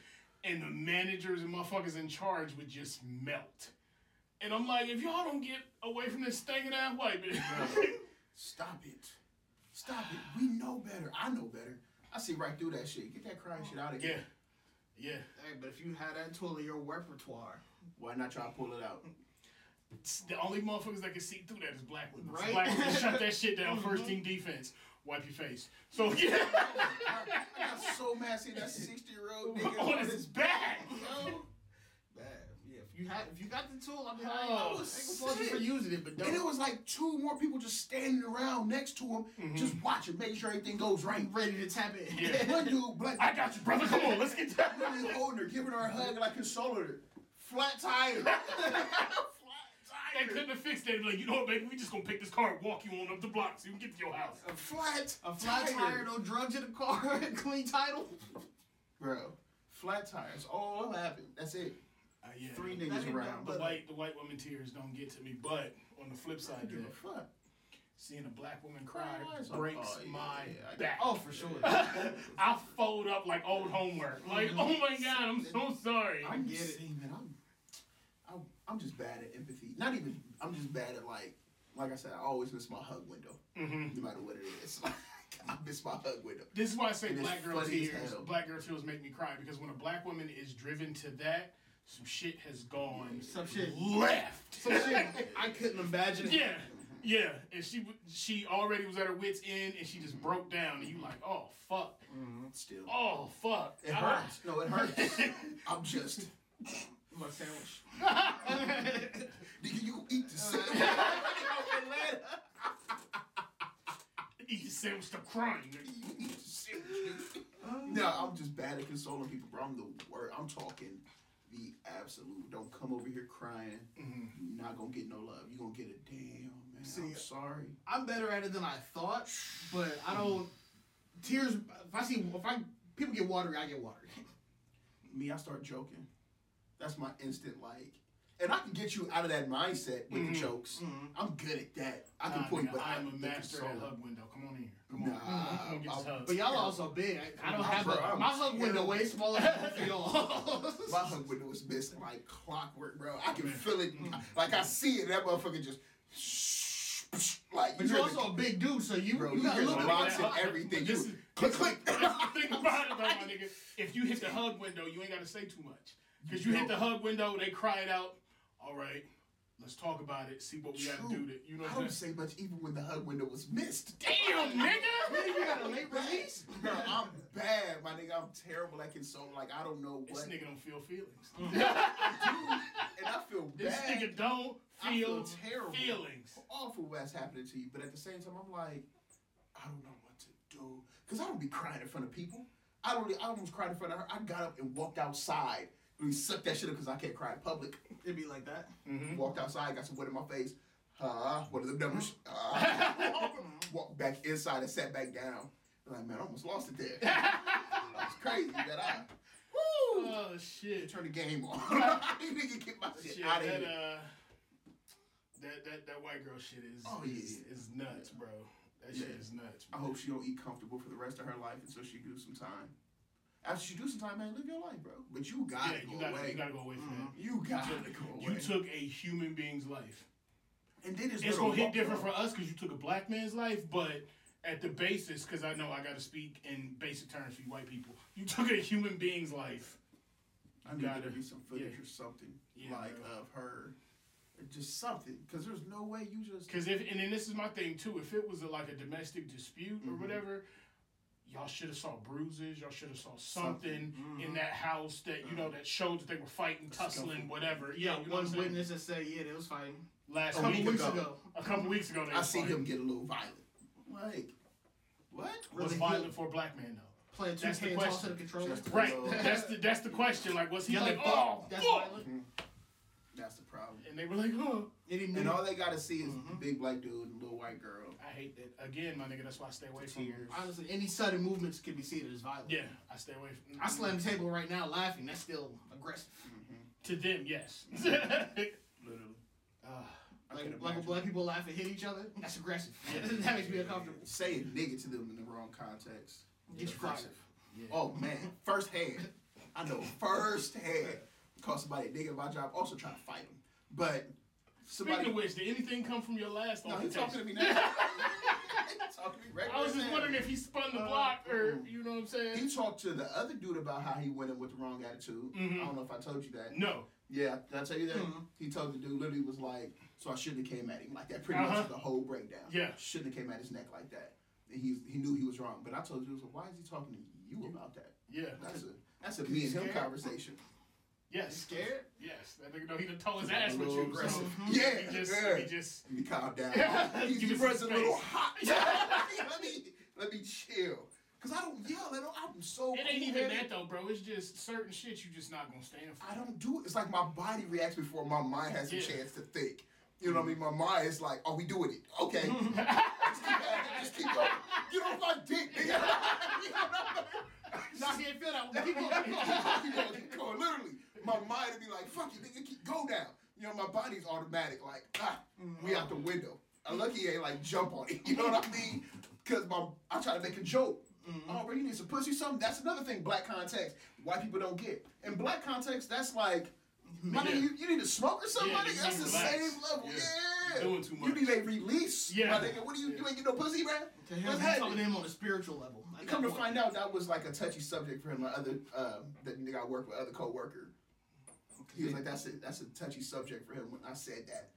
Speaker 1: and the managers and motherfuckers in charge would just melt. And I'm like, if y'all don't get away from this stinking ass white bitch,
Speaker 2: Stop it. Stop it. We know better. I know better. I see right through that shit. Get that crying shit out of
Speaker 1: yeah,
Speaker 2: here.
Speaker 1: yeah,
Speaker 6: Hey, but if you had that tool in your repertoire,
Speaker 2: Why not try to pull it out?
Speaker 1: It's the only motherfuckers that can see through that is black women.
Speaker 6: Right?
Speaker 1: Black women shut that shit down. First team
Speaker 2: Mm-hmm.
Speaker 1: defense, wipe your face. So yeah,
Speaker 2: I got so mad seeing that 60 year old nigga
Speaker 1: on his back.
Speaker 2: bro.
Speaker 6: man, yeah, if you had, if you got the tool, I mean, I,
Speaker 1: Oh,
Speaker 6: I was I ain't gonna fault you for using it, but don't.
Speaker 2: And it was like two more people just standing around next to him, just watching, making sure everything goes right.
Speaker 6: ready to tap it.
Speaker 1: Mm-hmm. Yeah.
Speaker 2: One dude, black
Speaker 1: I got you, brother. Come on, let's get down.
Speaker 2: literally holding her, giving her a hug, like consoling her. Flat tire. Flat
Speaker 1: they couldn't have fixed it. Like, you know what, baby, we just gonna pick this car and walk you on up the block so you can get to your house.
Speaker 6: A flat, a flat tire, no drugs in the car, clean title.
Speaker 2: Bro, flat tires. All that happened. That's it.
Speaker 1: Uh, yeah.
Speaker 2: Three
Speaker 1: the,
Speaker 2: niggas
Speaker 6: ain't
Speaker 2: around.
Speaker 6: nothing
Speaker 1: the
Speaker 6: but-
Speaker 1: white the white woman tears don't get to me, but on the flip
Speaker 2: I
Speaker 1: side,
Speaker 2: don't give
Speaker 1: yeah,
Speaker 2: a fuck.
Speaker 1: seeing a black woman cry
Speaker 2: Oh, it's-
Speaker 1: breaks
Speaker 2: oh, yeah,
Speaker 1: my
Speaker 2: yeah, I-
Speaker 1: back.
Speaker 6: Oh, for sure.
Speaker 1: I fold up like old homework. Like, oh my god, I'm so sorry.
Speaker 2: I'm
Speaker 6: get
Speaker 2: just
Speaker 6: it.
Speaker 2: saying, man, I'm, I'm, I'm just bad at empathy. Not even, I'm just bad at like, like I said, I always miss my hug window,
Speaker 1: Mhm.
Speaker 2: no matter what it is. Like, I miss my hug window.
Speaker 1: This is why I say
Speaker 2: And it's
Speaker 1: black girl
Speaker 2: funny as
Speaker 1: tears.
Speaker 2: hell.
Speaker 1: Black girl tears make me cry because when a black woman is driven to that, some shit has gone
Speaker 6: Some shit.
Speaker 1: left.
Speaker 6: Some shit I couldn't imagine.
Speaker 1: Yeah, yeah. And she w- she already was at her wits end, and she just broke down. And you like, oh fuck,
Speaker 2: Still,
Speaker 1: oh fuck.
Speaker 2: it
Speaker 1: Ah.
Speaker 2: hurts. No, it hurts. I'm just.
Speaker 6: My sandwich.
Speaker 2: Nigga, you gonna
Speaker 1: Uh.
Speaker 2: eat this?
Speaker 1: Eat the sandwich to crying.
Speaker 2: You eat the sandwich,
Speaker 1: Uh.
Speaker 2: nigga. No, I'm just bad at consoling people, bro. I'm the word. I'm talking the absolute. Don't come over here crying.
Speaker 1: Mm-hmm.
Speaker 2: You're not gonna get no love. You're gonna get a damn, man. I'm
Speaker 6: See,
Speaker 2: sorry.
Speaker 6: I'm better at it than I thought, but I don't. Tears. If I see, if I people get watery, I get watery.
Speaker 2: Me, I start joking. That's my instant like. And I can get you out of that mindset with the jokes. I'm good at that. I can
Speaker 1: Mm-hmm. Nah,
Speaker 2: point,
Speaker 1: nigga,
Speaker 2: but
Speaker 1: I'm a
Speaker 2: the
Speaker 1: master at
Speaker 2: consoler.
Speaker 1: hug window. Come on in here. Come on.
Speaker 2: Nah,
Speaker 1: Come on, get this
Speaker 2: I'll-
Speaker 1: hug.
Speaker 6: But y'all also big. I, I don't have
Speaker 2: Bro,
Speaker 6: a,
Speaker 2: I'm
Speaker 6: my hug window way smaller than both of y'all.
Speaker 2: My hug window is missing like clockwork, bro. I can
Speaker 1: Man. Mm-hmm.
Speaker 2: feel it. Like I see it. That motherfucker just. Like
Speaker 6: But
Speaker 2: hear
Speaker 6: you're
Speaker 2: the-
Speaker 6: also a big dude, so you
Speaker 2: Bro,
Speaker 6: you
Speaker 2: you
Speaker 6: got a
Speaker 2: hear
Speaker 6: little
Speaker 2: the
Speaker 6: bit.
Speaker 1: lock-
Speaker 2: locks and everything.
Speaker 1: This
Speaker 2: You
Speaker 1: is-
Speaker 2: click, click.
Speaker 1: That's the thing about it, though, my nigga. If you hit the hug window, you ain't got to say too much. Because you hit the hug window, they cry it out. All right, let's talk about it. See what we got to do.
Speaker 2: True.
Speaker 1: To, you know
Speaker 2: I
Speaker 1: what I'm
Speaker 2: don't
Speaker 1: saying?
Speaker 2: say much even when the hug window was missed.
Speaker 1: Damn, nigga!
Speaker 6: You got a late release.
Speaker 2: Bro, I'm bad, my nigga. I'm terrible at consoling. Like I don't know
Speaker 1: This
Speaker 2: what. Mm-hmm.
Speaker 1: nigga don't feel feelings.
Speaker 2: and I feel
Speaker 1: This
Speaker 2: bad.
Speaker 1: nigga don't
Speaker 2: I
Speaker 1: feel,
Speaker 2: feel terrible.
Speaker 1: feelings.
Speaker 2: Awful what's happening to you, but at the same time, I'm like, I don't know what to do because I don't be crying in front of people. I don't. I almost cried in front of her. I got up and walked outside. Really sucked that shit up because I can't cry in public.
Speaker 6: It'd be like that.
Speaker 1: Hmm.
Speaker 2: Walked outside, got some wet in my face. Huh? What are the numbers? Uh, walked back inside and sat back down. I'm like, man, I almost lost it there. That's crazy that I. Woo!
Speaker 1: Oh shit!
Speaker 2: Turn the game on. I need to get my shit,
Speaker 1: Shit,
Speaker 2: out of
Speaker 1: that,
Speaker 2: here.
Speaker 1: uh, that that that white girl shit is
Speaker 2: Oh,
Speaker 1: is,
Speaker 2: yeah.
Speaker 1: is nuts, bro. That
Speaker 2: Yeah.
Speaker 1: shit is nuts.
Speaker 2: I
Speaker 1: Bro.
Speaker 2: hope she don't eat comfortable for the rest of her life until she do some time. After she do some time, man, live your life, bro. But you gotta
Speaker 1: yeah,
Speaker 2: go
Speaker 1: you gotta
Speaker 2: away. Mm-hmm.
Speaker 1: you gotta go away from
Speaker 2: You
Speaker 1: that.
Speaker 2: gotta
Speaker 1: You took-
Speaker 2: go away.
Speaker 1: you took a human being's life.
Speaker 2: and then it's,
Speaker 1: it's
Speaker 2: little
Speaker 1: gonna hit
Speaker 2: walk-
Speaker 1: different for us because you took a black man's life, but at the basis, because I know I gotta speak in basic terms for you white people, you took a human being's life.
Speaker 2: I need there
Speaker 1: gotta-
Speaker 2: to be some footage
Speaker 1: yeah.
Speaker 2: or something
Speaker 1: Yeah, uh,
Speaker 2: like
Speaker 1: bro.
Speaker 2: of her, or just something. Because there's no way you just.
Speaker 1: Because if and then this is my thing too. If it was a, like a domestic dispute
Speaker 2: Mm-hmm.
Speaker 1: or whatever, y'all should have saw bruises. Y'all should have saw something,
Speaker 2: Mm-hmm.
Speaker 1: in that house that you know that showed that they were fighting, tussling, whatever.
Speaker 6: Yeah,
Speaker 1: you know what I'm
Speaker 6: one
Speaker 1: saying?
Speaker 6: witness that said, yeah, they was fighting.
Speaker 1: last
Speaker 6: A
Speaker 2: A
Speaker 6: couple
Speaker 1: week,
Speaker 2: week
Speaker 6: weeks
Speaker 2: ago.
Speaker 6: ago.
Speaker 1: a couple weeks ago, they
Speaker 2: I
Speaker 1: was
Speaker 2: see
Speaker 1: fighting.
Speaker 2: him get a little violent. Like, what?
Speaker 1: was
Speaker 6: really
Speaker 1: violent
Speaker 6: hit.
Speaker 1: for a black man though.
Speaker 6: Playing two
Speaker 1: That's the
Speaker 6: K and toss to
Speaker 1: question.
Speaker 6: the controller.
Speaker 2: Just-
Speaker 1: Right.
Speaker 2: Yo.
Speaker 1: that's the that's the question. Like, was he
Speaker 6: Yelling,
Speaker 1: like, oh,
Speaker 6: "Fuck!" That's
Speaker 1: fuck?"
Speaker 6: violent.
Speaker 2: That's the problem.
Speaker 1: And they were like, huh.
Speaker 6: Any
Speaker 1: Mm-hmm.
Speaker 6: minute.
Speaker 2: And all they gotta see is the big black dude and little white girl.
Speaker 1: I hate that. Again, my nigga, that's why I stay away from
Speaker 2: Tears.
Speaker 6: honestly, any sudden movements can be seen as violent.
Speaker 1: Yeah, I stay away from.
Speaker 6: I slam the table right now laughing. That's still aggressive.
Speaker 1: to them, yes.
Speaker 2: Literally.
Speaker 1: Ah,
Speaker 2: I
Speaker 6: Like,
Speaker 2: can
Speaker 6: like when
Speaker 2: imagine.
Speaker 6: black people laugh and hit each other, that's aggressive. that makes me uncomfortable.
Speaker 2: Saying nigga to them in the wrong context.
Speaker 6: Get you fired.
Speaker 2: Oh man, firsthand. I know firsthand. Call somebody a nigga at my job, also trying to fight him. But
Speaker 1: Speaking
Speaker 2: somebody.
Speaker 1: of which, did anything come from your last
Speaker 2: No, he's
Speaker 1: altercation?
Speaker 2: talking to me now. He talking to me right
Speaker 1: I was
Speaker 2: right
Speaker 1: just
Speaker 2: now. Uh,
Speaker 1: wondering if he spun the block or you know what I'm
Speaker 2: He
Speaker 1: saying?
Speaker 2: talked to the other dude about how he went in with the wrong attitude.
Speaker 1: Mhm.
Speaker 2: I don't know if I told you that.
Speaker 1: No.
Speaker 2: Yeah, did I tell you that?
Speaker 1: Mm-hmm.
Speaker 2: He told the dude literally was like, so I shouldn't have came at him like that. Pretty much
Speaker 1: Uh-huh.
Speaker 2: was the whole breakdown.
Speaker 1: Yeah.
Speaker 2: shouldn't have came at his neck like that. And he he knew he was wrong. But I told you, I was like, why is he talking to you about that?
Speaker 1: Yeah.
Speaker 2: That's a that's a me and him conversation.
Speaker 1: Yes.
Speaker 6: Scared?
Speaker 1: Yes. That nigga know he done tow his ass
Speaker 2: A
Speaker 1: with
Speaker 2: little
Speaker 1: you. So
Speaker 2: aggressive.
Speaker 1: he
Speaker 2: Yeah,
Speaker 1: just
Speaker 2: yeah.
Speaker 1: he just
Speaker 2: Let me calm down.
Speaker 1: Yeah,
Speaker 2: He's
Speaker 1: give
Speaker 2: he
Speaker 1: me
Speaker 2: runs a
Speaker 1: some
Speaker 2: little
Speaker 1: space.
Speaker 2: hot. let me let me chill. Cause I don't yell. I don't, I'm so.
Speaker 1: It ain't even
Speaker 2: cool-headed.
Speaker 1: that though, bro. It's just certain shit you just not gonna stand for.
Speaker 2: I don't do it. It's like my body reacts before my mind has
Speaker 1: Yeah. Mm-hmm.
Speaker 2: a chance to think. You know what I mean? My mind is like, are we doing it? Okay. just, keep, just keep going. Get off my dick, nigga. you know what
Speaker 6: Nah, he ain't feel that one. Keep
Speaker 2: I
Speaker 6: going.
Speaker 2: mean? Keep going, keep going. Literally, my mind would be like, fuck it, nigga, keep, go down. You know, my body's automatic, like, ah, we out the window. I'm lucky he ain't like jump on it. You know what I mean? Because my, I try to make a joke.
Speaker 1: Mm-hmm.
Speaker 2: Oh, bro, you need some pussy, something. That's another thing. Black context, white people don't get. In black context, that's like, my nigga, you, you need to smoke or something.
Speaker 1: Yeah,
Speaker 2: my
Speaker 1: you
Speaker 2: nigga, that's
Speaker 1: need
Speaker 2: the
Speaker 1: to relax.
Speaker 2: same level.
Speaker 1: Yeah.
Speaker 2: Yeah,
Speaker 1: Doing too
Speaker 2: You
Speaker 1: much.
Speaker 2: need a release.
Speaker 1: Yeah.
Speaker 2: my nigga. What do you? You ain't get no pussy, man.
Speaker 6: To
Speaker 2: What's
Speaker 6: him, he's
Speaker 2: happening?
Speaker 6: talking to him on a spiritual level. I
Speaker 2: Come to
Speaker 6: got one.
Speaker 2: find out, that was like a touchy subject for him. My other um, that nigga I worked with, other coworker, he was like, "That's a that's a touchy subject for him." When I said that,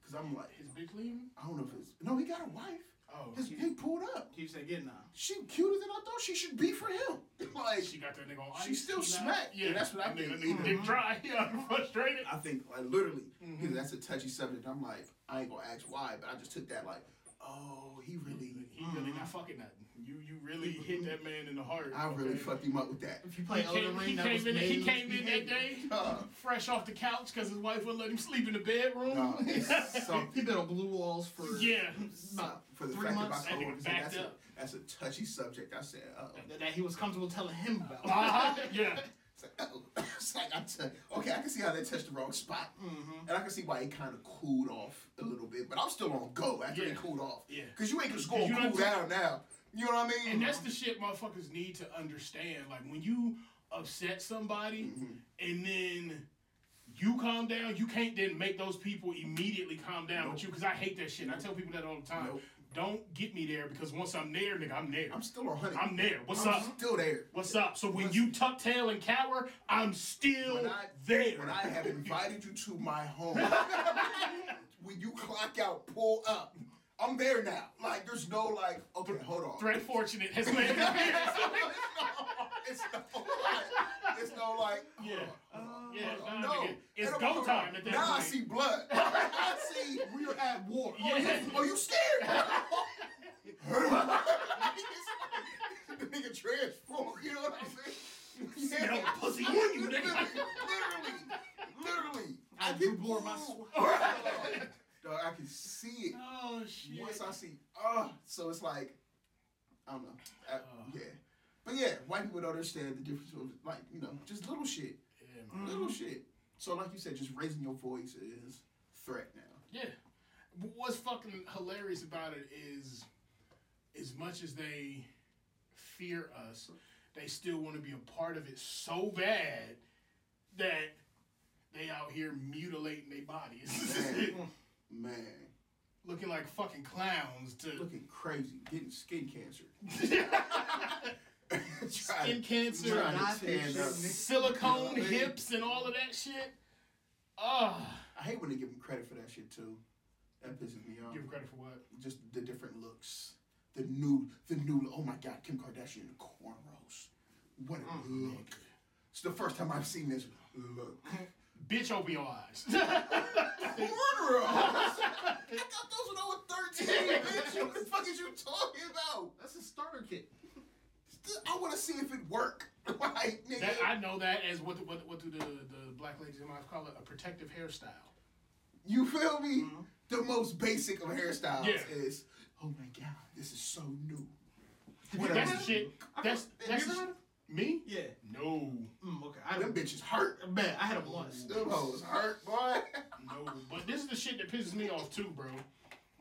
Speaker 2: because I'm like,
Speaker 1: His big leaving?
Speaker 2: I don't know if it's no, he got a wife.
Speaker 1: Oh,
Speaker 2: His, he pulled up.
Speaker 6: He said, "Get now."
Speaker 2: She cuter than I thought she should be for him. like
Speaker 1: she got that nigga on ice.
Speaker 2: She still
Speaker 1: Nah,
Speaker 2: smacked.
Speaker 1: Yeah,
Speaker 2: Yeah, that's what I
Speaker 1: That nigga-
Speaker 2: think.
Speaker 1: that nigga
Speaker 6: Mm-hmm.
Speaker 1: Dick dry. Yeah, I'm frustrated.
Speaker 2: I think like literally, you know, that's a touchy subject. I'm like, I ain't gonna ask why, but I just took that like, oh, he really,
Speaker 1: He really not fucking nothing. You you really hit that man in the heart.
Speaker 2: I really
Speaker 1: okay?
Speaker 2: fucked him up with that.
Speaker 6: If you
Speaker 1: He
Speaker 6: play Elden
Speaker 1: came,
Speaker 6: Ring,
Speaker 1: he
Speaker 6: that was
Speaker 1: came in. He
Speaker 6: Man's
Speaker 1: came in that
Speaker 6: behavior.
Speaker 1: day,
Speaker 2: Uh,
Speaker 1: fresh off the couch, because his wife wouldn't let him sleep in the bedroom.
Speaker 2: no, it's something.
Speaker 6: He been on blue walls for
Speaker 1: yeah,
Speaker 6: about
Speaker 2: for the
Speaker 6: three
Speaker 2: fact
Speaker 6: months.
Speaker 2: that my
Speaker 1: That nigga
Speaker 2: coworker said
Speaker 1: backed
Speaker 2: that's a,
Speaker 1: up.
Speaker 2: that's a touchy subject. I said, uh oh.
Speaker 6: that- that he was comfortable telling him about.
Speaker 1: uh-huh. yeah.
Speaker 2: It's like, uh-oh. it's like I tell okay, I can see how they touched the wrong spot.
Speaker 1: Mm-hmm.
Speaker 2: And I can see why it kind of cooled off a little bit, but I'm still on go after
Speaker 1: Yeah.
Speaker 2: it cooled off.
Speaker 1: Yeah.
Speaker 2: Because you ain't just going
Speaker 1: you
Speaker 2: to
Speaker 1: done
Speaker 2: cool
Speaker 1: took-
Speaker 2: down now. You know what I mean?
Speaker 1: And that's the shit motherfuckers need to understand. Like when you upset somebody
Speaker 2: Mm-hmm.
Speaker 1: and then you calm down, you can't then make those people immediately calm down with you. Cause I hate that shit. I tell people that all the time.
Speaker 2: Nope.
Speaker 1: Don't get me there because once I'm there, nigga, I'm there.
Speaker 2: I'm still on 100.
Speaker 1: I'm there. What's
Speaker 2: I'm
Speaker 1: up?
Speaker 2: still there.
Speaker 1: What's up? So when you tuck tail and cower, I'm still
Speaker 2: When I,
Speaker 1: there.
Speaker 2: when I have invited you to my home, when you clock out, pull up, I'm there now. Like, there's no, like, okay, hold on.
Speaker 1: Thread fortunate has landed here.
Speaker 2: it's no like, it's no like,
Speaker 1: Yeah.
Speaker 2: hold on, hold on,
Speaker 1: Yeah,
Speaker 2: hold on.
Speaker 1: nah,
Speaker 2: Uh, no,
Speaker 1: nigga, it's
Speaker 2: And I'm
Speaker 1: go
Speaker 2: like,
Speaker 1: time at that
Speaker 2: Now I
Speaker 1: point.
Speaker 2: see blood. I see.
Speaker 6: We are at war.
Speaker 2: Oh, you,
Speaker 1: Yeah.
Speaker 2: oh, you scared? It's like, the nigga transformed. You know what I'm saying?
Speaker 1: Smell pussy on you,
Speaker 2: Literally,
Speaker 1: nigga.
Speaker 2: literally, literally.
Speaker 6: I do bore my
Speaker 2: Dog, I can see it.
Speaker 1: Oh shit.
Speaker 2: Once I see, oh, so it's like, I don't know,
Speaker 1: Uh.
Speaker 2: I- yeah. But yeah, white people don't understand the difference of like you know just little shit,
Speaker 1: Yeah, man.
Speaker 2: little shit. So like you said, just raising your voice is threat now.
Speaker 1: Yeah. But What's fucking hilarious about it is, as much as they fear us, they still want to be a part of it so bad that they out here mutilating their bodies,
Speaker 2: Man, man,
Speaker 1: looking like fucking clowns to
Speaker 2: looking crazy, getting skin cancer.
Speaker 1: skin
Speaker 2: Trying-
Speaker 1: cancer,
Speaker 2: trying to
Speaker 6: Not
Speaker 2: stand
Speaker 6: this
Speaker 2: up.
Speaker 6: shit,
Speaker 1: silicone
Speaker 6: Yeah.
Speaker 1: hips, and all of that shit. Ah,
Speaker 2: I hate when they give them credit for that shit too. That pisses me off.
Speaker 1: give credit for what?
Speaker 2: Just the different looks, the new, the new. Oh my God, Kim Kardashian in the cornrows. What a look! It's the first time I've seen this look.
Speaker 1: Bitch, open your eyes.
Speaker 2: cornrows. I got those when I was thirteen, bitch. What the fuck is you talking about?
Speaker 6: That's a starter kit.
Speaker 2: I want to see if it work. like, nigga.
Speaker 1: that, I know that as what the, what, what do the, the black ladies in my life call it? A protective hairstyle.
Speaker 2: You feel me? The most basic of hairstyles
Speaker 1: Mm-hmm. Yeah.
Speaker 2: is, oh my god, this is so new.
Speaker 1: Well,
Speaker 2: What
Speaker 1: that's
Speaker 2: a-
Speaker 1: the shit. That's that's the
Speaker 2: you ever
Speaker 1: shit.
Speaker 2: heard
Speaker 1: me.
Speaker 6: Yeah.
Speaker 1: No,
Speaker 6: Mm, okay. I
Speaker 2: Them
Speaker 6: don't.
Speaker 2: bitches hurt.
Speaker 6: Man, I had him once.
Speaker 2: Them hoes hurt, boy.
Speaker 1: no. But this is the shit that pisses me off too, bro.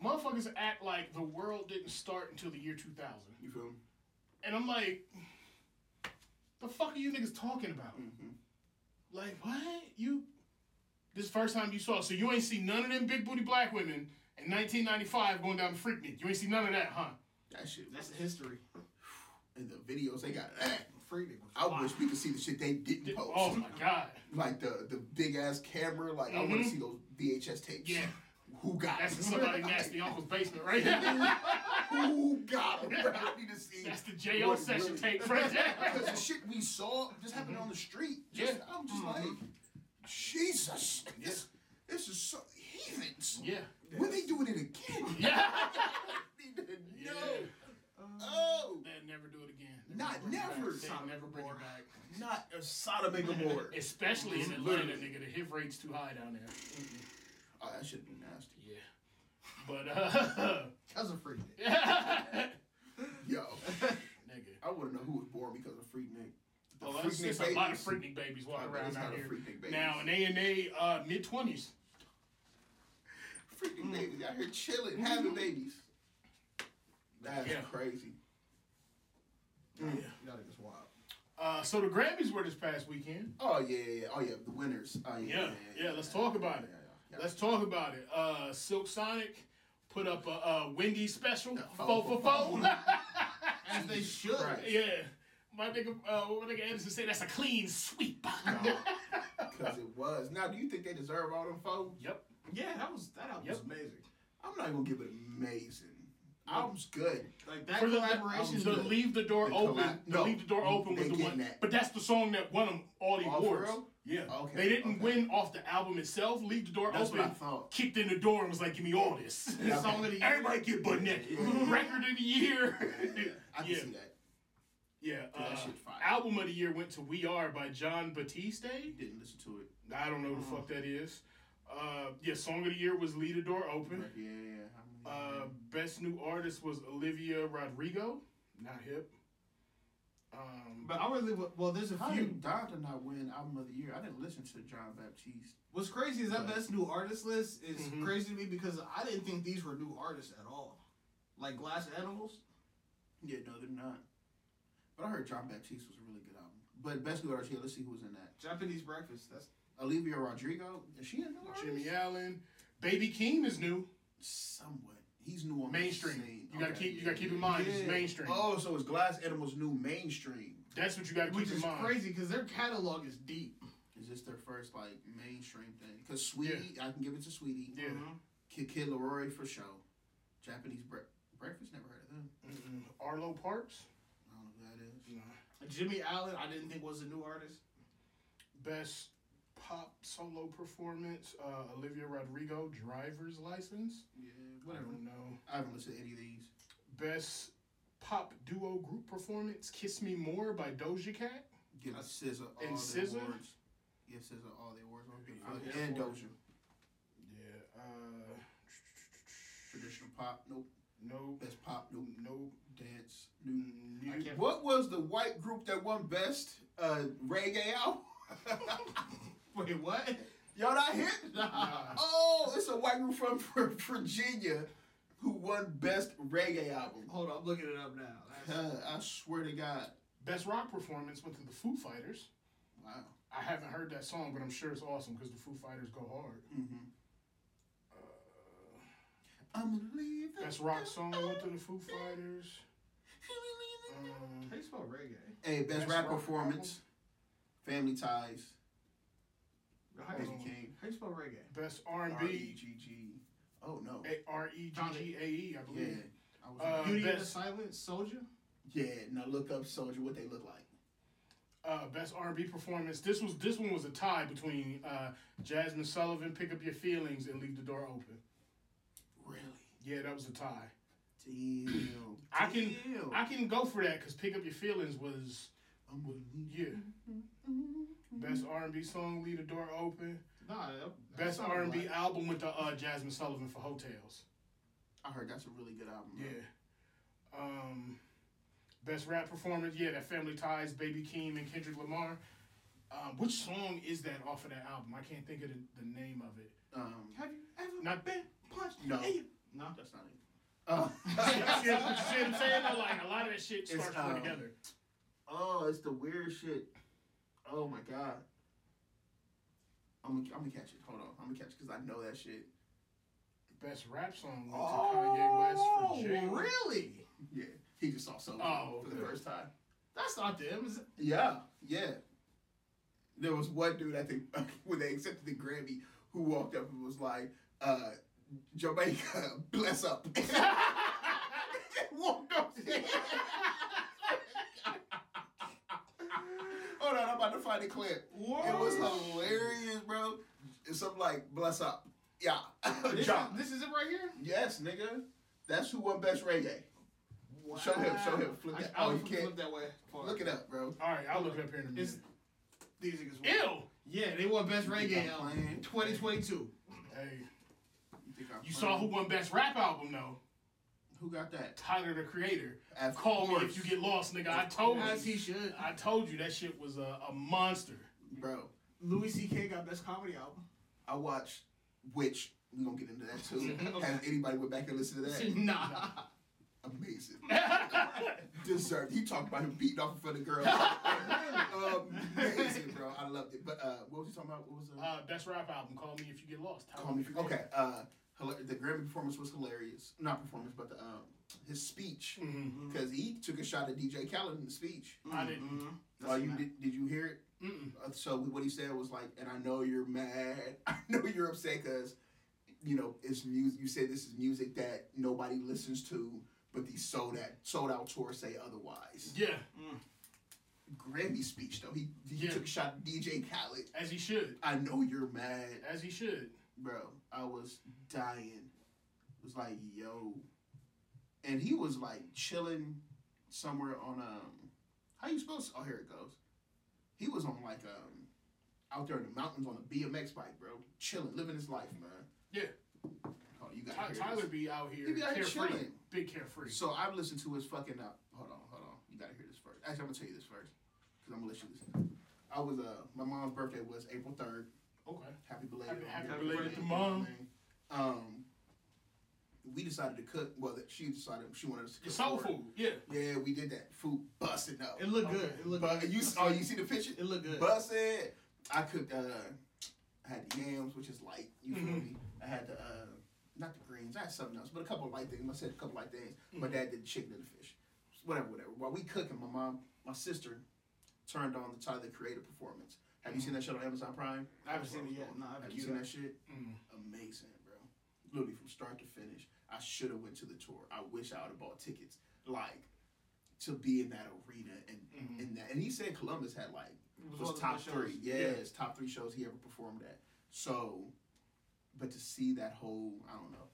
Speaker 1: Motherfuckers act like the world didn't start until the year 2000,
Speaker 2: You feel me?
Speaker 1: and I'm like, the fuck are you niggas talking about?
Speaker 2: Mm-hmm.
Speaker 1: Like what you? This first time you saw, so you ain't see none of them big booty black women in 1995 going down to Freaknik. You ain't see none of that, huh?
Speaker 2: That shit.
Speaker 6: That's the history.
Speaker 2: And the videos they got. eh.
Speaker 6: Freedom.
Speaker 2: I wish we could see the shit they didn't post.
Speaker 1: Oh my god.
Speaker 2: Like the the big ass camera. Like I want to see those VHS tapes.
Speaker 1: Mm-hmm. Yeah.
Speaker 2: Who got
Speaker 1: That's
Speaker 2: it?
Speaker 1: in somebody nasty uncle's basement right there.
Speaker 2: Who got it? bro? I need to see.
Speaker 1: That's the JO
Speaker 2: what
Speaker 1: session
Speaker 2: really-
Speaker 1: tape right
Speaker 2: Because
Speaker 1: there.
Speaker 2: the shit we saw just happened on the street. Just,
Speaker 1: Yeah. Mm-hmm.
Speaker 2: I'm just like, Jesus, this, this is so heathens.
Speaker 1: Yeah.
Speaker 2: When they doing it again?
Speaker 1: Yeah.
Speaker 2: I need to
Speaker 1: Yeah.
Speaker 2: know. Oh,
Speaker 1: They'll never do it again. They'll
Speaker 2: Not
Speaker 1: bring it
Speaker 2: never.
Speaker 1: back. They'll never bring it back.
Speaker 2: not a Sodom and Gomorrah.
Speaker 1: Especially in Atlanta, nigga. The hit rate's too high down there.
Speaker 2: Oh, that should be nasty.
Speaker 1: Yeah. But uh
Speaker 6: That's a free day.
Speaker 2: Yo,
Speaker 1: nigga.
Speaker 2: I want to know who was born because of Freaknik. The
Speaker 1: Oh, that's
Speaker 2: Freaknik
Speaker 1: just a lot of
Speaker 2: babies.
Speaker 1: freaking babies
Speaker 2: Oh,
Speaker 1: walking
Speaker 2: man,
Speaker 1: around
Speaker 2: it's
Speaker 1: out
Speaker 2: not a
Speaker 1: here.
Speaker 2: Freaknik baby.
Speaker 1: Now in A and A uh mid twenties. Mm.
Speaker 2: freaking babies out here chilling, having babies. That's
Speaker 1: Mm-hmm. Yeah.
Speaker 2: crazy.
Speaker 6: Y'all niggas wild.
Speaker 1: Uh so the Grammys were this past weekend.
Speaker 2: Oh yeah, yeah, yeah. oh yeah, the winners. Oh yeah,
Speaker 1: Yeah, yeah, let's talk about it.
Speaker 2: Yeah, yeah, yeah.
Speaker 1: Let's talk about it. Uh Silk Sonic put up a uh Wendy special.
Speaker 2: fo-
Speaker 1: Fo
Speaker 2: fo-
Speaker 1: for fo.
Speaker 6: As they should.
Speaker 2: Christ.
Speaker 1: Yeah. My nigga uh what my nigga Anderson said that's a clean sweep.
Speaker 2: Because it was. Now, do you think they deserve all them foes?
Speaker 1: yep.
Speaker 6: Yeah, that was that album was
Speaker 1: Yep.
Speaker 6: amazing.
Speaker 2: I'm not gonna give it amazing. Album's good.
Speaker 6: Like that
Speaker 1: For the
Speaker 6: collaboration.
Speaker 1: collaborations, the leave the door
Speaker 2: The
Speaker 1: open,
Speaker 2: collab-
Speaker 1: the
Speaker 2: no,
Speaker 1: leave the door open
Speaker 2: they
Speaker 1: was the
Speaker 2: getting
Speaker 1: one.
Speaker 2: that.
Speaker 1: But that's the song that won them all the
Speaker 2: Oh, for
Speaker 1: awards.
Speaker 2: real?
Speaker 1: Yeah,
Speaker 2: Okay,
Speaker 1: they didn't
Speaker 2: okay.
Speaker 1: win off the album itself. Leave the door
Speaker 2: That's
Speaker 1: open.
Speaker 2: what I thought.
Speaker 1: Kicked in the door and was like, "Give me all this."
Speaker 6: the song of the year.
Speaker 1: Everybody get butt naked.
Speaker 2: Yeah.
Speaker 1: Record of the year.
Speaker 2: I can
Speaker 1: yeah,
Speaker 2: see that.
Speaker 1: yeah.
Speaker 2: That
Speaker 1: uh,
Speaker 2: shit fire.
Speaker 1: album of the year went to "We Are" by John Batiste.
Speaker 2: Didn't listen to it.
Speaker 1: I don't know who the fuck that is. Uh, yeah, song of the year was "Leave the Door Open."
Speaker 2: But yeah, yeah. I'm-
Speaker 1: Uh, best new artist was Olivia Rodrigo. Not hip. Um,
Speaker 6: But I really wa- well. There's a
Speaker 2: How
Speaker 6: few.
Speaker 2: did Don did not win album of the year? I didn't listen to John Baptiste.
Speaker 6: What's crazy is that
Speaker 2: But-
Speaker 6: best new artist list is
Speaker 2: Mm-hmm.
Speaker 1: Mhm.
Speaker 6: crazy to me because I didn't think these were new artists at all. Like Glass Animals.
Speaker 2: Yeah, no, they're not. But I heard John Baptiste was a really good album. But best new artist, yeah, let's see who was in that.
Speaker 6: Japanese Breakfast. That's
Speaker 2: Olivia Rodrigo. Is she a new artist?
Speaker 1: Jimmy Allen, Baby Keem is new.
Speaker 2: Somewhat. He's new on the
Speaker 1: Mainstream.
Speaker 2: scene.
Speaker 1: You gotta
Speaker 2: Okay,
Speaker 1: keep. You
Speaker 2: yeah,
Speaker 1: gotta keep in
Speaker 2: yeah.
Speaker 1: mind
Speaker 6: Yeah.
Speaker 1: it's mainstream.
Speaker 2: Oh, so it's Glass Animals new mainstream.
Speaker 1: That's what you gotta keep
Speaker 6: which
Speaker 1: in
Speaker 6: is
Speaker 1: mind.
Speaker 6: crazy because their catalog is deep.
Speaker 2: Is this their first like mainstream thing? Because Sweetie, I can give it to Sweetie. Uh-huh.
Speaker 1: Yeah.
Speaker 2: Kid Kid Leroy for show. Japanese bre- breakfast. Never heard of them.
Speaker 1: Mm-mm. Arlo Parks.
Speaker 2: I don't know who that is.
Speaker 6: Jimmy Allen, I didn't think was a new artist.
Speaker 1: Best pop solo performance. Uh, Olivia Rodrigo, Driver's License.
Speaker 2: Yeah,
Speaker 1: I
Speaker 2: whatever.
Speaker 1: don't know.
Speaker 2: I haven't listened to any of these.
Speaker 1: Best pop duo group performance. Kiss Me More by Doja Cat.
Speaker 2: Give SZA all
Speaker 1: Uh, And
Speaker 2: the
Speaker 1: SZA?
Speaker 2: awards. Give SZA all the awards. I'm good for
Speaker 1: I'm
Speaker 2: it.
Speaker 1: here
Speaker 2: and
Speaker 1: for it.
Speaker 2: Doja.
Speaker 1: Yeah. Uh,
Speaker 2: Traditional pop. Nope.
Speaker 1: no.
Speaker 2: Best pop. Nope.
Speaker 1: No.
Speaker 2: Dance. Nope.
Speaker 1: Mu-
Speaker 6: I can't-
Speaker 2: What was the white group that won best uh, reggae album?
Speaker 6: Wait, what?
Speaker 2: Y'all not hit?
Speaker 1: Nah.
Speaker 2: Oh, it's a white group from Vir- Virginia who won best reggae album.
Speaker 6: Hold on, I'm looking it up now. That's-
Speaker 2: Uh, I swear to God.
Speaker 1: Best rock performance went to the Foo Fighters.
Speaker 2: Wow.
Speaker 1: I haven't heard that song, but I'm sure it's awesome because the Foo Fighters go hard.
Speaker 2: Mm-hmm.
Speaker 1: Uh,
Speaker 2: I'm leaving.
Speaker 1: Best rock song went to the Foo Fighters.
Speaker 6: How
Speaker 1: Um,
Speaker 6: you spell reggae?
Speaker 2: Hey, best,
Speaker 1: Best
Speaker 2: rap
Speaker 1: rock
Speaker 2: performance. Family Ties.
Speaker 6: How you,
Speaker 2: Baby
Speaker 1: Oh.
Speaker 2: King.
Speaker 6: how you spell reggae?
Speaker 1: best R&B,
Speaker 2: R.E.G.G.. Oh no.
Speaker 1: A- R-E-G-G-A-E, I
Speaker 2: Yeah.
Speaker 1: believe.
Speaker 2: I was
Speaker 1: Uh,
Speaker 6: Beauty and the
Speaker 1: best-
Speaker 6: Silent Soldier?
Speaker 2: yeah. Now look up Soldier. What they look like.
Speaker 1: Uh, best R&B performance. This was this one was a tie between uh, Jasmine Sullivan, "Pick Up Your Feelings" and "Leave the Door Open."
Speaker 2: Really.
Speaker 1: Yeah, that was a tie.
Speaker 2: Damn.
Speaker 1: I can
Speaker 2: Damn.
Speaker 1: I can go for that because "Pick Up Your Feelings" was um,
Speaker 2: I'm gonna leave.
Speaker 1: yeah. Best R&B song, "Leave the Door Open."
Speaker 6: Nah, that- that's
Speaker 1: Best
Speaker 6: not
Speaker 1: R and B
Speaker 6: black.
Speaker 1: album with the uh, Jasmine Sullivan for Hotels.
Speaker 2: I heard that's a really good album. bro.
Speaker 1: Yeah. Um, best rap performance. Yeah, that Family Ties, Baby Keem, and Kendrick Lamar. Um, which song is that off of that album? I can't think of the, the name of it.
Speaker 2: Um.
Speaker 6: Have you ever
Speaker 1: Not bad.
Speaker 6: punched?
Speaker 2: No.
Speaker 6: in- No.
Speaker 2: That's not it. Oh.
Speaker 1: see what I'm saying? Though, Like a lot of that shit
Speaker 2: It's,
Speaker 1: starts coming
Speaker 2: um,
Speaker 1: together.
Speaker 2: Oh, it's the weird shit. Oh my god. I'm gonna, I'm gonna catch it. Hold on. I'm gonna catch it because I know that shit.
Speaker 1: Best rap song went
Speaker 6: Oh,
Speaker 1: to Kanye West for Jail.
Speaker 6: really?
Speaker 2: Yeah. He just saw Soldier
Speaker 1: Oh,
Speaker 2: for the
Speaker 1: okay.
Speaker 2: first time.
Speaker 6: That's not them. is it?
Speaker 2: Yeah. Yeah. There was one dude I think when they accepted the Grammy who walked up and was like, uh, Jamaica, bless up. walked up. Hold on, I'm about to find a clip. It was hilarious, bro. It's something like bless up. Yeah.
Speaker 6: This, is,
Speaker 2: John.
Speaker 6: this is it right here?
Speaker 2: Yes, nigga. That's who won best reggae. Show him, show him. Flip
Speaker 6: I,
Speaker 2: that.
Speaker 6: I
Speaker 2: Oh, you
Speaker 6: would flip
Speaker 2: can't.
Speaker 6: that way. Far.
Speaker 2: Look it up, bro.
Speaker 1: All right, I'll look it up here in a minute.
Speaker 6: It's, these niggas.
Speaker 1: Ew.
Speaker 6: Yeah, they won best
Speaker 2: You think
Speaker 6: reggae
Speaker 2: I'm
Speaker 6: album.
Speaker 2: playing?
Speaker 6: 2022.
Speaker 1: Hey,
Speaker 2: think I
Speaker 1: You saw who won Best Rap Album though.
Speaker 2: who got that?
Speaker 1: Tyler the Creator.
Speaker 2: Of
Speaker 1: Call me
Speaker 2: course.
Speaker 1: if you get lost, nigga. I told
Speaker 6: As
Speaker 1: you.
Speaker 6: he should.
Speaker 1: I told you that shit was a, a monster.
Speaker 2: bro.
Speaker 6: Louis C.K. got best comedy album.
Speaker 2: I watched, which we're gonna get into that too. Has anybody went back and listened to that?
Speaker 6: Nah.
Speaker 2: Amazing. Deserved. He talked about him beating off in front of girls. Amazing, bro. I loved it. But uh, what was he talking about? What was uh,
Speaker 1: Uh, best rap album. Call me if you get lost. Tyler
Speaker 2: Call me.
Speaker 1: the
Speaker 2: If You-
Speaker 1: Creator.
Speaker 2: Okay. Uh, hila- the Grammy performance was hilarious. Not performance, but the um, his speech
Speaker 1: Mhm.
Speaker 2: because he took a shot at DJ Khaled in the speech.
Speaker 6: Mm.
Speaker 1: I didn't.
Speaker 2: Oh, you did? Did you hear it?
Speaker 1: Mm-mm.
Speaker 2: Uh, So what he said was like, and I know you're mad. I know you're upset because, you know, it's music. You say this is music that nobody listens to, but these sold out sold out tours say otherwise.
Speaker 1: Yeah,
Speaker 2: Grammy speech though, he he
Speaker 1: Yeah.
Speaker 2: took a shot at DJ Khaled.
Speaker 1: as he should.
Speaker 2: I know you're mad,
Speaker 1: As he should.
Speaker 2: bro. I was dying. It was like yo, and he was like chilling somewhere on um, how you supposed? Oh, here it goes. He was on like um, out there in the mountains on a BMX bike, bro, chilling, living his life, man.
Speaker 1: Yeah.
Speaker 2: Oh, you
Speaker 1: Ty-
Speaker 2: got to
Speaker 1: Tyler be out here
Speaker 2: He be out here
Speaker 1: carefree.
Speaker 2: chilling.
Speaker 1: Big carefree.
Speaker 2: So I've listened to his fucking. Uh, hold on, hold on. You gotta hear this first. Actually, I'm gonna tell you this first because I'm gonna let you listen. I was uh, my mom's birthday was April third.
Speaker 1: Okay.
Speaker 2: Happy belated.
Speaker 1: Happy- happy
Speaker 2: on
Speaker 1: belated
Speaker 2: birthday,
Speaker 1: to mom.
Speaker 2: man. Um, we decided to cook. Well, that she decided she wanted us to cook
Speaker 1: It's soul
Speaker 2: for her.
Speaker 1: food. Yeah.
Speaker 2: Yeah, we did that. Food busting up.
Speaker 6: It looked good. It looked
Speaker 2: But
Speaker 6: good.
Speaker 2: you oh, you see the picture?
Speaker 6: It looked good.
Speaker 2: Busted. I cooked. Uh, I had the yams, which is light. You feel
Speaker 6: Mm-hmm.
Speaker 1: Mhm.
Speaker 2: me? I had the uh, not the greens. I had something else, but a couple of light things. I said a couple of light things. My
Speaker 6: Mm-hmm.
Speaker 2: dad did the chicken and the fish. Whatever, whatever. While we cooking, my mom, my sister, turned on the Tyler the Creator performance. Have you seen that shit on Amazon Prime?
Speaker 6: Mm-hmm. I haven't seen it Mm-hmm. yet. No, I haven't
Speaker 2: Have you
Speaker 6: queued
Speaker 2: seen
Speaker 6: up.
Speaker 2: that shit?
Speaker 1: Mm.
Speaker 2: Amazing, bro. Literally from start to finish. I should have went to the tour. I wish I would have bought tickets. Like to be in that arena and
Speaker 6: Mm-hmm.
Speaker 1: Mhm.
Speaker 2: and that. And he said Columbus had like
Speaker 6: was
Speaker 2: was,
Speaker 6: one of the
Speaker 2: top
Speaker 6: best shows.
Speaker 2: three. Yeah,
Speaker 6: Yeah.
Speaker 2: it's top three shows he ever performed at. So, but to see that whole, I don't know.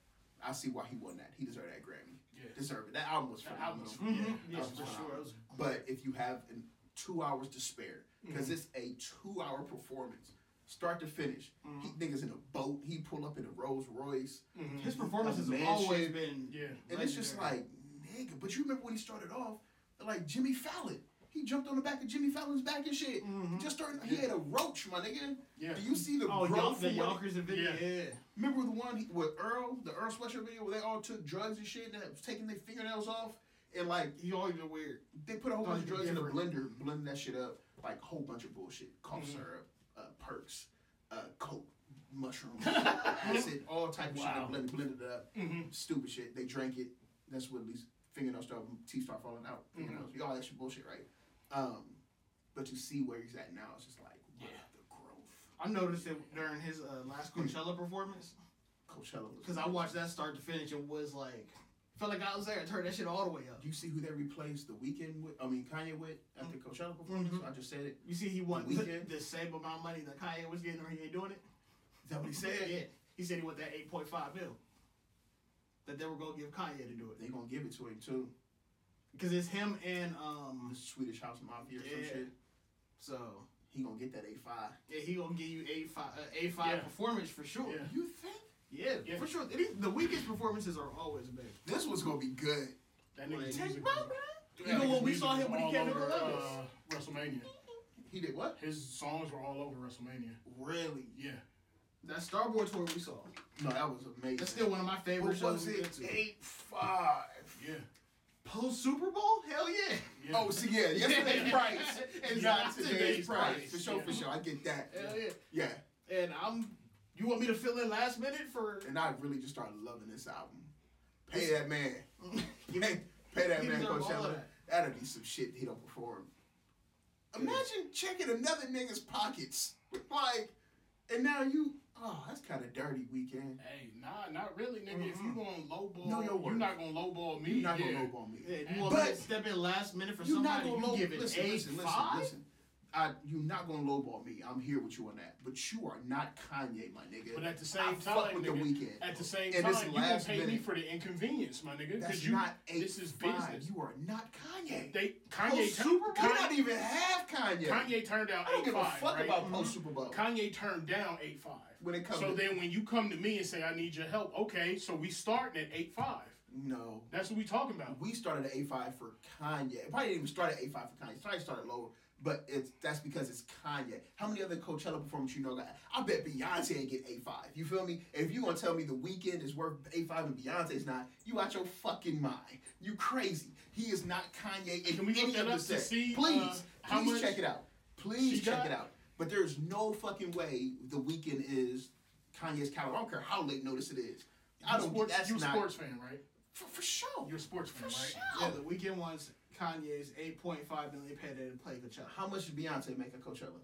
Speaker 2: I see why he won that. He deserved that Grammy.
Speaker 1: Yeah.
Speaker 2: Deserved it. That album was
Speaker 1: That
Speaker 2: phenomenal.
Speaker 1: album's
Speaker 6: Mhm.
Speaker 1: yeah.
Speaker 6: Yeah,
Speaker 2: That was
Speaker 6: for
Speaker 2: phenomenal. Mm-hmm.
Speaker 6: sure. It was
Speaker 2: But if you have an, two hours to spare, because it's a two-hour performance, start to finish. He niggas in a boat. He pull up in a Rolls Royce,
Speaker 1: Mhm.
Speaker 6: His performances have
Speaker 2: Mm-hmm. Mansion.
Speaker 6: always been.
Speaker 1: Yeah.
Speaker 2: and it's just
Speaker 6: legendary.
Speaker 2: like, nigga. But you remember when he started off, like Jimmy Fallon. He jumped on the back of Jimmy Fallon's back and shit. Just started. He had a roach, my nigga.
Speaker 1: Yeah.
Speaker 2: Do you see the
Speaker 6: Mm-hmm. Oh,
Speaker 2: growth?
Speaker 6: Yonk, the
Speaker 2: from when he-
Speaker 6: Yonkers and Vinny.
Speaker 1: Yeah.
Speaker 6: Yeah.
Speaker 2: Remember the one he- with Earl, the Earl sweatshirt video where they all took drugs and shit and that was taking their fingernails off and like
Speaker 6: He's always been weird.
Speaker 2: they put a whole bunch of
Speaker 6: Those
Speaker 2: drugs in a
Speaker 6: different-
Speaker 2: blender, blend that shit up, like whole bunch of bullshit, cough syrup, uh, perks, uh, coke, mushrooms, acid, all type of
Speaker 1: Wow.
Speaker 2: shit. They blend, blended it up,
Speaker 1: Mhm.
Speaker 2: stupid shit. They drank it. That's what these fingernails start, teeth start falling out. Fingernails, all that shit bullshit, right? Um, but to see where he's at now, it's just like, wow,
Speaker 1: Yeah.
Speaker 2: the growth.
Speaker 6: I noticed it during his uh, last Coachella performance
Speaker 2: Coachella was
Speaker 6: because I watched that start to finish and was like, felt like I was there. I turned that shit all the way up.
Speaker 2: Do you see who they replaced the weekend with? I mean, Kanye with at the Coachella performance.
Speaker 6: Mhm.
Speaker 2: I just said it.
Speaker 6: You see, he won the,
Speaker 2: Weekend?
Speaker 6: the same amount of money that Kanye was getting, or he ain't doing it.
Speaker 2: Is that what he said?
Speaker 6: Yeah. He said he want that 8.5 mil that they were gonna give Kanye to do it
Speaker 2: They gonna give it to him too.
Speaker 6: because it's him and um.
Speaker 2: The Swedish House Mafia or some
Speaker 6: Yeah.
Speaker 2: shit.
Speaker 6: So
Speaker 2: He gonna get that A five.
Speaker 6: yeah, he gonna give you a five uh, a five
Speaker 1: Yeah.
Speaker 6: performance for sure.
Speaker 1: Yeah.
Speaker 2: You think
Speaker 6: Yeah,
Speaker 1: Yeah.
Speaker 6: for sure. It is- the weakest performances are always big.
Speaker 2: this was gonna be good?
Speaker 1: That nigga's
Speaker 6: Like-
Speaker 1: music was-
Speaker 6: You
Speaker 1: that
Speaker 6: know
Speaker 1: nigga's
Speaker 6: what? We
Speaker 1: music
Speaker 6: saw
Speaker 1: was
Speaker 6: him when he
Speaker 1: all
Speaker 6: came to
Speaker 1: over,
Speaker 6: Columbus.
Speaker 1: uh, WrestleMania.
Speaker 2: He did what?
Speaker 1: His songs were all over WrestleMania.
Speaker 2: Really?
Speaker 1: Yeah.
Speaker 6: That Starboard tour we saw.
Speaker 2: No, that was amazing.
Speaker 6: That's still one of my favorite
Speaker 2: what
Speaker 6: shows.
Speaker 2: was
Speaker 6: we
Speaker 2: it?
Speaker 6: went to.
Speaker 2: Eight five.
Speaker 1: Yeah.
Speaker 6: Post Super Bowl? Hell yeah.
Speaker 1: Yeah.
Speaker 2: Oh, see, yeah, yesterday's price
Speaker 6: And
Speaker 2: is not
Speaker 6: not
Speaker 2: today's,
Speaker 6: today's
Speaker 2: price.
Speaker 1: price.
Speaker 2: For sure, for
Speaker 1: Yeah.
Speaker 2: sure, I get that.
Speaker 6: Hell yeah.
Speaker 2: Yeah,
Speaker 6: And I'm. You want me to fill in last minute for?
Speaker 2: and I really just started loving this album. Pay that man. Pay, pay that
Speaker 6: He
Speaker 2: man,
Speaker 6: deserve all
Speaker 2: Coachella.
Speaker 6: that.
Speaker 2: That'll be some shit he don't perform. Imagine checking another nigga's pockets, like, and now you. Oh, that's kind of dirty weekend.
Speaker 1: Hey, nah, not really, nigga. If you gonna lowball,
Speaker 2: Know your
Speaker 1: you're
Speaker 2: worth.
Speaker 1: not gonna lowball me.
Speaker 2: You're not
Speaker 1: yeah.
Speaker 2: gonna lowball me.
Speaker 6: Yeah, you want me to
Speaker 2: But-
Speaker 6: step in last minute for
Speaker 2: You're not
Speaker 6: somebody?
Speaker 2: gonna
Speaker 6: You
Speaker 2: low.
Speaker 6: give it
Speaker 2: Listen,
Speaker 6: a
Speaker 2: listen, listen,
Speaker 6: five?
Speaker 2: listen. I, you're not gonna lowball me. I'm here with you on that. But you are not Kanye, my nigga.
Speaker 1: But at the
Speaker 2: I
Speaker 1: same
Speaker 2: fuck
Speaker 1: time,
Speaker 2: with the
Speaker 1: nigga,
Speaker 2: weekend.
Speaker 1: at the same
Speaker 2: And it's
Speaker 1: time, you can
Speaker 2: last
Speaker 1: pay me
Speaker 2: minute.
Speaker 1: for the inconvenience, my nigga.
Speaker 2: That's
Speaker 1: Because you,
Speaker 2: not eight
Speaker 1: this is
Speaker 2: five.
Speaker 1: business.
Speaker 2: You are not Kanye.
Speaker 1: They
Speaker 2: Post
Speaker 1: Kanye,
Speaker 2: Super Bowl.
Speaker 1: Kanye,
Speaker 2: We don't even have Kanye.
Speaker 1: Kanye turned out
Speaker 2: I don't
Speaker 1: eight
Speaker 2: give a
Speaker 1: five.
Speaker 2: fuck
Speaker 1: right? Mm-hmm.
Speaker 2: about post Super Bowl.
Speaker 1: Kanye turned down eight five.
Speaker 2: When it comes
Speaker 1: So
Speaker 2: to-
Speaker 1: then, when you come to me and say I need your help, okay, so we starting at eight five.
Speaker 2: No.
Speaker 1: That's what we talking about.
Speaker 2: We started at A5 for Kanye. It probably didn't even start at A5 for Kanye. It probably started lower, but it's that's because it's Kanye. How many other Coachella performers you know got? I bet Beyonce ain't get A5. You feel me? If you gonna tell me the weekend is worth A5 and Beyonce's not, you out your fucking mind. You crazy. He is not Kanye in
Speaker 1: Can we look
Speaker 2: any
Speaker 1: that
Speaker 2: of the
Speaker 1: up to
Speaker 2: set.
Speaker 1: see, uh,
Speaker 2: please,
Speaker 1: how
Speaker 2: please
Speaker 1: much
Speaker 2: check it out.
Speaker 1: she
Speaker 2: Please check
Speaker 1: got?
Speaker 2: it out. But there's no fucking way the weekend is Kanye's caliber. I don't care how late notice it is. I
Speaker 1: You
Speaker 2: don't.
Speaker 1: sports,
Speaker 2: that's
Speaker 1: you a
Speaker 2: not
Speaker 1: sports fan, right?
Speaker 2: for, for sure.
Speaker 1: You're a sports fan,
Speaker 2: For
Speaker 1: right?
Speaker 2: sure.
Speaker 6: Yeah, the weekend ones. Kanye's 8.5 million paid to play Coachella.
Speaker 2: How much did Beyonce make at Coachella?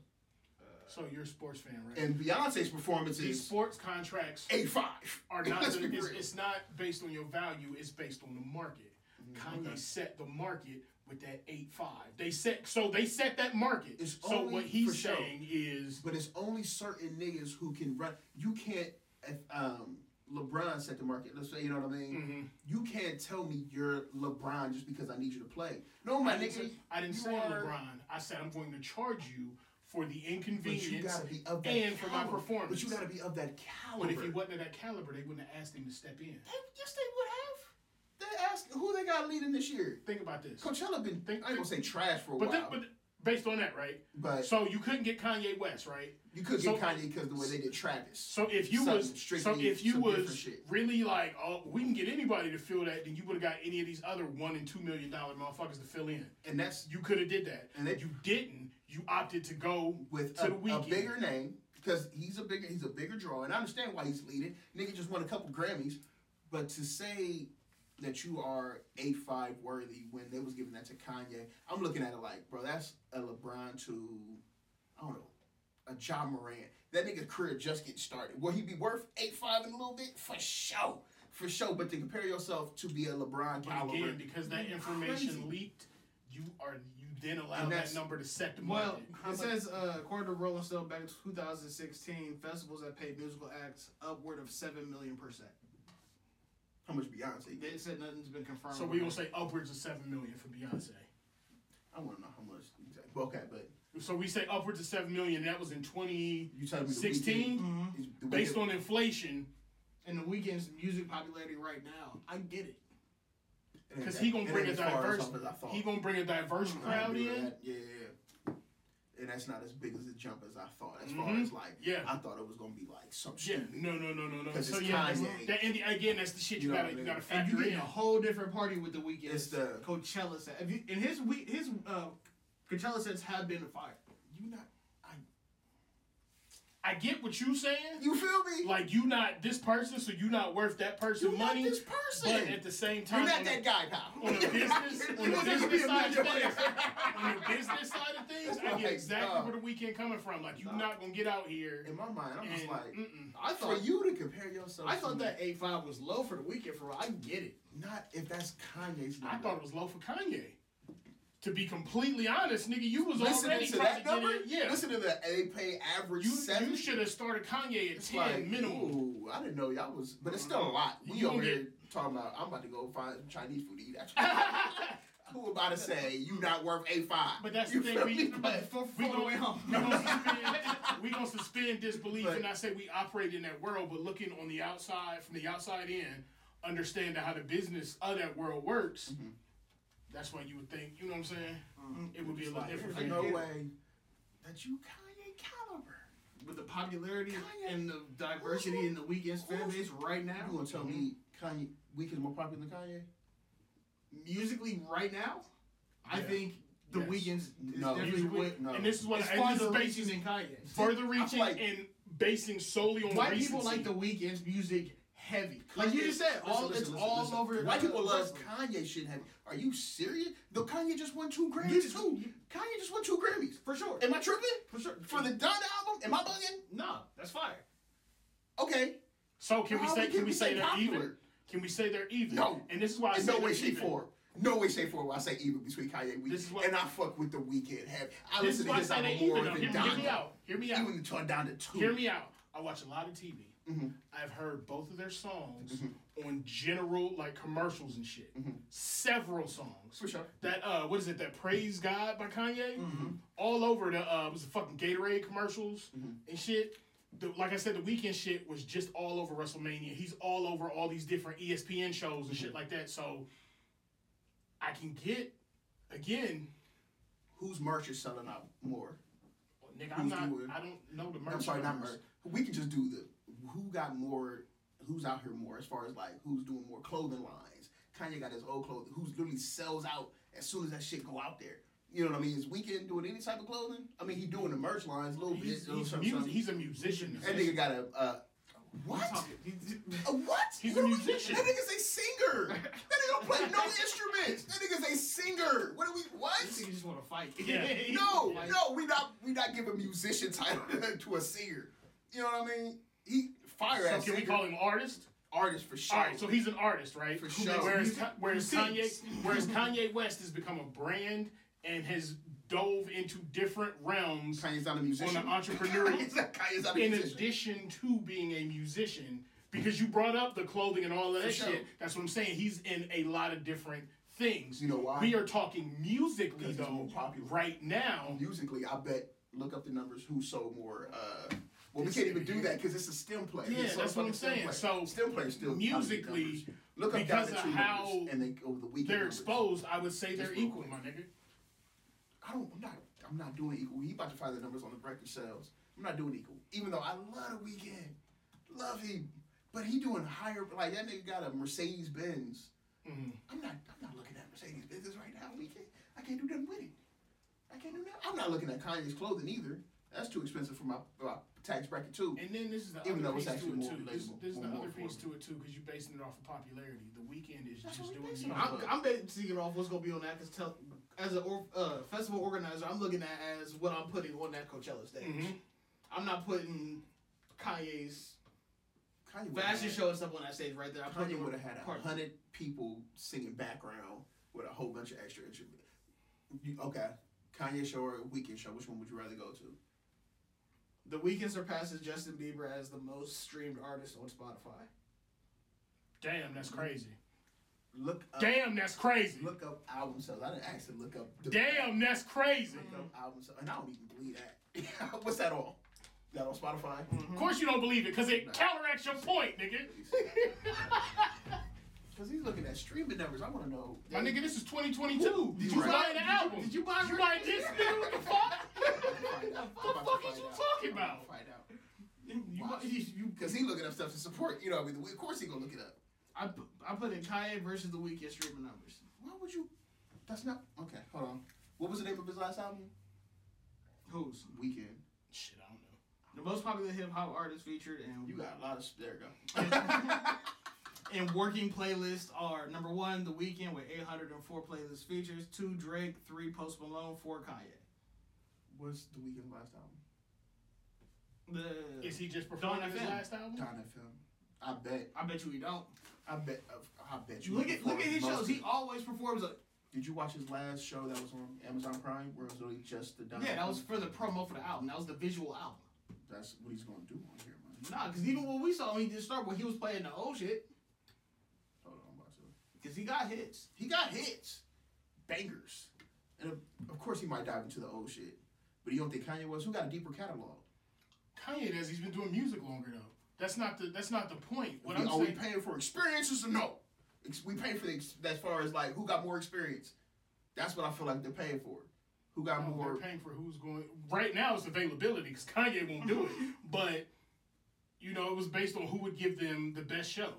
Speaker 1: So you're a sports fan, right?
Speaker 2: And Beyonce's performance
Speaker 1: These
Speaker 2: is
Speaker 1: sports contracts
Speaker 2: eight five.
Speaker 1: are not.
Speaker 2: Let's be
Speaker 1: it's,
Speaker 2: real.
Speaker 1: it's not based on your value. It's based on the market.
Speaker 2: Mm-hmm.
Speaker 1: Kanye set the market with that eight five. They set so they set that market.
Speaker 2: It's
Speaker 1: so
Speaker 2: only
Speaker 1: what
Speaker 2: for
Speaker 1: he's
Speaker 2: show.
Speaker 1: saying is
Speaker 2: But it's only certain niggas who can run. You can't. If um, LeBron set the market, let's say you know what I mean.
Speaker 1: Mm-hmm.
Speaker 2: You can't tell me you're LeBron just because I need you to play. No, my
Speaker 1: I didn't,
Speaker 2: nigga,
Speaker 1: say, I didn't
Speaker 2: you
Speaker 1: say
Speaker 2: are-
Speaker 1: LeBron. I said I'm going to charge you for the
Speaker 2: But
Speaker 1: inconvenience
Speaker 2: you gotta be of that
Speaker 1: and for my
Speaker 2: caliber.
Speaker 1: performance.
Speaker 2: But you gotta be of that caliber.
Speaker 1: But if he wasn't of that caliber, they wouldn't have asked him to step in.
Speaker 2: They- yes, they would have. They asked who they got leading this year.
Speaker 1: Think about this.
Speaker 2: Coachella been
Speaker 1: Think-
Speaker 2: I ain't gonna say trash for a
Speaker 1: But,
Speaker 2: while,
Speaker 1: then, but based on that, right?
Speaker 2: but
Speaker 1: So you couldn't get Kanye West, right?
Speaker 2: you could
Speaker 1: so-
Speaker 2: get Kanye because the way they did Travis.
Speaker 1: So if you
Speaker 2: Something
Speaker 1: was so
Speaker 2: strictly-
Speaker 1: if you
Speaker 2: some different
Speaker 1: was
Speaker 2: shit.
Speaker 1: really like, oh, we can get anybody to fill that, then you would have got any of these other one and two million dollar motherfuckers to fill in.
Speaker 2: and that's
Speaker 1: You could have did that,
Speaker 2: And they-
Speaker 1: you didn't. You opted to go
Speaker 2: with
Speaker 1: to
Speaker 2: a,
Speaker 1: the
Speaker 2: a
Speaker 1: weekend.
Speaker 2: bigger name because he's a bigger he's a bigger draw, and I understand why he's leading. Nigga just won a couple Grammys, but to say that you are a five worthy when they was giving that to Kanye, I'm looking at it like, bro, that's a LeBron to I don't know a John Moran. That nigga's career just getting started. Will he be worth eight five in a little bit? For sure. For sure, but to compare yourself to be a LeBron
Speaker 1: But
Speaker 2: caliber,
Speaker 1: again, because that
Speaker 2: you're
Speaker 1: information
Speaker 2: crazy.
Speaker 1: leaked, you are you then allow
Speaker 2: And
Speaker 1: that
Speaker 2: that's-
Speaker 1: number to set the
Speaker 6: Well,
Speaker 1: market.
Speaker 6: it says uh, according to Rolling Stone, back in 2016, festivals that paid musical acts upward of seven million percent.
Speaker 2: how much Beyonce?
Speaker 6: They said nothing's been confirmed.
Speaker 1: so we gonna say upwards of seven million for Beyonce.
Speaker 2: I want to know how much. Okay, but
Speaker 1: So we say upwards of seven million. That was in twenty
Speaker 2: you telling me the
Speaker 1: sixteen.
Speaker 2: Weeknd is- the
Speaker 1: Based
Speaker 2: Weeknd-
Speaker 1: on inflation,
Speaker 6: and the weekend's music popularity right now, I get it.
Speaker 2: it ain't
Speaker 1: because
Speaker 2: that-
Speaker 1: he gonna
Speaker 2: it
Speaker 1: bring a
Speaker 2: ain't as far as
Speaker 1: diverse,
Speaker 2: I thought.
Speaker 1: he gonna bring a diverse
Speaker 2: I
Speaker 1: crowd
Speaker 2: agree with
Speaker 1: in.
Speaker 2: that. Yeah, yeah, yeah. And that's not as big as a jump as I thought. As far
Speaker 1: Mhm.
Speaker 2: as like,
Speaker 1: Yeah.
Speaker 2: I thought it was gonna be like some
Speaker 1: Yeah,
Speaker 2: stupid.
Speaker 1: no, no, no, no, no.
Speaker 2: 'Cause
Speaker 1: So
Speaker 2: it's
Speaker 1: yeah, that's,
Speaker 2: Kanye.
Speaker 1: that and the- again, that's the shit you,
Speaker 2: You know what
Speaker 1: gotta
Speaker 2: I
Speaker 1: you
Speaker 2: mean?
Speaker 1: gotta
Speaker 6: And
Speaker 1: factor
Speaker 6: you get
Speaker 1: in.
Speaker 6: a whole different party with the weekend.
Speaker 2: It's the-
Speaker 6: Coachella set. If you, and his week, his uh, Coachella sets have been fire.
Speaker 2: You not?
Speaker 1: I get what you saying.
Speaker 2: You feel me?
Speaker 1: Like you not this person, so you not worth that person
Speaker 2: you
Speaker 1: money.
Speaker 2: not this
Speaker 1: But
Speaker 2: person.
Speaker 1: at the same time,
Speaker 2: You're
Speaker 1: on
Speaker 2: not
Speaker 1: the-
Speaker 2: that guy, pal.
Speaker 1: on the business,
Speaker 2: You're
Speaker 1: on the
Speaker 2: not gonna be
Speaker 1: business
Speaker 2: a
Speaker 1: side of
Speaker 2: millionaire.
Speaker 1: things, on the business side of things, I
Speaker 2: Like,
Speaker 1: get exactly
Speaker 2: uh,
Speaker 1: where the weekend coming from. Like you're not gonna get out here.
Speaker 2: In my mind, I'm just
Speaker 1: and- mm,
Speaker 2: like,
Speaker 1: mm-mm.
Speaker 6: I
Speaker 2: for
Speaker 6: thought
Speaker 2: you to compare yourself,
Speaker 6: I
Speaker 2: to
Speaker 6: thought that eight five was low for the weekend. For real. I get it.
Speaker 2: not if that's Kanye's number.
Speaker 1: I thought it was low for Kanye. To be completely honest, nigga, you was already
Speaker 2: Listening to
Speaker 1: trying
Speaker 2: that
Speaker 1: to get
Speaker 2: number,
Speaker 1: it. Yeah,
Speaker 2: Listen to the A pay average
Speaker 1: you
Speaker 2: seven.
Speaker 1: you should have started Kanye at
Speaker 2: It's
Speaker 1: ten
Speaker 2: like,
Speaker 1: minimum. Uh-huh.
Speaker 2: ooh, I didn't know y'all was, but it's still a lot. We
Speaker 1: You
Speaker 2: over
Speaker 1: gonna
Speaker 2: here talking about, I'm about to go find some Chinese food to eat. After. Who about to say you not worth a five?
Speaker 1: But that's
Speaker 2: you
Speaker 1: the thing.
Speaker 2: feel
Speaker 1: We,
Speaker 2: me?
Speaker 1: but
Speaker 6: for-
Speaker 1: we
Speaker 6: for the
Speaker 1: gonna,
Speaker 6: way home.
Speaker 1: We gonna suspend, we gonna suspend disbelief,
Speaker 2: But-
Speaker 1: and I say we operate in that world, but looking on the outside, from the outside in, understand how the business of that world works. That's why you would think, you know what I'm saying? It would be a lot different.
Speaker 2: There's
Speaker 1: for
Speaker 2: no
Speaker 1: you.
Speaker 2: way that you Kanye caliber.
Speaker 6: With the popularity and the diversity in the weekend's fan base right now,
Speaker 2: You gonna tell me Kanye Week is more popular than Kanye?
Speaker 6: musically right now, I
Speaker 1: Yeah.
Speaker 6: think the
Speaker 1: Yes.
Speaker 6: weekends is
Speaker 2: No.
Speaker 6: definitely
Speaker 1: Musically,
Speaker 6: way,
Speaker 2: No.
Speaker 1: And this is what
Speaker 6: it's
Speaker 1: and this
Speaker 6: farther
Speaker 1: is
Speaker 6: reaching
Speaker 1: basing
Speaker 6: than Kanye.
Speaker 1: further reaching
Speaker 2: like-
Speaker 1: and basing solely on
Speaker 6: White
Speaker 1: recency.
Speaker 6: people like the weekends music heavy. Like you just said,
Speaker 2: Listen,
Speaker 6: all
Speaker 2: listen,
Speaker 6: it's
Speaker 2: listen,
Speaker 6: all
Speaker 2: listen.
Speaker 6: over.
Speaker 2: White people love
Speaker 6: Listen,
Speaker 2: Kanye shit heavy. Are you serious? Though Kanye just won two Grammys
Speaker 6: You just-
Speaker 2: too. Kanye just won two Grammys.
Speaker 6: for sure.
Speaker 2: Am I tripping?
Speaker 6: For sure.
Speaker 2: For the Donna album? Am I bugging?
Speaker 6: no, that's fire.
Speaker 2: Okay.
Speaker 1: So can we
Speaker 2: How
Speaker 1: say
Speaker 2: we
Speaker 1: can
Speaker 2: can
Speaker 1: we say
Speaker 2: say
Speaker 1: they're
Speaker 2: popular?
Speaker 1: even? Can we say they're even?
Speaker 2: No.
Speaker 1: And this is why I
Speaker 2: In
Speaker 1: say
Speaker 2: no
Speaker 1: they're
Speaker 2: way, shape,
Speaker 1: even.
Speaker 2: form.
Speaker 8: No way, shape, or form. I say even between Kanye and
Speaker 1: This is
Speaker 8: Weeknd,
Speaker 1: why-
Speaker 8: and I fuck with the Weeknd. Have I listen
Speaker 1: This is
Speaker 8: to
Speaker 1: why I
Speaker 8: his
Speaker 1: say they
Speaker 8: album
Speaker 1: even.
Speaker 8: more
Speaker 1: though.
Speaker 8: than
Speaker 1: Hear, hear me
Speaker 8: Donda?
Speaker 1: out. Hear me out.
Speaker 8: Even to Donda too.
Speaker 1: Hear me out. I watch a lot of TV.
Speaker 2: Mm-hmm.
Speaker 8: Mhm.
Speaker 1: I've heard both of their songs on general like commercials and shit.
Speaker 2: Mm-hmm.
Speaker 1: Several songs.
Speaker 8: For sure.
Speaker 1: That uh, what is it? That Praise God by Kanye.
Speaker 2: Mm-hmm.
Speaker 1: All over the uh, was the fucking Gatorade commercials
Speaker 2: Mm-hmm.
Speaker 1: and shit. The, like I said, the weekend shit was just all over WrestleMania. He's all over all these different E ESPN shows and
Speaker 2: Mm-hmm.
Speaker 1: shit like that. So I can get again,
Speaker 2: Whose merch is selling out more?
Speaker 1: nigga. I'm
Speaker 2: Who's
Speaker 1: not.
Speaker 2: doing?
Speaker 1: I don't know the merch.
Speaker 2: I'm sorry, not
Speaker 1: numbers.
Speaker 2: merch. We can just do the who got more, who's out here more as far as like who's doing more clothing lines. Kanye got his old clothing. Who's literally sells out as soon as that shit go out there. You know what I mean? Is Weekend doing any type of clothing? I mean, he doing the merch lines a little bit.
Speaker 1: He's,
Speaker 2: little
Speaker 1: he's,
Speaker 2: something,
Speaker 1: mu-
Speaker 2: something.
Speaker 1: he's a musician.
Speaker 2: That nigga got a uh, what? A what?
Speaker 1: He's
Speaker 2: What
Speaker 1: a
Speaker 2: am I-
Speaker 1: musician.
Speaker 2: That nigga's a singer. That nigga don't play no instruments. That nigga's a singer. What are we? What?
Speaker 6: This nigga just want to fight.
Speaker 1: Yeah.
Speaker 2: No, no, we not we not give a musician title to a singer. You know what I mean? He fire
Speaker 1: So
Speaker 2: ass
Speaker 1: can we
Speaker 2: singer,
Speaker 1: call him artist?
Speaker 2: artist for sure.
Speaker 1: All right, so he's an artist, right?
Speaker 2: For sure.
Speaker 1: Whereas,
Speaker 2: He's-
Speaker 1: Ka- whereas
Speaker 2: he
Speaker 1: Kanye,
Speaker 2: sings.
Speaker 1: whereas Kanye West has become a brand and has dove into different realms
Speaker 2: Kanye's not a musician.
Speaker 1: On the entrepreneurial-
Speaker 2: Kanye's not Kanye's not a
Speaker 1: in
Speaker 2: musician.
Speaker 1: addition to being a musician. Because you brought up the clothing and all of that
Speaker 2: For sure.
Speaker 1: shit. That's what I'm saying. He's in a lot of different things.
Speaker 2: You know why?
Speaker 1: We are talking musically
Speaker 2: Because he's
Speaker 1: though,
Speaker 2: more popular.
Speaker 1: right now.
Speaker 2: Musically, I bet look up the numbers who sold more. Uh, well, we can't even do that because it's a stem play.
Speaker 1: Yeah,
Speaker 2: It's so
Speaker 1: that's what
Speaker 2: fucking
Speaker 1: I'm
Speaker 2: stem
Speaker 1: saying.
Speaker 2: play.
Speaker 1: So,
Speaker 2: stem play still probably
Speaker 1: musically,
Speaker 2: numbers. look up
Speaker 1: because
Speaker 2: Diamond
Speaker 1: of
Speaker 2: Tree
Speaker 1: how
Speaker 2: numbers and then over the weekend
Speaker 1: They're
Speaker 2: numbers.
Speaker 1: exposed. I would say they're
Speaker 2: Just real
Speaker 1: equal,
Speaker 2: quick.
Speaker 1: my nigga.
Speaker 2: I don't. I'm not. I'm not doing equal. He about to find the numbers on the record sales. I'm not doing equal. Even though I love the weekend, love him, but he doing higher. Like that nigga got a Mercedes Benz.
Speaker 6: Mm-hmm.
Speaker 1: Mhm.
Speaker 2: I'm not. I'm not looking at Mercedes Benzes right now. We can't. I can't do nothing with it. I can't do that. I'm not looking at Kanye's clothing either. That's too expensive for my, my tax bracket too.
Speaker 1: And then this is the
Speaker 2: Even though
Speaker 1: other
Speaker 2: it's
Speaker 1: piece to it
Speaker 2: actually more
Speaker 1: too. This,
Speaker 2: relatable,
Speaker 1: this is the
Speaker 2: more
Speaker 1: other piece to
Speaker 2: affordable.
Speaker 1: it too, because you're basing it off of popularity. The weekend is
Speaker 2: That's
Speaker 1: just
Speaker 2: what we
Speaker 1: doing.
Speaker 2: basing
Speaker 1: music.
Speaker 2: it
Speaker 6: I'm, I'm basing it off what's gonna be on that because tell, as a or, uh, festival organizer, I'm looking at as what I'm putting on that Coachella stage.
Speaker 2: Mm-hmm.
Speaker 1: Mhm.
Speaker 6: I'm not putting Kanye's
Speaker 2: Kanye would've
Speaker 6: fashion
Speaker 2: had-
Speaker 6: show and stuff on that stage right there. I'm putting
Speaker 2: Kanye
Speaker 6: on
Speaker 2: would have had a
Speaker 6: part-
Speaker 2: hundred people singing background with a whole bunch of extra instruments. You- Okay, Kanye show or weekend show? Which one would you rather go to?
Speaker 6: The weekend surpasses Justin Bieber as the most streamed artist on Spotify.
Speaker 1: Damn, that's crazy.
Speaker 2: Look up,
Speaker 1: Damn, that's crazy.
Speaker 2: Mm-hmm. look up album sales. I didn't ask to look up. the-
Speaker 1: Damn, that's crazy.
Speaker 2: look up album sales, and I don't even believe that. What's that on? That on Spotify?
Speaker 1: Of course you don't believe it, because it counteracts your point, nigga.
Speaker 2: Because he's looking at streaming numbers. I want to know.
Speaker 1: My nigga, this is 2022. Did
Speaker 2: Did
Speaker 1: you
Speaker 2: you
Speaker 1: buy
Speaker 2: write-
Speaker 1: an album?
Speaker 6: Did you buy?
Speaker 1: You buy this nigga? What the fuck?
Speaker 2: Find out.
Speaker 1: The
Speaker 2: I'm about
Speaker 1: fuck
Speaker 2: to
Speaker 1: is
Speaker 2: find
Speaker 1: you
Speaker 2: out.
Speaker 1: talking
Speaker 2: I'm about
Speaker 1: about?
Speaker 2: to Find out.
Speaker 6: You,
Speaker 2: Watch.
Speaker 6: you, you,
Speaker 2: Because he looking up stuff to support. You know, I mean, of course he gonna look it up.
Speaker 6: I, pu- I put in Kanye versus the weekend streaming numbers.
Speaker 2: Why would you? That's not okay. Hold on. What was the name of his last album?
Speaker 6: Who's
Speaker 2: Weekend.
Speaker 1: Shit, I don't know.
Speaker 6: the most popular hip hop artist featured and
Speaker 2: You got a lot of there you go.
Speaker 6: and working playlists are number one, The Weeknd with 804 playlist features, two, Drake, three, Post Malone, four, Kanye.
Speaker 2: What's the weekend last album?
Speaker 6: The,
Speaker 1: Is he just performing his
Speaker 6: FM.
Speaker 1: last album?
Speaker 2: Don FM. I bet.
Speaker 6: I bet you he don't.
Speaker 2: I bet. I bet you.
Speaker 6: Look at look at his shows. He always performs. A,
Speaker 2: Did you watch his last show that was on Amazon Prime, where it was literally just the Don?
Speaker 6: yeah, that was
Speaker 2: FM?
Speaker 6: for the promo for the album. That was the visual album.
Speaker 2: That's what he's gonna do on here, man.
Speaker 6: Nah, because even when we saw him, he did start when he was playing the old shit.
Speaker 2: Hold on, I'm about to.
Speaker 6: Because he got hits.
Speaker 2: He got hits, bangers, and of, of course he might dive into the old shit. But you don't think Kanye was? Who got a deeper catalog?
Speaker 1: Kanye does. He's been doing music longer though. That's not the. That's not the point. What
Speaker 2: we,
Speaker 1: I'm
Speaker 2: are
Speaker 1: saying.
Speaker 2: we paying for experiences or no? Ex- we pay for the ex- as far as like who got more experience. That's what I feel like they're paying for. Who got
Speaker 1: No,
Speaker 2: more?
Speaker 1: They're paying for who's going. Right now, it's availability because Kanye won't do it.
Speaker 2: Mm-hmm.
Speaker 1: But you know, it was based on who would give them the best show.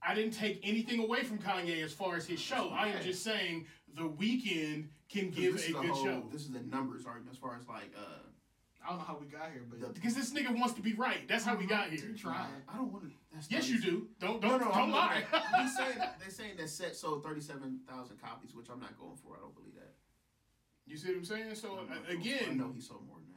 Speaker 1: I didn't take anything away from Kanye as far as his show. I am just saying the weekend can
Speaker 2: 'cause
Speaker 1: give
Speaker 2: this
Speaker 1: a
Speaker 2: is
Speaker 1: good
Speaker 2: whole-
Speaker 1: show
Speaker 2: This is the numbers argument as far as like. uh
Speaker 6: I don't know how we got here, but
Speaker 2: The-
Speaker 1: because this nigga wants to be right. That's how we got here.
Speaker 6: he tried.
Speaker 2: I don't want Mm-hmm. to. That's
Speaker 1: Yes, you
Speaker 2: 30
Speaker 1: do. Don't don't don't
Speaker 2: I'm not-
Speaker 1: lie.
Speaker 2: They saying they saying that set sold thirty seven thousand copies, which I'm not going for. I don't believe that.
Speaker 1: you see what I'm saying? So
Speaker 2: I'm
Speaker 1: uh,
Speaker 2: not going for it. I
Speaker 1: again,
Speaker 2: know he sold more than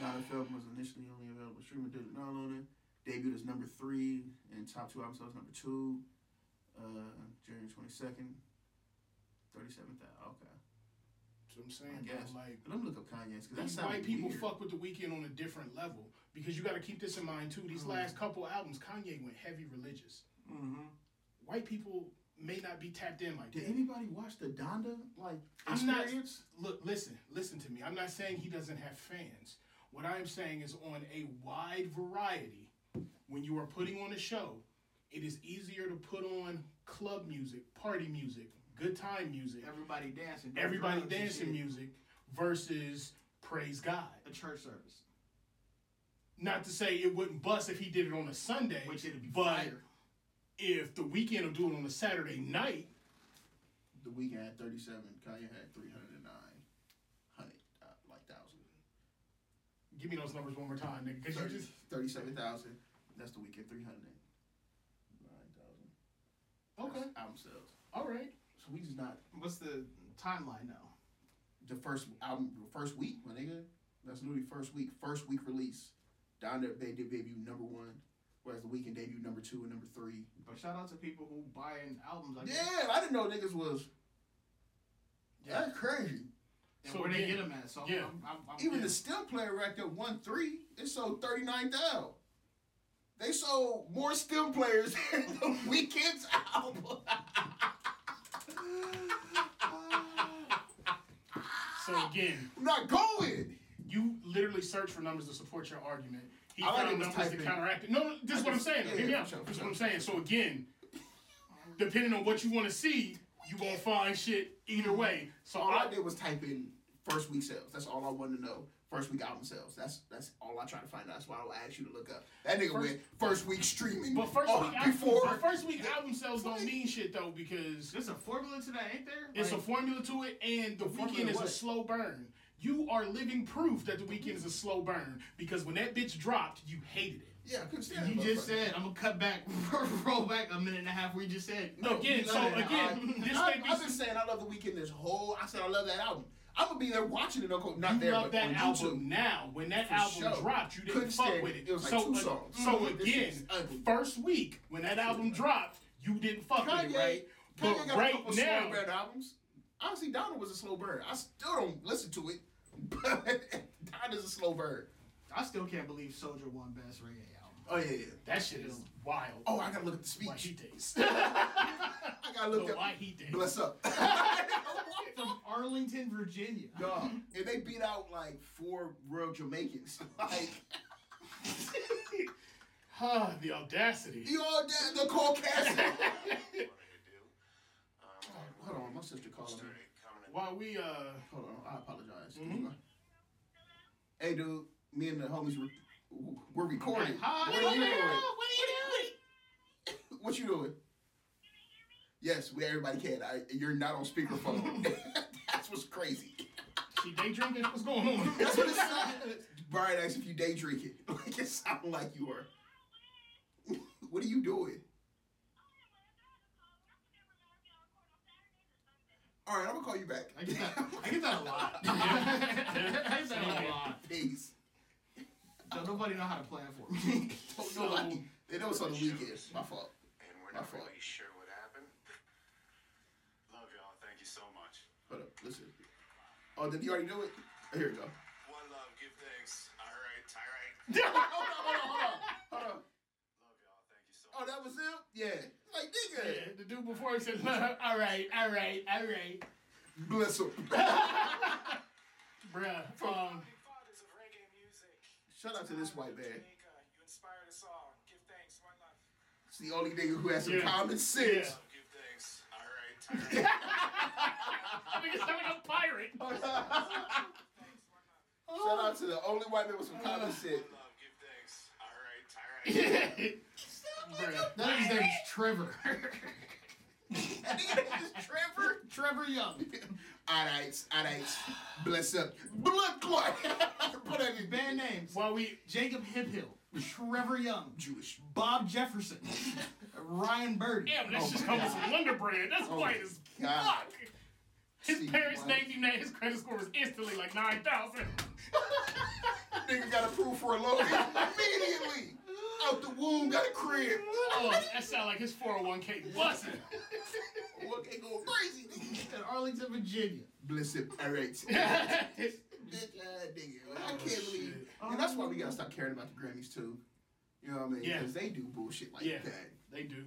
Speaker 2: that. Not a film was initially only available streaming digital downloading. Debuted as number three in top two album sales, number two, uh, January twenty second, thirty seven thousand. Okay,
Speaker 1: what I'm
Speaker 2: I
Speaker 1: saying, bro.
Speaker 2: guess.
Speaker 1: Like,
Speaker 2: But let me look up Kanye's
Speaker 1: these
Speaker 2: because that sounded
Speaker 1: white people
Speaker 2: weird.
Speaker 1: fuck with the weekend on a different level because you got to keep this in mind too.
Speaker 6: Uh-huh.
Speaker 1: These last couple albums, Kanye went heavy religious.
Speaker 6: Mm-hmm.
Speaker 1: White people may not be tapped in like
Speaker 2: Did
Speaker 1: that.
Speaker 2: anybody watch the Donda like
Speaker 1: I'm not-
Speaker 2: experience?
Speaker 1: Look, listen, listen to me. I'm not saying he doesn't have fans. What I am saying is on a wide variety, when you are putting on a show, it is easier to put on club music, party music, good time music,
Speaker 6: Everybody dancing. no
Speaker 1: everybody
Speaker 6: drugs and
Speaker 1: dancing
Speaker 6: shit.
Speaker 1: music versus praise God.
Speaker 6: A church service.
Speaker 1: Not to say it wouldn't bust if he did it on a Sunday,
Speaker 6: Which it'd be
Speaker 1: but
Speaker 6: fire.
Speaker 1: if the weekend will do it on a Saturday night,
Speaker 2: The weekend had thirty seven. Kanye had three hundred and nine hundred uh, like thousand.
Speaker 1: give me those numbers one more time, nigga, because you just
Speaker 2: Thirty-seven thousand. That's the weekend. Three hundred nine thousand.
Speaker 1: okay,
Speaker 2: Album sales.
Speaker 1: all right.
Speaker 2: So we just not
Speaker 6: What's the timeline now?
Speaker 2: the first album, the first week, my nigga. That's literally first week, first week release. Down there, they did debut number one, whereas the weekend debut number two and number three.
Speaker 6: But shout out to people who buying albums. I guess.
Speaker 2: Damn, I didn't know niggas was.
Speaker 1: Yeah.
Speaker 2: That's crazy.
Speaker 6: And
Speaker 1: So
Speaker 6: where they
Speaker 1: again-
Speaker 6: get them at. So
Speaker 1: yeah.
Speaker 6: I'm, I'm, I'm,
Speaker 2: Even
Speaker 6: yeah.
Speaker 2: the still player racked up one three. It sold thirty nine thousand. They sold more stem players than the weekend's album.
Speaker 1: So again,
Speaker 8: I'm not going.
Speaker 1: you literally search for numbers to support your argument. He
Speaker 2: I like it
Speaker 1: found
Speaker 2: was
Speaker 1: numbers to
Speaker 2: typing.
Speaker 1: counteract it. No, no, this is what I'm saying.
Speaker 2: yeah,
Speaker 1: Hear me
Speaker 2: yeah,
Speaker 1: out.
Speaker 2: for sure, for
Speaker 1: This is
Speaker 2: sure.
Speaker 1: what I'm saying. So again, depending on what you want to see, you gonna find shit either way. So
Speaker 2: All Oh, I
Speaker 1: I,
Speaker 2: did was type in first week sales. That's all I wanted to know. First week album sales. That's that's all I tried to find out. That's why I asked you to look up.
Speaker 8: That nigga
Speaker 1: First-
Speaker 8: went first week streaming.
Speaker 1: but first
Speaker 8: Oh,
Speaker 1: week album,
Speaker 8: before
Speaker 1: but first week album sales don't mean shit though because
Speaker 6: There's a formula to that, ain't there?
Speaker 1: it's a
Speaker 6: Like,
Speaker 1: formula to it, and the
Speaker 6: formula
Speaker 1: weekend is a
Speaker 6: what?
Speaker 1: slow burn. You are living proof that the weekend is a slow burn because when that bitch dropped, you hated it.
Speaker 8: yeah, I couldn't stand
Speaker 6: you
Speaker 8: that
Speaker 6: just
Speaker 8: motherfucker.
Speaker 6: said I'm gonna cut back, roll back a minute and a half. We just said
Speaker 1: No, again,
Speaker 6: you
Speaker 1: so
Speaker 6: love it.
Speaker 1: again, this
Speaker 2: I,
Speaker 1: may be
Speaker 2: I've been saying I love the weekend this whole. I said I love that album. I'm gonna be there watching it. Uncle, not
Speaker 1: you
Speaker 2: there,
Speaker 1: love
Speaker 2: but
Speaker 1: that
Speaker 2: on
Speaker 1: album
Speaker 2: YouTube.
Speaker 1: now. When that
Speaker 2: For
Speaker 1: album
Speaker 2: sure.
Speaker 1: dropped, you didn't
Speaker 2: Couldn't
Speaker 1: fuck
Speaker 2: stand
Speaker 1: with
Speaker 2: it.
Speaker 1: it.
Speaker 2: It was like
Speaker 1: so
Speaker 2: two
Speaker 1: uh,
Speaker 2: songs. Mm-hmm.
Speaker 1: so
Speaker 2: This is
Speaker 1: again,
Speaker 2: ugly.
Speaker 1: first week when that album dropped, you didn't fuck with
Speaker 2: Kanye,
Speaker 1: it, right?
Speaker 2: Kanye
Speaker 1: But
Speaker 2: got a
Speaker 1: right
Speaker 2: couple
Speaker 1: now,
Speaker 2: slow burn albums. Obviously, Donna was a slow burn. I still don't listen to it, but Donna's a slow burn.
Speaker 6: I still can't believe Soldier won best reggae album.
Speaker 2: Oh yeah, yeah.
Speaker 1: that shit is wild.
Speaker 2: Oh, I gotta look at the
Speaker 1: why he
Speaker 2: speech.
Speaker 1: days.
Speaker 2: I gotta
Speaker 1: the
Speaker 2: look
Speaker 1: why
Speaker 2: at.
Speaker 1: he days.
Speaker 8: Bless up.
Speaker 6: From Arlington, Virginia.
Speaker 2: Dog.
Speaker 8: and they beat out like four real Jamaicans. Like
Speaker 1: Huh, the audacity.
Speaker 8: you all dead, the Caucasian.
Speaker 2: Hold on, my sister calling me.
Speaker 1: While we uh,
Speaker 2: Hold on, I apologize.
Speaker 1: Mhm.
Speaker 2: Hey, dude, me and the homies were we're recording.
Speaker 6: Hi,
Speaker 2: what are you doing?
Speaker 6: doing?
Speaker 2: What you doing?
Speaker 8: yes, we everybody can. I, you're not on speakerphone. That's what's crazy.
Speaker 1: she day drinking. What's going on?
Speaker 8: That's what it sounds. Brian asked if you day drinking. Like it sounds like you are. what are you doing? All right, I'm gonna call you back.
Speaker 6: I get that. I get that a lot. I get that a lot.
Speaker 8: Peace.
Speaker 6: Don't nobody know how to plan for me.
Speaker 8: Don't know why. They know it's on the weekend. My fault.
Speaker 5: And we're
Speaker 8: My
Speaker 5: not
Speaker 8: fault.
Speaker 5: really sure what happened. Love y'all. Thank you so much.
Speaker 8: Hold up, listen. Oh, did you already do it? Oh, here we go.
Speaker 5: One love. Give thanks. All right. All right.
Speaker 8: Hold on, hold on, hold on, hold on.
Speaker 5: Love y'all. Thank you so
Speaker 8: Oh,
Speaker 5: much.
Speaker 8: that was him? Yeah. Like,
Speaker 1: Yeah,
Speaker 8: nigga.
Speaker 1: the dude before he said, "All right, all right, all right,
Speaker 8: Bless him.
Speaker 1: bruh." Um,
Speaker 5: Founding fathers of reggae music.
Speaker 8: Shout out to this white man.
Speaker 5: Jamaica, you inspired us all. Give thanks. One love.
Speaker 8: It's the only nigga who has some
Speaker 1: Yeah.
Speaker 8: common
Speaker 1: yeah,
Speaker 8: sense.
Speaker 5: Love. Give thanks. All right. All right.
Speaker 1: I think it sounded like a pirate.
Speaker 5: thanks. One love.
Speaker 8: Shout out to the only white man with some common sense.
Speaker 5: One love. Give thanks. All right. All right.
Speaker 1: Bruh.
Speaker 6: That is name's Trevor.
Speaker 8: Trevor?
Speaker 6: Trevor Young.
Speaker 8: All right, all right. Bless up. Blood clot. Put that in
Speaker 6: Band names.
Speaker 1: While we
Speaker 6: Jacob Hiphill. Trevor Young.
Speaker 8: Jewish.
Speaker 6: Bob Jefferson. Ryan Oh Birdie.
Speaker 1: Damn,
Speaker 2: Oh
Speaker 1: that's just comes from Wonder Bread. That's white as
Speaker 8: God.
Speaker 1: fuck. His
Speaker 8: See,
Speaker 1: parents
Speaker 8: why-
Speaker 1: named him that. His credit score was instantly like 9,000.
Speaker 8: Nigga got approved for a loan immediately.
Speaker 2: out the womb, got a crib.
Speaker 1: Oh, that sound like his 401k busting.
Speaker 2: Okay, going crazy. nigga.
Speaker 6: in Arlington, Virginia.
Speaker 2: Bliss it, all right.
Speaker 1: yeah, Oh,
Speaker 2: Bitch, uh, nigga. I can't
Speaker 1: shit.
Speaker 2: believe. And that's why we gotta stop caring about the Grammys too. You know what I mean?
Speaker 1: Yeah.
Speaker 2: Because they do bullshit like
Speaker 1: Yeah.
Speaker 2: that.
Speaker 1: they do.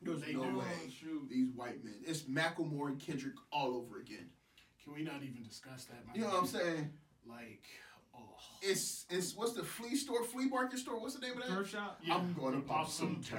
Speaker 2: There's
Speaker 1: They
Speaker 2: no
Speaker 1: do.
Speaker 2: way.
Speaker 1: Oh, shoot.
Speaker 2: These white men. It's Macklemore and Kendrick all over again.
Speaker 1: Can we not even discuss that? my
Speaker 2: You know
Speaker 1: nigga?
Speaker 2: what I'm saying?
Speaker 1: Like, oh.
Speaker 2: It's it's what's the flea store, flea market store? What's the name of that?
Speaker 6: Thrift shop.
Speaker 1: Yeah,
Speaker 2: I'm gonna
Speaker 1: rip
Speaker 2: pop
Speaker 1: off
Speaker 2: some
Speaker 1: some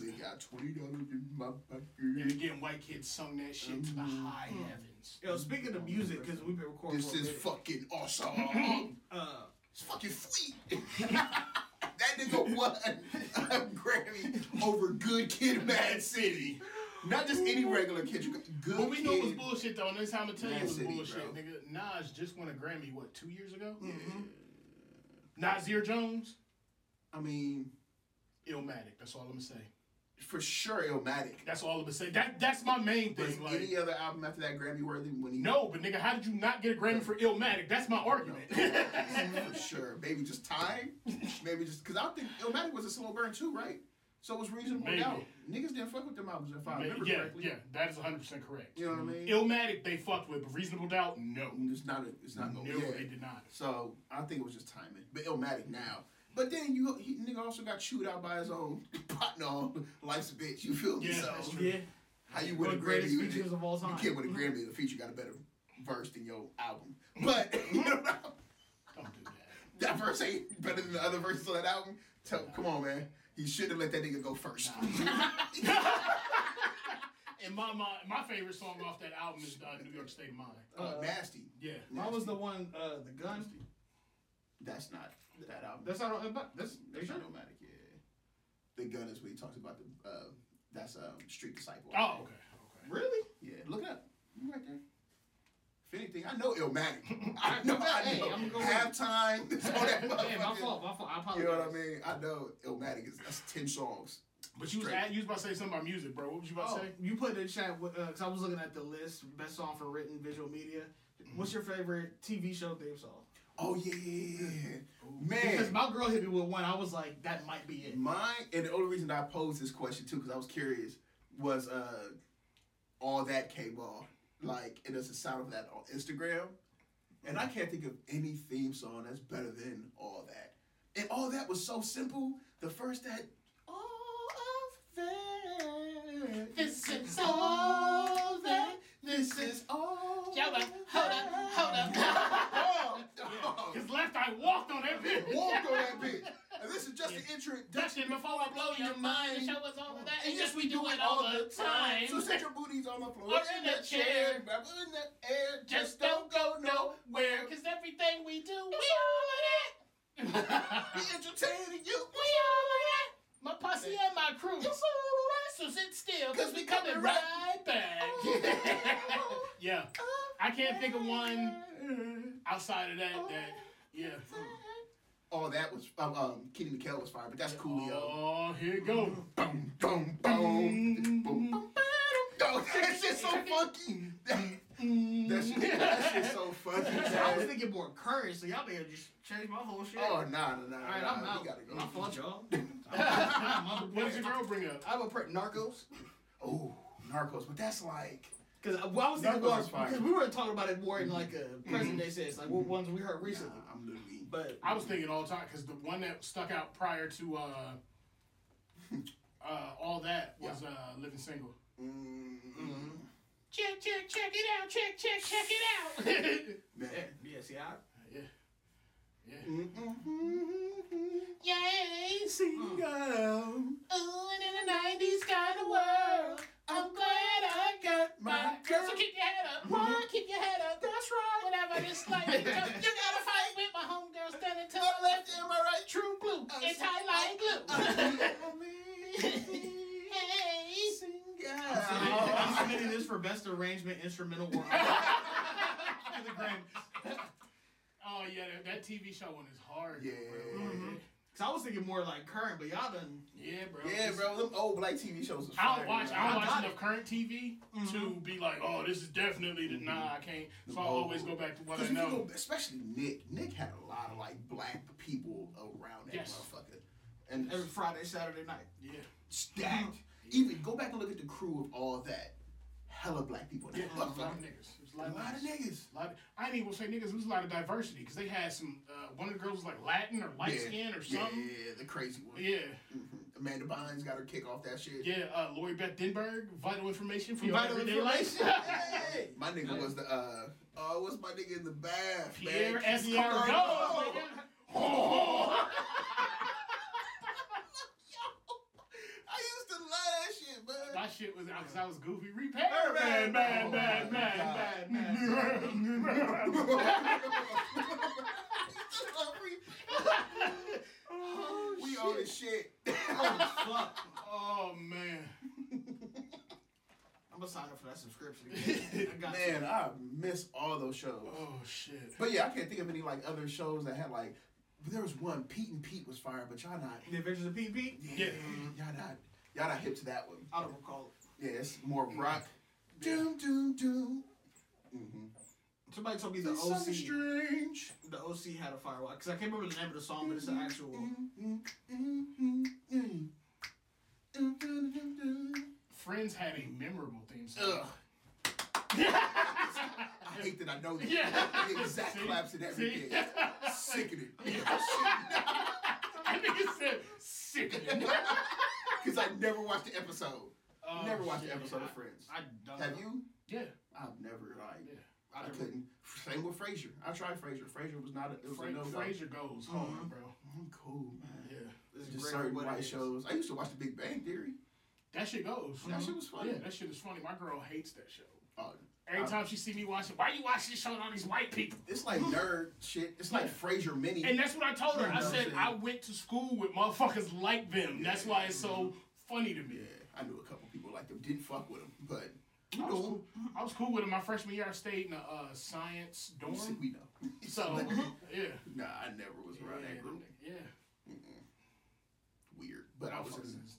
Speaker 1: tags.
Speaker 2: they got twenty dollars in my pocket.
Speaker 1: And again, white kids sung that shit to the
Speaker 2: Mm-hmm.
Speaker 1: high heavens.
Speaker 6: Yo, speaking of music, because we've been recording.
Speaker 2: This
Speaker 6: for a
Speaker 2: is
Speaker 6: minute,
Speaker 2: fucking awesome.
Speaker 6: Uh,
Speaker 2: it's fucking flea. that nigga won a Grammy over Good Kid, Mad City. Not just any regular kid. you got Good
Speaker 1: But we
Speaker 2: kid.
Speaker 1: knew it was bullshit though, and this time I tell you it was
Speaker 2: Mad City,
Speaker 1: bullshit,
Speaker 2: bro. Mm-hmm.
Speaker 1: nigga. Nas just won a Grammy, what, two years ago? Nasir Jones,
Speaker 2: I mean,
Speaker 1: Illmatic. That's all I'm gonna say.
Speaker 2: for sure, Illmatic.
Speaker 1: That's all I'm gonna say. That that's my main
Speaker 2: Was
Speaker 1: thing. Like,
Speaker 2: any other album after that Grammy worthy? When he
Speaker 1: no, but nigga, how did you not get a Grammy for Illmatic? That's my argument.
Speaker 2: for sure. Maybe just time. Maybe just because I think Illmatic was a slow burn too, right? So it was reasonable
Speaker 1: Maybe.
Speaker 2: doubt. Niggas didn't fuck with them albums if I remember
Speaker 1: yeah,
Speaker 2: correctly.
Speaker 1: yeah, that is 100 percent correct.
Speaker 2: You know what I mean?
Speaker 1: Illmatic, they fucked with, but Reasonable Doubt, no,
Speaker 2: it's not. A, it's not
Speaker 1: no,
Speaker 2: going.
Speaker 1: they
Speaker 2: Oh, yeah.
Speaker 1: did not.
Speaker 2: So I think it was just timing. But Illmatic now. But then you he, nigga also got chewed out by his own partner. on Life's a bitch. You feel me?
Speaker 1: Yeah,
Speaker 2: so
Speaker 1: that's true.
Speaker 6: yeah,
Speaker 2: how you
Speaker 6: one
Speaker 2: win
Speaker 6: of
Speaker 2: a
Speaker 6: the
Speaker 2: Grammy?
Speaker 6: greatest
Speaker 2: You,
Speaker 6: features of all
Speaker 2: you
Speaker 6: time.
Speaker 2: can't win a Grammy in the feature. Got a better verse than your album. But you know what
Speaker 1: Don't
Speaker 2: I'm
Speaker 1: do that.
Speaker 2: That verse ain't better than the other verses on that album. Tell, come on, man. He should have let that nigga go first.
Speaker 1: And my my my favorite song off that album is uh, New York State of Mind.
Speaker 2: oh, nasty.
Speaker 1: Yeah,
Speaker 6: Uh, Mine was the one, uh, the gun.
Speaker 2: That's not that album.
Speaker 6: That's not. on- That's
Speaker 2: that's not Illmatic, yeah. The gun is when he talks about the. Uh, that's um, Street Disciple.
Speaker 1: Oh, okay. okay.
Speaker 6: really.
Speaker 2: Yeah, look it up. You right there. If anything, I know Illmatic. I know. I
Speaker 6: Hey,
Speaker 2: know.
Speaker 6: I'ma go with it.
Speaker 2: Halftime. it's on that
Speaker 6: Hey, my
Speaker 2: motherfucker.
Speaker 6: fault. My fault. I apologize.
Speaker 2: You know what I mean? I know Illmatic is that's ten songs.
Speaker 1: But you was,
Speaker 2: Straight.
Speaker 1: at, you was about to say something about music, bro. What was you about
Speaker 6: Oh,
Speaker 1: to say?
Speaker 6: you put in the chat because I was looking at the list best song for written visual media. What's your favorite TV show theme song?
Speaker 2: Oh yeah, yeah, yeah, yeah.
Speaker 6: Because
Speaker 2: man.
Speaker 6: my girl hit me with one. I was like, that might be it.
Speaker 2: Mine, and the only reason I posed this question too, because I was curious, was uh, all that came on, like, and there's a sound of that on Instagram, and I can't think of any theme song that's better than all that. And all that was so simple. The first that all of that, this is all that, this is all.
Speaker 1: Hold up, hold up,
Speaker 2: hold up.
Speaker 1: His left eye walked on that bitch.
Speaker 2: Walked on that bitch. And this is just the introduction.
Speaker 1: Dustin, before I blow your mind, the show was over that. And yes, we do it all the time.
Speaker 2: So set your booties on the floor.
Speaker 1: Or in the chair.
Speaker 2: Grab her in the air.
Speaker 1: Just don't go nowhere, cause everything we do, we all of that.
Speaker 2: Be entertaining you.
Speaker 1: We all of that. My posse and my crew. So sit still, cause we coming right back. yeah, I can't think of one outside of that. That yeah.
Speaker 2: Oh, that was um, um Kenny McKell was fire, but that's Coolio.
Speaker 1: Oh, here you go.
Speaker 2: Boom, boom, boom, boom, boom. Yo, that shit's so funky. That, that, shit, that shit's so funky.
Speaker 6: I was
Speaker 2: man.
Speaker 6: thinking more current, so y'all better just change my whole shit.
Speaker 2: Oh, nah, nah, nah.
Speaker 6: All right,
Speaker 2: nah,
Speaker 6: I'm
Speaker 2: we
Speaker 6: out.
Speaker 2: gotta go.
Speaker 6: My fault, y'all.
Speaker 1: What did your girl bring up?
Speaker 6: I have a print Narcos
Speaker 2: Oh, Narcos, but that's like.
Speaker 6: because uh, well, I was thinking
Speaker 2: Narcos
Speaker 6: more
Speaker 2: is fire.
Speaker 6: because we were talking about it more in like a present day sense, like what ones we heard
Speaker 2: Nah,
Speaker 6: recently.
Speaker 2: I'm literally.
Speaker 6: But
Speaker 1: I was thinking all the time because the one that stuck out prior to uh, uh, all that was uh, Living Single.
Speaker 2: Mm,
Speaker 1: Check, check, check it out. Check, check, check it out.
Speaker 2: man.
Speaker 6: yeah, yeah, see, I
Speaker 1: yeah. Yeah.
Speaker 2: Mm-hmm. Yay,
Speaker 1: Mm.
Speaker 2: single.
Speaker 1: Ooh, and in the 90s kind of world, I'm glad I got my girl. So keep your head up, boy, keep your head up. That's right. Whatever this life you gotta fight with my homegirl standing to the left and my right, true blue, and tight like glue. hey.
Speaker 2: Oh,
Speaker 6: I'm submitting this for best arrangement instrumental work. For the Grammys.
Speaker 1: Oh, yeah, that, that TV show one is hard.
Speaker 2: Yeah.
Speaker 1: Bro.
Speaker 2: Mhm.
Speaker 6: Cause I was thinking more like current, but y'all done.
Speaker 1: Yeah, bro.
Speaker 2: Yeah,
Speaker 1: It's-
Speaker 2: bro, them old black TV shows. is
Speaker 1: I
Speaker 2: fire,
Speaker 1: don't watch.
Speaker 2: bro.
Speaker 1: I don't
Speaker 6: I
Speaker 1: watch
Speaker 6: got
Speaker 1: enough current TV
Speaker 2: Mm-hmm.
Speaker 1: to be like, oh, this is definitely the nah. I can't. So I always go back to what I
Speaker 2: Because you
Speaker 1: know.
Speaker 2: go, especially Nick. Nick had a lot of like black people around that
Speaker 1: Yes.
Speaker 2: motherfucker. And And
Speaker 6: every Friday, Saturday night.
Speaker 1: Yeah.
Speaker 2: stacked. Even go back and look at the crew of all that. Hella black people. in
Speaker 1: Yeah,
Speaker 2: that
Speaker 1: a lot of
Speaker 2: motherfucker.
Speaker 1: niggas. It was
Speaker 2: A lot of niggas.
Speaker 1: lot of- I ain't even gonna say niggas. It was a lot of diversity because they had some. Uh, one of the girls was like Latin or light
Speaker 2: Yeah.
Speaker 1: skin or
Speaker 2: Yeah, yeah,
Speaker 1: something.
Speaker 2: yeah, the crazy one.
Speaker 1: Yeah,
Speaker 2: Mhm. Amanda Bynes got her kick off that shit.
Speaker 1: yeah. Uh, Lori Beth Denberg, vital information for your
Speaker 6: Vital
Speaker 1: everyday life.
Speaker 6: information.
Speaker 2: Hey, My nigga was the uh oh what's my nigga in the bath?
Speaker 1: Pierre
Speaker 2: man?
Speaker 1: Escargot.
Speaker 2: Escargot.
Speaker 1: nigga.
Speaker 2: I used to love that shit, man.
Speaker 1: That shit was because I was goofy. Repair man, man,
Speaker 2: Oh
Speaker 1: man,
Speaker 2: my
Speaker 1: man,
Speaker 2: God.
Speaker 1: man,
Speaker 2: we own this shit.
Speaker 6: Fuck.
Speaker 1: Oh man.
Speaker 6: I'm gonna sign up for that subscription. I got
Speaker 2: Man, I miss all those shows.
Speaker 1: Oh shit.
Speaker 2: But yeah, I can't think of any like other shows that had like there was one, Pete and Pete was fired, but y'all not
Speaker 6: you. The Adventures of Pete Pete.
Speaker 1: Yeah.
Speaker 2: y'all not y'all not hip to that one.
Speaker 6: I don't recall it.
Speaker 2: Yeah, it's more rock. Doom doom doom.
Speaker 6: Somebody told me the
Speaker 2: It's something
Speaker 6: OC,
Speaker 2: strange.
Speaker 6: the OC had a firewall because I can't remember the name of the song, but it's an actual.
Speaker 2: Mm-hmm,
Speaker 1: Friends had a memorable theme song.
Speaker 2: Ugh. I hate that I know that.
Speaker 1: Yeah.
Speaker 2: The exact
Speaker 1: See?
Speaker 2: claps and
Speaker 1: See?
Speaker 2: everything. Sickening.
Speaker 1: I think it said sickening.
Speaker 2: Because I never watched the episode.
Speaker 1: Oh,
Speaker 2: never watched
Speaker 1: shit.
Speaker 2: the episode of Friends.
Speaker 6: I don't.
Speaker 2: Have you?
Speaker 1: Yeah.
Speaker 2: I've never like
Speaker 1: Yeah.
Speaker 2: I, couldn't. Same with Frasier. I tried Frasier. Frasier was not a Mm-hmm. it was
Speaker 1: Fra-
Speaker 2: a no go.
Speaker 1: Frasier goes hard, bro.
Speaker 2: I'm cool, man.
Speaker 1: Yeah.
Speaker 6: It's
Speaker 2: Just
Speaker 6: great
Speaker 2: certain
Speaker 6: for what it
Speaker 2: white
Speaker 6: is.
Speaker 2: shows. I used to watch The Big Bang Theory.
Speaker 1: That shit goes.
Speaker 2: That shit was funny.
Speaker 1: Yeah, that shit is funny. My girl hates that show.
Speaker 2: Oh,
Speaker 1: Every
Speaker 2: I-
Speaker 1: time she see me watching, why you watching this show with all these white people?
Speaker 2: it's like nerd shit. It's like Frasier mini.
Speaker 1: Mm-hmm. And that's what I told her. I
Speaker 2: No,
Speaker 1: said
Speaker 2: shit.
Speaker 1: I went to school with motherfuckers like them. That's why it's so funny to me.
Speaker 2: mm-hmm. yeah, I knew a couple people like them. Didn't fuck with them, but you
Speaker 1: I was,
Speaker 2: know,
Speaker 1: cool. I was cool with it. My freshman year, I stayed in a uh, science
Speaker 2: we see-
Speaker 1: dorm.
Speaker 2: we know.
Speaker 1: So, yeah.
Speaker 2: Nah, I never was around
Speaker 1: Yeah,
Speaker 2: that group.
Speaker 1: Yeah.
Speaker 2: Weird, but I was.
Speaker 1: Motherfuckers is-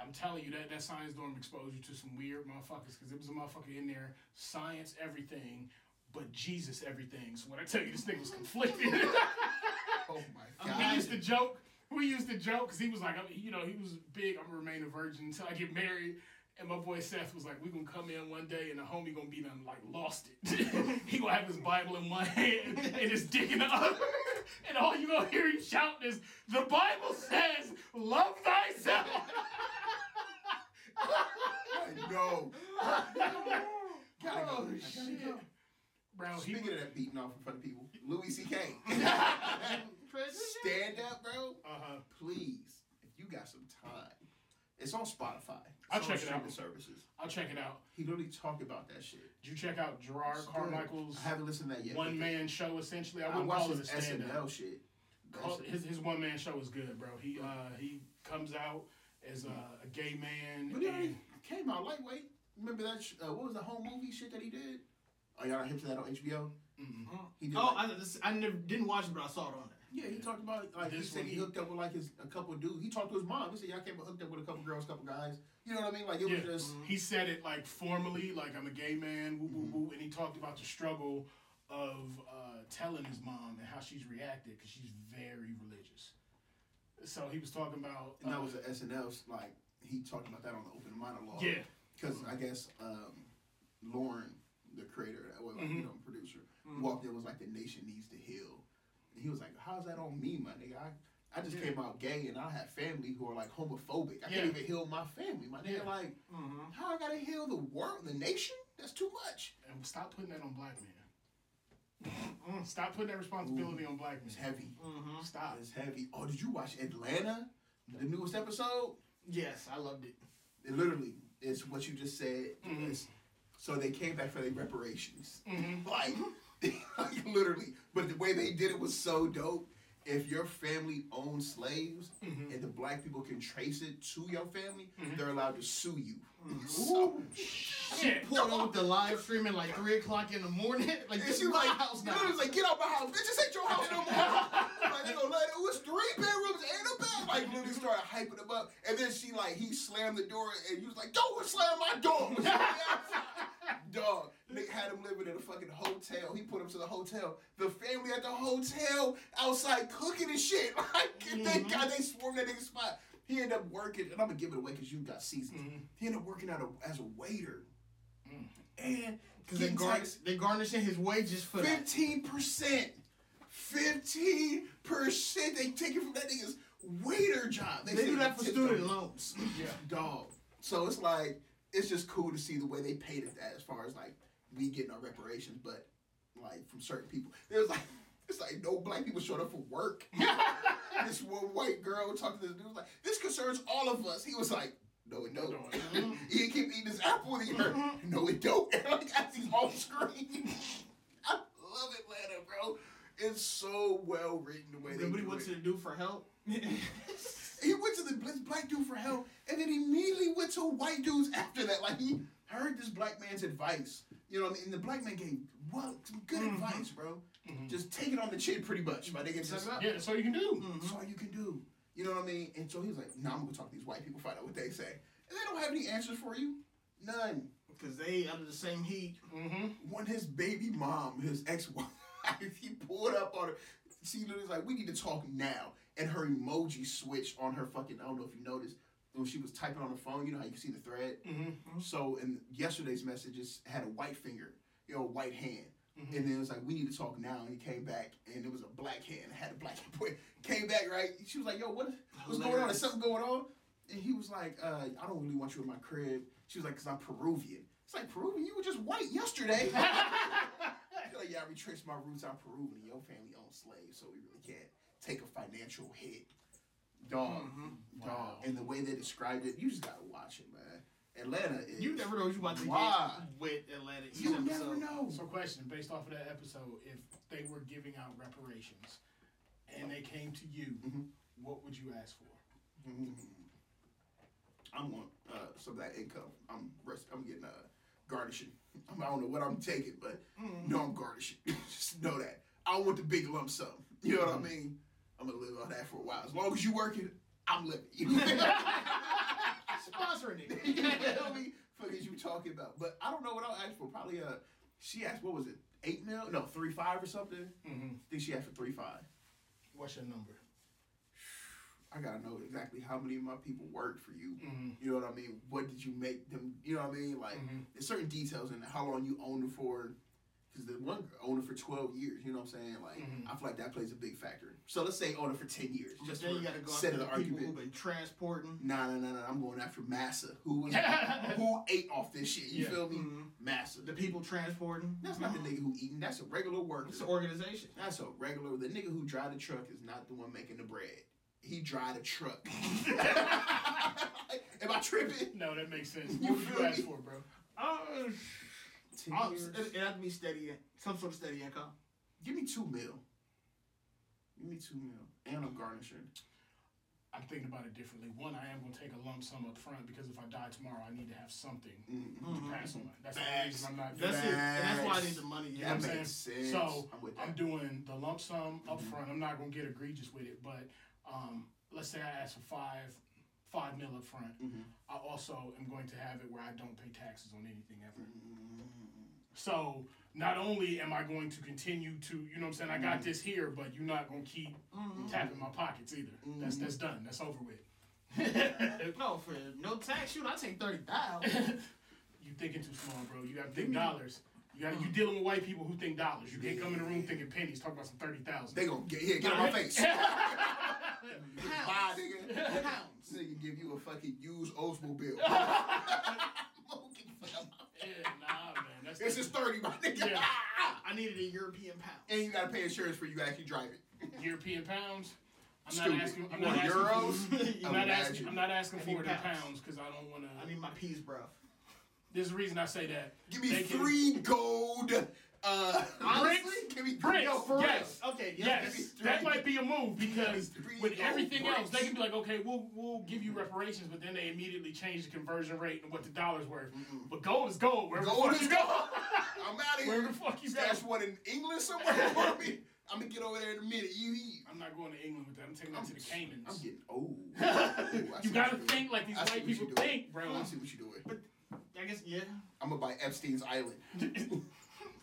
Speaker 1: I'm telling you, that, that science dorm exposed you to some weird motherfuckers because it was a motherfucker in there, science everything, but Jesus everything. So when I tell you this thing was conflicted,
Speaker 2: Oh my
Speaker 1: we
Speaker 2: god.
Speaker 1: used to joke. We used to joke because he was like, I'm, you know, he was big. I'm gonna remain a virgin until I get married. And my boy Seth was like, we gonna come in one day and the homie gonna be done like lost it. he gonna have his Bible in one hand and his dick in the other, and all you gonna hear him shouting is, "The Bible says, love thyself."
Speaker 2: I know. Gotta go.
Speaker 1: Oh
Speaker 2: I gotta
Speaker 1: shit,
Speaker 2: go.
Speaker 1: bro. He,
Speaker 2: Speaking Uh-huh. of that beating off in front of people, Louis C.K. Stand up, bro.
Speaker 1: uh-huh.
Speaker 2: Please, if you got some time, it's on Spotify. It's
Speaker 1: I'll
Speaker 2: on
Speaker 1: check it
Speaker 2: streaming
Speaker 1: out.
Speaker 2: Services.
Speaker 1: I'll check it out.
Speaker 2: He literally talked about that shit.
Speaker 1: Did you check out Gerard
Speaker 2: It's good.
Speaker 1: Carmichael's
Speaker 2: I haven't listened to that yet.
Speaker 1: one man show? Essentially, I
Speaker 2: I
Speaker 1: wouldn't
Speaker 2: watched
Speaker 1: call it a
Speaker 2: his
Speaker 1: stand up.
Speaker 2: SNL shit. That
Speaker 1: Call-
Speaker 2: shit-
Speaker 1: his his one man show is good, bro. He uh he comes out as a, a gay man.
Speaker 2: But it
Speaker 1: and-
Speaker 2: already came out lightweight. Remember that? Sh- uh, what was the home movie shit that he did? Oh, y'all not hip to that on HBO?
Speaker 1: Mm-mm.
Speaker 2: He did.
Speaker 6: Oh,
Speaker 2: like-
Speaker 6: I, this- I never didn't watch it, but I saw it on there.
Speaker 2: yeah, he talked about like he
Speaker 1: This
Speaker 2: said
Speaker 1: one
Speaker 2: he
Speaker 1: he-
Speaker 2: hooked up with like his a couple of dudes. He talked to his mom. He said y'all came hooked up with a couple girls, couple guys. You know what I mean? Like it
Speaker 1: Yeah. Mm-hmm.
Speaker 2: was just
Speaker 1: He said it like formally, like I'm a gay man, woo
Speaker 2: Mm-hmm.
Speaker 1: woo woo, and he talked about the struggle of uh, telling his mom and how she's reacted because she's very religious. So he was talking about
Speaker 2: and that
Speaker 1: uh,
Speaker 2: was the SNL. 's, Like he talked about that on the open monologue.
Speaker 1: yeah,
Speaker 2: because I guess um, Lauren, the creator, or like
Speaker 1: Mm-hmm.
Speaker 2: you know producer, walked in and was like the nation needs to heal, and he was like, "How's that on me, my nigga? I, I just
Speaker 1: Yeah.
Speaker 2: came out gay and I have family who are like homophobic. I
Speaker 1: Yeah.
Speaker 2: can't even heal my family, my nigga.
Speaker 1: Yeah. Mm-hmm.
Speaker 2: Like, how I gotta heal the world, the nation? That's too much.
Speaker 1: and stop putting that on black men. Mm-hmm. Stop putting that responsibility on black men.
Speaker 2: It's heavy.
Speaker 1: Stop.
Speaker 2: It's heavy. Oh, did you watch Atlanta? The newest episode?
Speaker 6: Yes, I loved it.
Speaker 2: It literally is what you just said. It's- so they came back for their reparations. Like, like, literally. But the way they did it was so dope. If your family owns slaves and the black people can trace it to your family, they're allowed to sue you. so,
Speaker 1: Shit.
Speaker 6: Pulled on with the live streaming like three o'clock in the morning. Like
Speaker 2: and
Speaker 6: this
Speaker 2: she
Speaker 6: is
Speaker 2: was
Speaker 6: my
Speaker 2: like,
Speaker 6: house now.
Speaker 2: literally was like, get out my house, bitch. This ain't your house no more. like, they gonna let it. It was three bedrooms and a bath. Like, literally started hyping them up. And then she like, he slammed the door and you was like, don't slam my door. Dog, nigga had him living in a fucking hotel. He put him to the hotel. The family at the hotel outside cooking and shit. Like
Speaker 6: Mm-hmm.
Speaker 2: they got they swarmed that nigga's spot. He ended up working, and I'm gonna give it away because you got seasoned.
Speaker 6: Mm-hmm.
Speaker 2: He ended up working out a, as a waiter,
Speaker 6: Mm.
Speaker 2: and
Speaker 6: Because they're,
Speaker 2: getting
Speaker 6: garnish, they're garnishing his wages for that.
Speaker 2: Fifteen percent. Fifteen percent. They take it from that nigga's waiter job.
Speaker 6: They do
Speaker 2: say
Speaker 6: that for
Speaker 2: tips
Speaker 6: student
Speaker 2: don't-
Speaker 6: loans.
Speaker 2: Yeah, dog. So it's like it's just cool to see the way they paid it. That as far as like we getting our reparations, but like from certain people, there's like it's like no black people showed up for work. this one white girl talking to this dude was like, "This concerns all of us." He was like. No, it don't. Mm-hmm. he keep eating his apple with her. No, it don't. And like as he's on screen. I love Atlanta, bro. It's so well written the way they
Speaker 6: Everybody
Speaker 2: do
Speaker 6: went
Speaker 2: it.
Speaker 6: to the dude for help. Mm-hmm.
Speaker 2: He went to the this black dude for help, and then immediately went to white dudes after that. Like he heard this black man's advice. You know what I mean? And the black man gave well some good advice, bro. Just take it on the chin, pretty much. My nigga, just
Speaker 1: Yeah, that's all you can do.
Speaker 6: Mm-hmm.
Speaker 2: that's all you can do. You know what I mean? And so he was like, "Nah, I'm gonna go talk to these white people, find out what they say." And they don't have any answers for you. None.
Speaker 6: Because they under the same heat.
Speaker 2: When his baby mom, his ex-wife, he pulled up on her. She was like, "We need to talk now." And her emoji switch on her fucking. I don't know if you noticed when she was typing on the phone. You know how you can see the thread. So in yesterday's messages had a white finger, you know, a white hand. And then it was like, we need to talk now. And he came back, and it was a black hand. Had a black boy came back, right? She was like, yo, what, what's going on? Is
Speaker 6: Hilarious.
Speaker 2: something going on? And he was like, uh, I don't really want you in my crib. She was like, because I'm Peruvian. It's like, Peruvian? You were just white yesterday. I feel like, yeah, I retraced my roots. I'm Peruvian. Your family owns slaves, so we really can't take a financial hit.
Speaker 6: Uh,
Speaker 2: Dog.
Speaker 6: Mm-hmm.
Speaker 2: Dog.
Speaker 1: Wow.
Speaker 2: And the way they described it, you just gotta watch it, man. Atlanta is.
Speaker 6: You never know what you about to
Speaker 2: Why?
Speaker 6: get with Atlantic.
Speaker 2: You never know.
Speaker 1: So, question based off of that episode: If they were giving out reparations, and they came to you, what would you ask for?
Speaker 2: I want uh, some of that income. I'm rest. I'm getting uh, garnishing. I'm, I don't know what I'm taking, but
Speaker 6: Mm.
Speaker 2: no, I'm garnishing. Just know that. I want the big lump sum. You know what
Speaker 6: Mm.
Speaker 2: I mean? I'm gonna live on that for a while. As long as you working, I'm living. You know
Speaker 6: Sponsoring it.
Speaker 2: what I mean? Fuck is you talking about? But I don't know what I'll ask for. Probably uh, she asked what was it? Eight mil? No, three five or something.
Speaker 6: Mm-hmm.
Speaker 2: I think she asked for three five.
Speaker 1: What's your number?
Speaker 2: I gotta know exactly how many of my people worked for you.
Speaker 6: Mm-hmm.
Speaker 2: You know what I mean? What did you make them? You know what I mean? Like there's certain details in how long you owned it for. Because the one owned it for 12 years. You know what I'm saying? Like
Speaker 6: Mm-hmm.
Speaker 2: I feel like that plays a big factor. So let's say owned it for 10 years.
Speaker 6: Just
Speaker 2: Just
Speaker 6: then
Speaker 2: for
Speaker 6: you gotta go
Speaker 2: set
Speaker 6: after
Speaker 2: of
Speaker 6: the
Speaker 2: the
Speaker 6: people
Speaker 2: argument.
Speaker 6: who've been transporting.
Speaker 2: Nah, nah, nah, nah. I'm going after Massa. Who was who ate off this shit? You
Speaker 1: Yeah.
Speaker 2: feel me? Massa.
Speaker 6: Mm-hmm. The people transporting.
Speaker 2: Mm-hmm. That's
Speaker 6: Mm-hmm.
Speaker 2: not the nigga who eating. That's a regular worker.
Speaker 6: It's an organization.
Speaker 2: That's a regular. The nigga who drive the truck is not the one making the bread. He drive the truck. Am I tripping?
Speaker 1: No, that makes sense. What
Speaker 2: You
Speaker 1: would
Speaker 2: feel
Speaker 1: you ask
Speaker 2: me?
Speaker 1: for, bro?
Speaker 6: Oh,
Speaker 2: Ten years.
Speaker 6: it, it had to be steady, in- some sort of steady income.
Speaker 2: uh, Give me two mil. Give me two mil, and I'm garnishing.
Speaker 1: I'm thinking about it differently. One, I am gonna take a lump sum up front because if I die tomorrow, I need to have something to
Speaker 2: Mm-hmm.
Speaker 1: pass on. That's the only reason I'm not.
Speaker 6: Mm-hmm. That's it. And that's why I
Speaker 2: Facts.
Speaker 6: need the money. You know
Speaker 2: That
Speaker 6: what I'm saying?
Speaker 2: makes sense.
Speaker 1: So
Speaker 2: I'm with
Speaker 1: I'm
Speaker 2: that.
Speaker 1: doing the lump sum up front. I'm not gonna get egregious with it, but um, let's say I ask for five, five mil up front. I also am going to have it where I don't pay taxes on anything ever. So not only am I going to continue to, you know what I'm saying, I
Speaker 2: Mm-hmm.
Speaker 1: got this here, but you're not gonna keep tapping my pockets either. That's
Speaker 2: Mm-hmm.
Speaker 1: that's done. That's over with.
Speaker 6: No, for no tax, shoot, I take 30000
Speaker 1: You thinking too small, bro. You gotta think dollars. You got to
Speaker 2: Uh-huh.
Speaker 1: you dealing with white people who think dollars. You can't come in the room thinking pennies. Talk about some thirty thousand.
Speaker 2: They gonna get yeah, get in my face. Bye, nigga. Pounds. Nigga give you a fucking used Oldsmobile.
Speaker 1: Yeah, nah, man. That's
Speaker 2: this is thirty, my nigga.
Speaker 1: Yeah.
Speaker 6: I needed a European pound.
Speaker 2: And you gotta pay insurance for you actually drive it.
Speaker 1: European pounds. I'm
Speaker 2: Stupid.
Speaker 1: not asking. I'm
Speaker 2: You
Speaker 1: not
Speaker 2: want
Speaker 1: asking For,
Speaker 2: euros?
Speaker 1: I'm not asking.
Speaker 2: Imagine.
Speaker 1: I'm not asking
Speaker 6: I
Speaker 1: for
Speaker 6: need
Speaker 1: it in
Speaker 6: pounds.
Speaker 1: pounds because I don't want
Speaker 6: I
Speaker 1: to.
Speaker 6: need my peas, bro.
Speaker 1: There's a reason I say that.
Speaker 2: Give me
Speaker 1: They can-
Speaker 2: three gold. Uh,
Speaker 1: Bricks?
Speaker 2: bricks. Give me
Speaker 1: Bricks,
Speaker 2: Yo, for
Speaker 1: yes.
Speaker 2: real.
Speaker 6: Okay, yeah.
Speaker 1: Yes,
Speaker 2: Give me
Speaker 1: that
Speaker 2: three.
Speaker 1: might be a move because
Speaker 2: Give me three
Speaker 1: with
Speaker 2: gold
Speaker 1: everything else, they
Speaker 2: bricks.
Speaker 1: can be like, okay, we'll we'll give you reparations, but then they immediately change the conversion rate and what the dollar's worth. But gold is gold. Wherever
Speaker 2: Gold
Speaker 1: the fuck
Speaker 2: is
Speaker 1: you
Speaker 2: gold.
Speaker 1: go.
Speaker 2: I'm out of here.
Speaker 1: Where the fuck you
Speaker 2: Stash
Speaker 1: go?
Speaker 2: one in England somewhere. You know what I mean? I'm gonna get over there in a minute. You eat.
Speaker 1: I'm not going to England with that. I'm taking that to the Caymans.
Speaker 2: I'm getting old. Ooh, I see what
Speaker 1: you gotta
Speaker 2: doing.
Speaker 1: think like these
Speaker 2: I see
Speaker 1: white
Speaker 2: what you
Speaker 1: people
Speaker 2: doing.
Speaker 1: think, bro.
Speaker 2: I see what you're doing.
Speaker 6: I guess, yeah.
Speaker 2: I'm gonna buy Epstein's Island.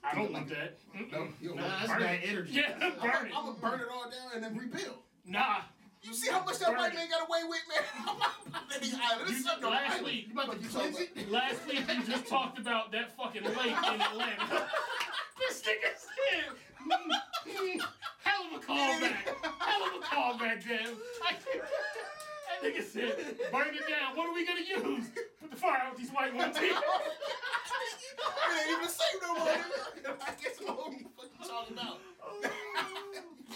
Speaker 1: I don't want that.
Speaker 2: No, you
Speaker 1: Nah,
Speaker 2: don't want
Speaker 6: Nah, that's
Speaker 1: Burn
Speaker 6: bad
Speaker 1: it.
Speaker 6: energy.
Speaker 1: Yeah, burn
Speaker 2: I'm
Speaker 1: it.
Speaker 2: gonna burn it all down and then rebuild.
Speaker 1: Nah.
Speaker 2: You see how much that
Speaker 1: Burn
Speaker 2: white
Speaker 1: it.
Speaker 2: man got away with, man? I'm not about these
Speaker 1: You,
Speaker 2: islands. This is not no
Speaker 1: last
Speaker 2: island.
Speaker 1: week, you about
Speaker 2: What
Speaker 1: to
Speaker 2: you
Speaker 1: cleanse
Speaker 2: talking
Speaker 1: it? Last week you just talked about that fucking lake in Atlanta. this nigga's kid. Hell of a callback. Hell of a callback, Dev. I can't- That nigga said, burn it down. What are we gonna use? Put the fire out these white ones here.
Speaker 2: It ain't even the same no more. nigga. I guess what are you fucking talking about?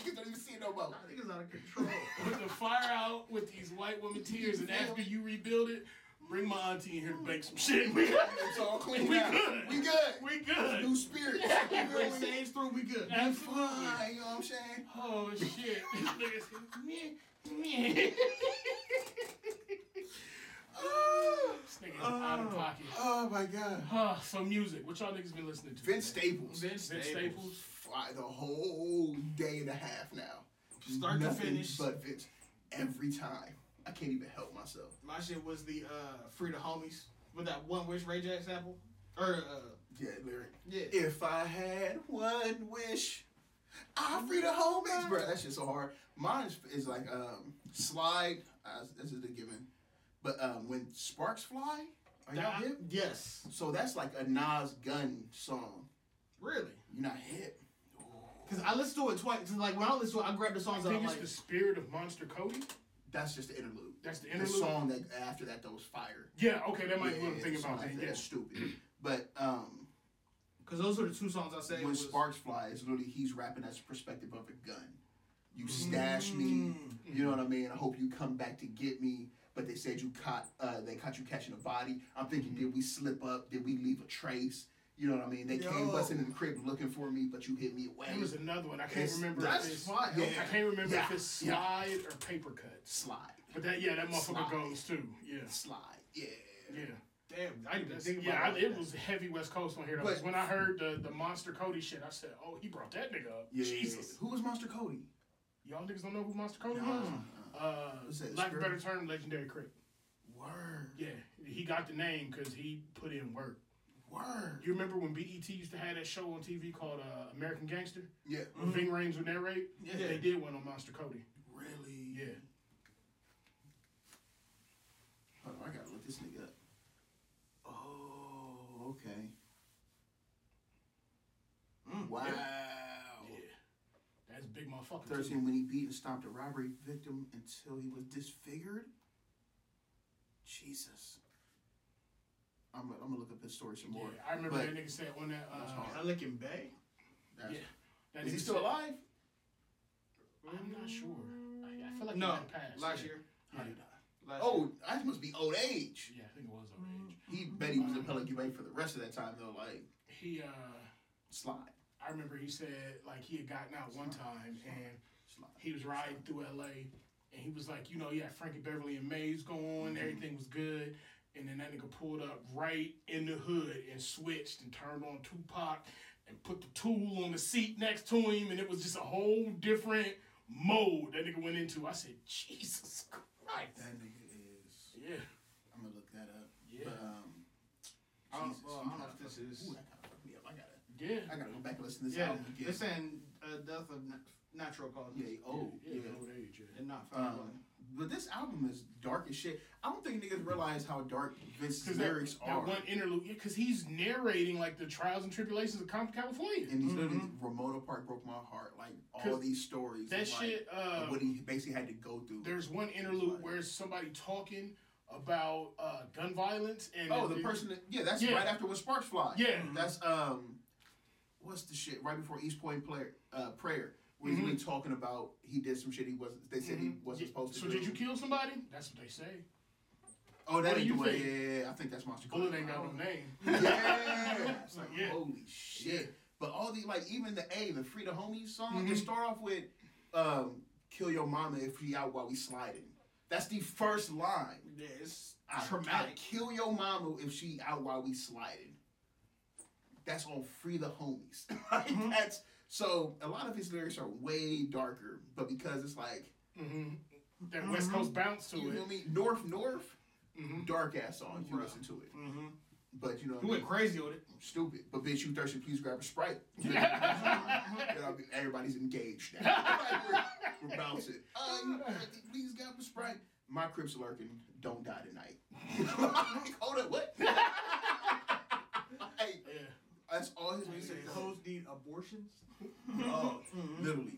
Speaker 2: you don't even see it no more.
Speaker 6: I think it's out of control.
Speaker 1: Put the fire out with these white woman tears, and after you rebuild it, bring my auntie in here to bake some shit. We,
Speaker 2: It's all clean
Speaker 1: We
Speaker 2: now.
Speaker 1: good.
Speaker 2: We good.
Speaker 1: we good.
Speaker 2: New spirits. You know
Speaker 6: Great
Speaker 2: what I mean?
Speaker 6: saves through, we good.
Speaker 1: Absolutely.
Speaker 2: Fine, you know what I'm saying?
Speaker 1: Oh shit! This nigga said, "Meh, meh." Oh. This nigga's out of pocket.
Speaker 2: Oh my god.
Speaker 1: Huh, so music. What y'all niggas been listening to?
Speaker 2: Vince Staples.
Speaker 1: Vince, Vince Staples.
Speaker 2: Fi- the whole day and a half now.
Speaker 6: Start to
Speaker 2: Nothing
Speaker 6: finish.
Speaker 2: But Vince, every time. I can't even help myself.
Speaker 6: My shit was the uh, Free the Homies with that one wish Ray J sample. Or, uh,
Speaker 2: Yeah, lyric.
Speaker 6: yeah.
Speaker 2: If I had one wish, I free the homies, bro. That shit's so hard. Mine is, is like um, slide. Uh, this is the given, but um, when sparks fly, are y'all
Speaker 6: That-
Speaker 2: hip?
Speaker 6: yes.
Speaker 2: So that's like a Nas Gun song.
Speaker 6: Really?
Speaker 2: You're not hip.
Speaker 6: Because I listened to it twice. 'cause, like, when I listened to it, I grabbed the
Speaker 1: I
Speaker 6: songs that I
Speaker 1: think it's
Speaker 6: like.
Speaker 1: the spirit of Monster Cody.
Speaker 2: That's just the interlude.
Speaker 1: That's the
Speaker 2: The
Speaker 1: interlude.
Speaker 2: song that after that though was fire.
Speaker 1: Yeah. Okay, that might be what I'm
Speaker 2: Yeah,
Speaker 1: thinking
Speaker 2: something
Speaker 1: about.
Speaker 2: like
Speaker 1: Then.
Speaker 2: that.
Speaker 1: Yeah.
Speaker 2: That's stupid. But um,
Speaker 6: Because those are the two songs I said.
Speaker 2: when
Speaker 6: was,
Speaker 2: sparks fly, it's literally he's rapping as a perspective of a gun. You
Speaker 6: Mm.
Speaker 2: stash
Speaker 1: Mm.
Speaker 2: me. You know what I mean? I hope you come back to get me. But they said you caught. Uh, they caught you catching a body. I'm thinking,
Speaker 1: Mm-hmm.
Speaker 2: did we slip up? Did we leave a trace? You know what I mean? They came
Speaker 6: Yo.
Speaker 2: busting in the crib looking for me, but you hit me away.
Speaker 1: There was another one. I can't
Speaker 2: It's-
Speaker 1: remember.
Speaker 6: that's
Speaker 1: if it's,
Speaker 6: fire.
Speaker 1: I can't remember if
Speaker 2: Yeah,
Speaker 1: it's
Speaker 2: yeah.
Speaker 1: slide or paper cuts.
Speaker 2: Slide,
Speaker 1: But that yeah, that motherfucker
Speaker 2: Slide.
Speaker 1: goes too. Yeah.
Speaker 2: slide, yeah.
Speaker 1: Yeah.
Speaker 6: Damn, I didn't
Speaker 1: That's-
Speaker 6: think about
Speaker 1: yeah, I,
Speaker 6: that.
Speaker 1: it was heavy West Coast on here. though, 'cause
Speaker 2: But-
Speaker 1: when I heard the, the Monster Cody shit, I said, "Oh, he brought that nigga up."
Speaker 2: Yeah.
Speaker 1: Jesus,
Speaker 2: Who was Monster Cody?
Speaker 1: y'all niggas don't know who Monster Cody
Speaker 2: Nah.
Speaker 1: was. Uh,
Speaker 2: Who's that,
Speaker 1: lack of a
Speaker 2: Spirit?
Speaker 1: better term, legendary Crip.
Speaker 2: Word,
Speaker 1: Yeah, he got the name because he put in work.
Speaker 2: word.
Speaker 1: You remember when BET used to have that show on TV called uh, American Gangster,
Speaker 2: Yeah,
Speaker 1: where Ving Rhames would narrate?
Speaker 6: Yeah.
Speaker 1: they did one on Monster Cody.
Speaker 2: really.
Speaker 1: Yeah,
Speaker 2: Hold on, I gotta look this nigga up. Oh, okay. Mm, wow.
Speaker 1: yeah, that's big motherfucker. too.
Speaker 2: 13 when he beat and stomped a robbery victim until he was disfigured? Jesus. I'm, I'm gonna look up his story some
Speaker 1: Yeah,
Speaker 2: more.
Speaker 1: I remember
Speaker 2: But-
Speaker 1: that nigga said on that.
Speaker 2: That's
Speaker 1: Uh,
Speaker 2: hard.
Speaker 6: Pelican Bay?
Speaker 2: That's-
Speaker 1: yeah, that
Speaker 2: Is he
Speaker 1: nigga
Speaker 2: still
Speaker 1: said-
Speaker 2: alive?
Speaker 1: I'm not sure. I, I feel like
Speaker 6: No,
Speaker 1: he might pass.
Speaker 6: last
Speaker 1: yeah.
Speaker 6: year.
Speaker 2: How did
Speaker 6: Last year.
Speaker 2: Oh, that must be old age.
Speaker 1: Yeah, I think it was our age.
Speaker 2: He bet he was in Pelican Bay for the rest of that time though, like
Speaker 1: He, uh,
Speaker 2: slide,
Speaker 1: I remember he said like he had gotten out one time and
Speaker 2: slide.
Speaker 1: he was riding through L.A. and he was like, you know, yeah, Frankie Beverly and Mays going, everything was good, and then that nigga pulled up right in the hood and switched and turned on Tupac and put the tool on the seat next to him, and it was just a whole different mode that nigga went into. I said, Jesus Christ.
Speaker 2: That nigga is
Speaker 1: Yeah,
Speaker 2: I'm gonna look that up.
Speaker 1: yeah,
Speaker 2: But um
Speaker 6: I don't-
Speaker 2: Jesus,
Speaker 6: well, I
Speaker 2: you
Speaker 6: don't know
Speaker 2: kinda
Speaker 6: if this
Speaker 2: fucked-
Speaker 6: is-
Speaker 2: Ooh, that kinda fucked me up. I gotta
Speaker 1: yeah.
Speaker 2: I gotta go back and listen to this
Speaker 6: yeah.
Speaker 2: album again.
Speaker 6: They're saying uh, death of nat- natural causes.
Speaker 2: Yeah, oh
Speaker 1: yeah,
Speaker 2: yeah.
Speaker 1: old age. Yeah.
Speaker 6: And not from
Speaker 2: Um, but this album is dark as shit. I don't think niggas realize how dark Vince's
Speaker 1: Cause that,
Speaker 2: lyrics
Speaker 1: that
Speaker 2: are.
Speaker 1: one interlude, yeah, cause he's narrating like the trials and tribulations of Com- California.
Speaker 2: and he's literally Ramona Park broke my heart. Like all
Speaker 1: 'Cause
Speaker 2: these stories.
Speaker 1: that
Speaker 2: and, like,
Speaker 1: shit, uh,
Speaker 2: and what he basically had to go through.
Speaker 1: there's one interlude where it's somebody talking about uh, gun violence and
Speaker 2: oh, the
Speaker 1: it-
Speaker 2: person. That, yeah, that's
Speaker 1: Yeah.
Speaker 2: right after when Sparks Fly.
Speaker 1: Yeah.
Speaker 2: that's um, what's the shit right before East Point Player uh, Prayer. Where
Speaker 1: Mm-hmm.
Speaker 2: he's really talking about he did some shit he wasn't. They said he wasn't supposed to.
Speaker 1: So
Speaker 2: do.
Speaker 1: did you kill somebody? That's what they say.
Speaker 2: Oh,
Speaker 1: What
Speaker 2: that
Speaker 1: do
Speaker 2: ain't
Speaker 1: you
Speaker 2: the way.
Speaker 1: think?
Speaker 2: Yeah, yeah, yeah, I think that's Monster.
Speaker 1: Bullet
Speaker 2: Call.
Speaker 1: ain't
Speaker 2: I
Speaker 1: got
Speaker 2: don't
Speaker 1: no name.
Speaker 2: Yeah. It's like,
Speaker 1: Yeah. Mm-hmm.
Speaker 2: holy shit. But all the like even the A, the Free the Homies song, they start off with um, kill your mama if you out while we sliding. That's the first line.
Speaker 6: yeah, it's
Speaker 2: I, I
Speaker 6: traumatic.
Speaker 2: kill your mama if she out while we sliding. That's on Free the Homies. like
Speaker 1: Mm-hmm.
Speaker 2: that's so a lot of his lyrics are way darker, but because it's like
Speaker 1: hmm That West Coast bounce to
Speaker 2: you
Speaker 1: it.
Speaker 2: know me, North North,
Speaker 1: Mhm.
Speaker 2: dark ass song, you listen to it.
Speaker 6: Mm-hmm.
Speaker 2: But you know, what I
Speaker 6: You
Speaker 2: mean?
Speaker 6: went crazy on it.
Speaker 2: I'm stupid. But bitch, you thirsty? Please grab a sprite. You know, I mean? everybody's engaged now. Like, we're, we're bouncing. Uh, you thirsty? please grab a sprite. My Crips lurking. Don't die tonight. Like, Hold up, what? Hey,
Speaker 1: Yeah.
Speaker 2: that's all his
Speaker 3: You said
Speaker 2: music.
Speaker 3: hoes need abortions?
Speaker 2: Oh,
Speaker 6: Mm-hmm.
Speaker 2: literally,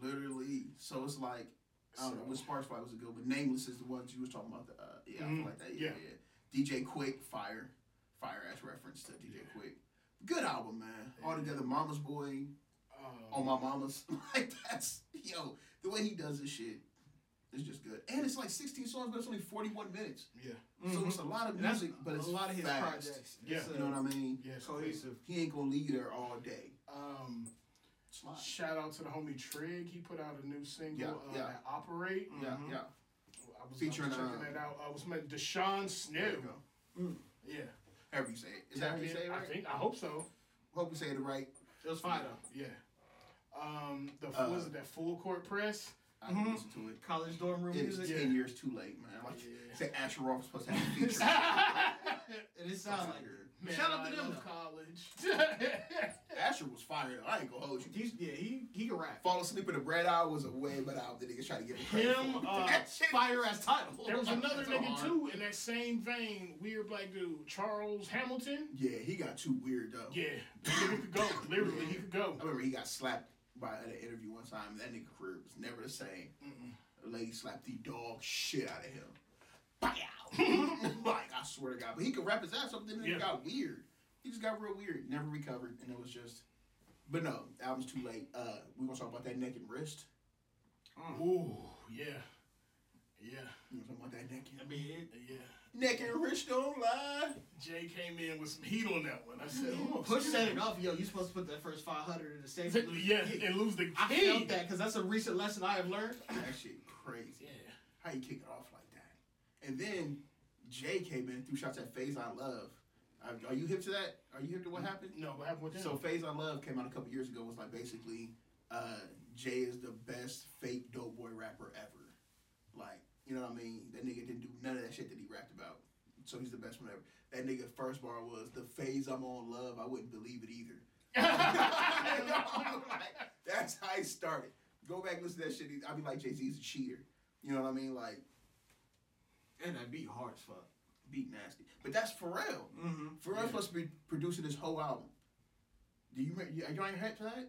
Speaker 2: literally. So it's like I don't know.
Speaker 1: So-
Speaker 2: With Sparks Fly was a good, but Nameless is the ones you was talking about. The, uh, yeah, I
Speaker 1: Mhm,
Speaker 2: feel like that. Yeah, yeah. DJ Quick, fire, fire ass reference to DJ Quick. Good album, man. All together, Mama's Boy,
Speaker 1: Oh,
Speaker 2: on my mama's. like that's yo, the way he does this shit. is just good, and it's like 16 songs, but it's only 41 minutes,
Speaker 1: yeah.
Speaker 2: so it's a lot of
Speaker 6: Mm-hmm. And that's
Speaker 2: music, but it's
Speaker 6: a lot of his
Speaker 2: fast.
Speaker 6: projects.
Speaker 1: Yeah.
Speaker 6: It's, uh,
Speaker 2: You know what I mean?
Speaker 1: Yes.
Speaker 3: Cohesive.
Speaker 2: He ain't gonna leave there all day.
Speaker 1: Um,
Speaker 2: Slide.
Speaker 1: shout out to the homie Trig. He put out a new single,
Speaker 2: Yeah,
Speaker 1: uh,
Speaker 2: yeah.
Speaker 1: Operate.
Speaker 2: Yeah,
Speaker 6: Mhm.
Speaker 2: yeah.
Speaker 1: I was,
Speaker 2: Featuring,
Speaker 1: I was
Speaker 2: uh,
Speaker 1: checking that out. I was meant Deshaun
Speaker 2: There you
Speaker 1: Snow.
Speaker 2: go.
Speaker 1: Yeah.
Speaker 2: However you say it. Is that how you say it
Speaker 1: I
Speaker 2: right?
Speaker 1: think. I hope so.
Speaker 2: Hope we say it right.
Speaker 6: It was fire though.
Speaker 1: Yeah. Um, the
Speaker 2: Uh,
Speaker 1: was it that full court press?
Speaker 2: I can
Speaker 6: Mhm.
Speaker 2: listen to it.
Speaker 6: College dorm room
Speaker 2: It is
Speaker 6: music.
Speaker 1: yeah.
Speaker 2: ten years too late, man. Like
Speaker 1: Yeah.
Speaker 2: say Asher Roth was supposed to have a feature.
Speaker 6: And it sounds like
Speaker 1: Man,
Speaker 6: Shout out to
Speaker 1: I
Speaker 6: them.
Speaker 1: love College.
Speaker 2: Asher was fired. I ain't gonna hold you.
Speaker 6: He's, yeah, he he can rap.
Speaker 2: Fall asleep in the bread hour was a way better album than niggas try to give him credit
Speaker 1: Him,
Speaker 2: for.
Speaker 1: uh,
Speaker 2: that shit.
Speaker 6: Fire ass title.
Speaker 1: There was another
Speaker 2: That's
Speaker 1: nigga
Speaker 2: hard.
Speaker 1: too in that same vein, weird black dude, Charles Hamilton.
Speaker 2: Yeah, he got too weird though.
Speaker 1: Yeah, the nigga could go. Literally, he could go.
Speaker 2: I remember he got slapped by at an interview one time. That nigga career was never the same. A lady slapped the dog shit out of him. Pow! like I swear to God, but he could rap his ass up. Then it
Speaker 1: Yeah.
Speaker 2: got weird. He just got real weird. Never recovered, and it was just. But no, album's too late. Uh, we gonna talk about that neck and wrist.
Speaker 1: Ooh, yeah, yeah,
Speaker 2: You wanna talk about that neck and
Speaker 6: I mean, it,
Speaker 1: yeah.
Speaker 2: neck and wrist don't lie.
Speaker 1: Jay came in with some heat on that one. I said, oh,
Speaker 6: push
Speaker 1: shit.
Speaker 6: that it off, yo. You supposed to put that first five hundred in the same.
Speaker 1: Yeah, and lose the key.
Speaker 6: I felt that because that's a recent lesson I have learned.
Speaker 2: That shit crazy.
Speaker 1: Yeah,
Speaker 2: How you kick it off like that? And then Jay came in, threw shots at Phase I Love. Are, are you hip to that? Are you hip to what happened?
Speaker 1: no, what happened with that?
Speaker 2: So Phase I Love came out a couple years ago. Was like basically, uh, Jay is the best fake dope boy rapper ever. Like, you know what I mean? That nigga didn't do none of that shit that he rapped about. So he's the best one ever. That nigga first bar was the phase I'm on love. I wouldn't believe it either. That's how it started. Go back and listen to that shit. I'd be like Jay Z's a cheater. You know what I mean? Like
Speaker 3: And I beat hard as fuck.
Speaker 2: be nasty. But that's Pharrell.
Speaker 6: Mm-hmm.
Speaker 2: Pharrell's supposed to be producing this whole album. Do you remember? You, you ain't heard that?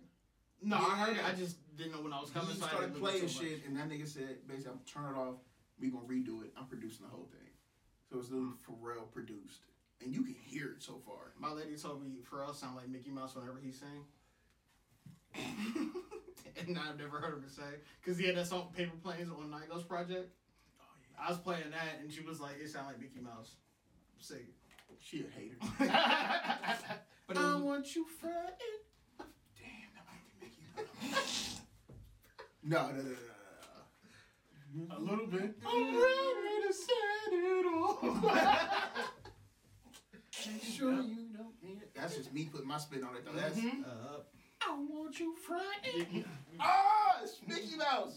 Speaker 6: No, I
Speaker 2: Yeah.
Speaker 6: heard it. I just didn't know when I was coming.
Speaker 2: he
Speaker 6: so I
Speaker 2: started
Speaker 6: didn't look
Speaker 2: playing
Speaker 6: so much.
Speaker 2: shit, and that nigga said, basically, I'm turning it off. We gonna redo it. I'm producing the whole thing. So it's literally Pharrell produced, and you can hear it so far.
Speaker 6: My lady told me Pharrell sound like Mickey Mouse whenever he sang. and I've never heard him say because he had that song Paper Planes on Night Ghost Project. I was playing that and she was like, "It sound like Mickey Mouse." Sing.
Speaker 2: She a hater.
Speaker 6: But it was,
Speaker 2: want you frightened. Damn, that might be Mickey. Mouse. no, no, no, no, no, no.
Speaker 1: a little bit. I'm ready to set it all.
Speaker 2: Make sure you don't mean it. That's just me putting my spin on it though. That's
Speaker 1: Mhm.
Speaker 6: uh,
Speaker 2: I want you frightened. ah, it's Mickey Mouse.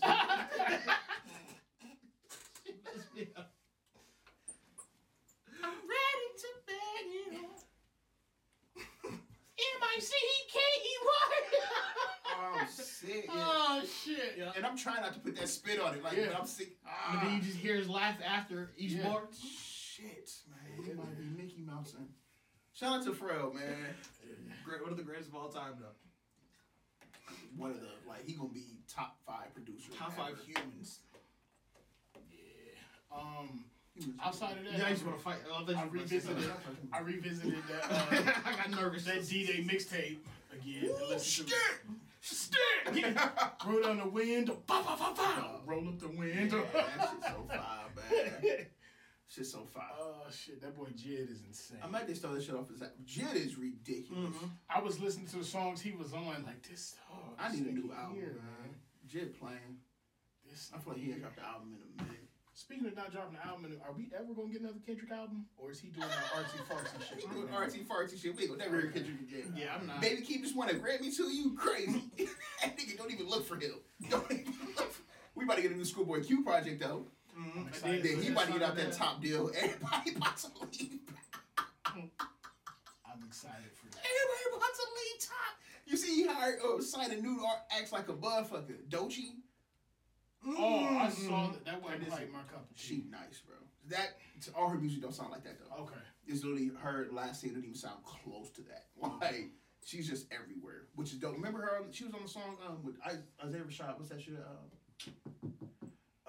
Speaker 2: I'm ready to bang it on. M I C E K E Y. I'm sick.
Speaker 6: Ah.
Speaker 1: oh shit.
Speaker 6: Yeah.
Speaker 2: And I'm trying not to put that spit on it. Like,
Speaker 1: Yeah.
Speaker 2: but I'm sick.
Speaker 6: but then
Speaker 2: Ah,
Speaker 6: you just hear his laugh after each
Speaker 1: Yeah.
Speaker 6: bar.
Speaker 2: shit, man. It might be Mickey Mouse. and- Shout out to Pharrell, man.
Speaker 6: Great, one of the greatest of all time though.
Speaker 2: One of the like, he gonna be top five producer.
Speaker 6: Top
Speaker 2: ever.
Speaker 6: five humans.
Speaker 1: Um,
Speaker 2: He was-
Speaker 1: outside of that,
Speaker 6: Yeah, I just want to fight. Oh, I,
Speaker 1: I
Speaker 6: thought you were gonna say
Speaker 1: revisited.
Speaker 6: something.
Speaker 1: I revisited that. Uh,
Speaker 6: I got nervous.
Speaker 1: that D-Day mixtape again. and listen to-
Speaker 6: Stick.
Speaker 1: Roll down the window, bah, bah, bah, bah. roll up the
Speaker 2: Yeah,
Speaker 1: window.
Speaker 2: that shit's so fire, man. Shit's so fire.
Speaker 1: oh shit, that boy Jid is insane.
Speaker 2: I might just throw this shit off his app. Jid is ridiculous.
Speaker 1: I was listening to the songs he was on, like this. Oh,
Speaker 2: I
Speaker 1: this
Speaker 2: need a
Speaker 1: nigga
Speaker 2: new album,
Speaker 1: here,
Speaker 2: man. Jid playing.
Speaker 1: This
Speaker 2: I feel like he ain't dropped the album in a minute.
Speaker 1: Speaking of not dropping an album, are we ever gonna get another Kendrick album, or is he doing that artsy fartsy shit?
Speaker 2: He doing RT farty shit. We ain't gonna never hear Kendrick again.
Speaker 6: Yeah, I'm not.
Speaker 2: Baby Keem just won a Grammy too. You crazy? that nigga don't even look for him. Don't even look. For... We about to get a new Schoolboy Q project though.
Speaker 1: I'm
Speaker 2: Then
Speaker 1: excited.
Speaker 2: he
Speaker 1: for
Speaker 2: about
Speaker 1: that.
Speaker 2: to get out that top deal. Everybody about to leave.
Speaker 1: excited for that.
Speaker 2: Everybody about to lead top. You see how uh, Sight and Nude are- acts like a motherfucker. Dochi,
Speaker 1: Oh, I saw that. That
Speaker 2: That
Speaker 1: wasn't
Speaker 2: is-
Speaker 1: quite my cup of
Speaker 2: she
Speaker 1: tea.
Speaker 2: nice, bro. That all her music don't sound like that though.
Speaker 1: Okay.
Speaker 2: It's literally her last scene don't even sound close to that. Like she's just everywhere, which is dope. Remember her? She was on the song um, with I, Isaiah Rashad. What's that shit? Um,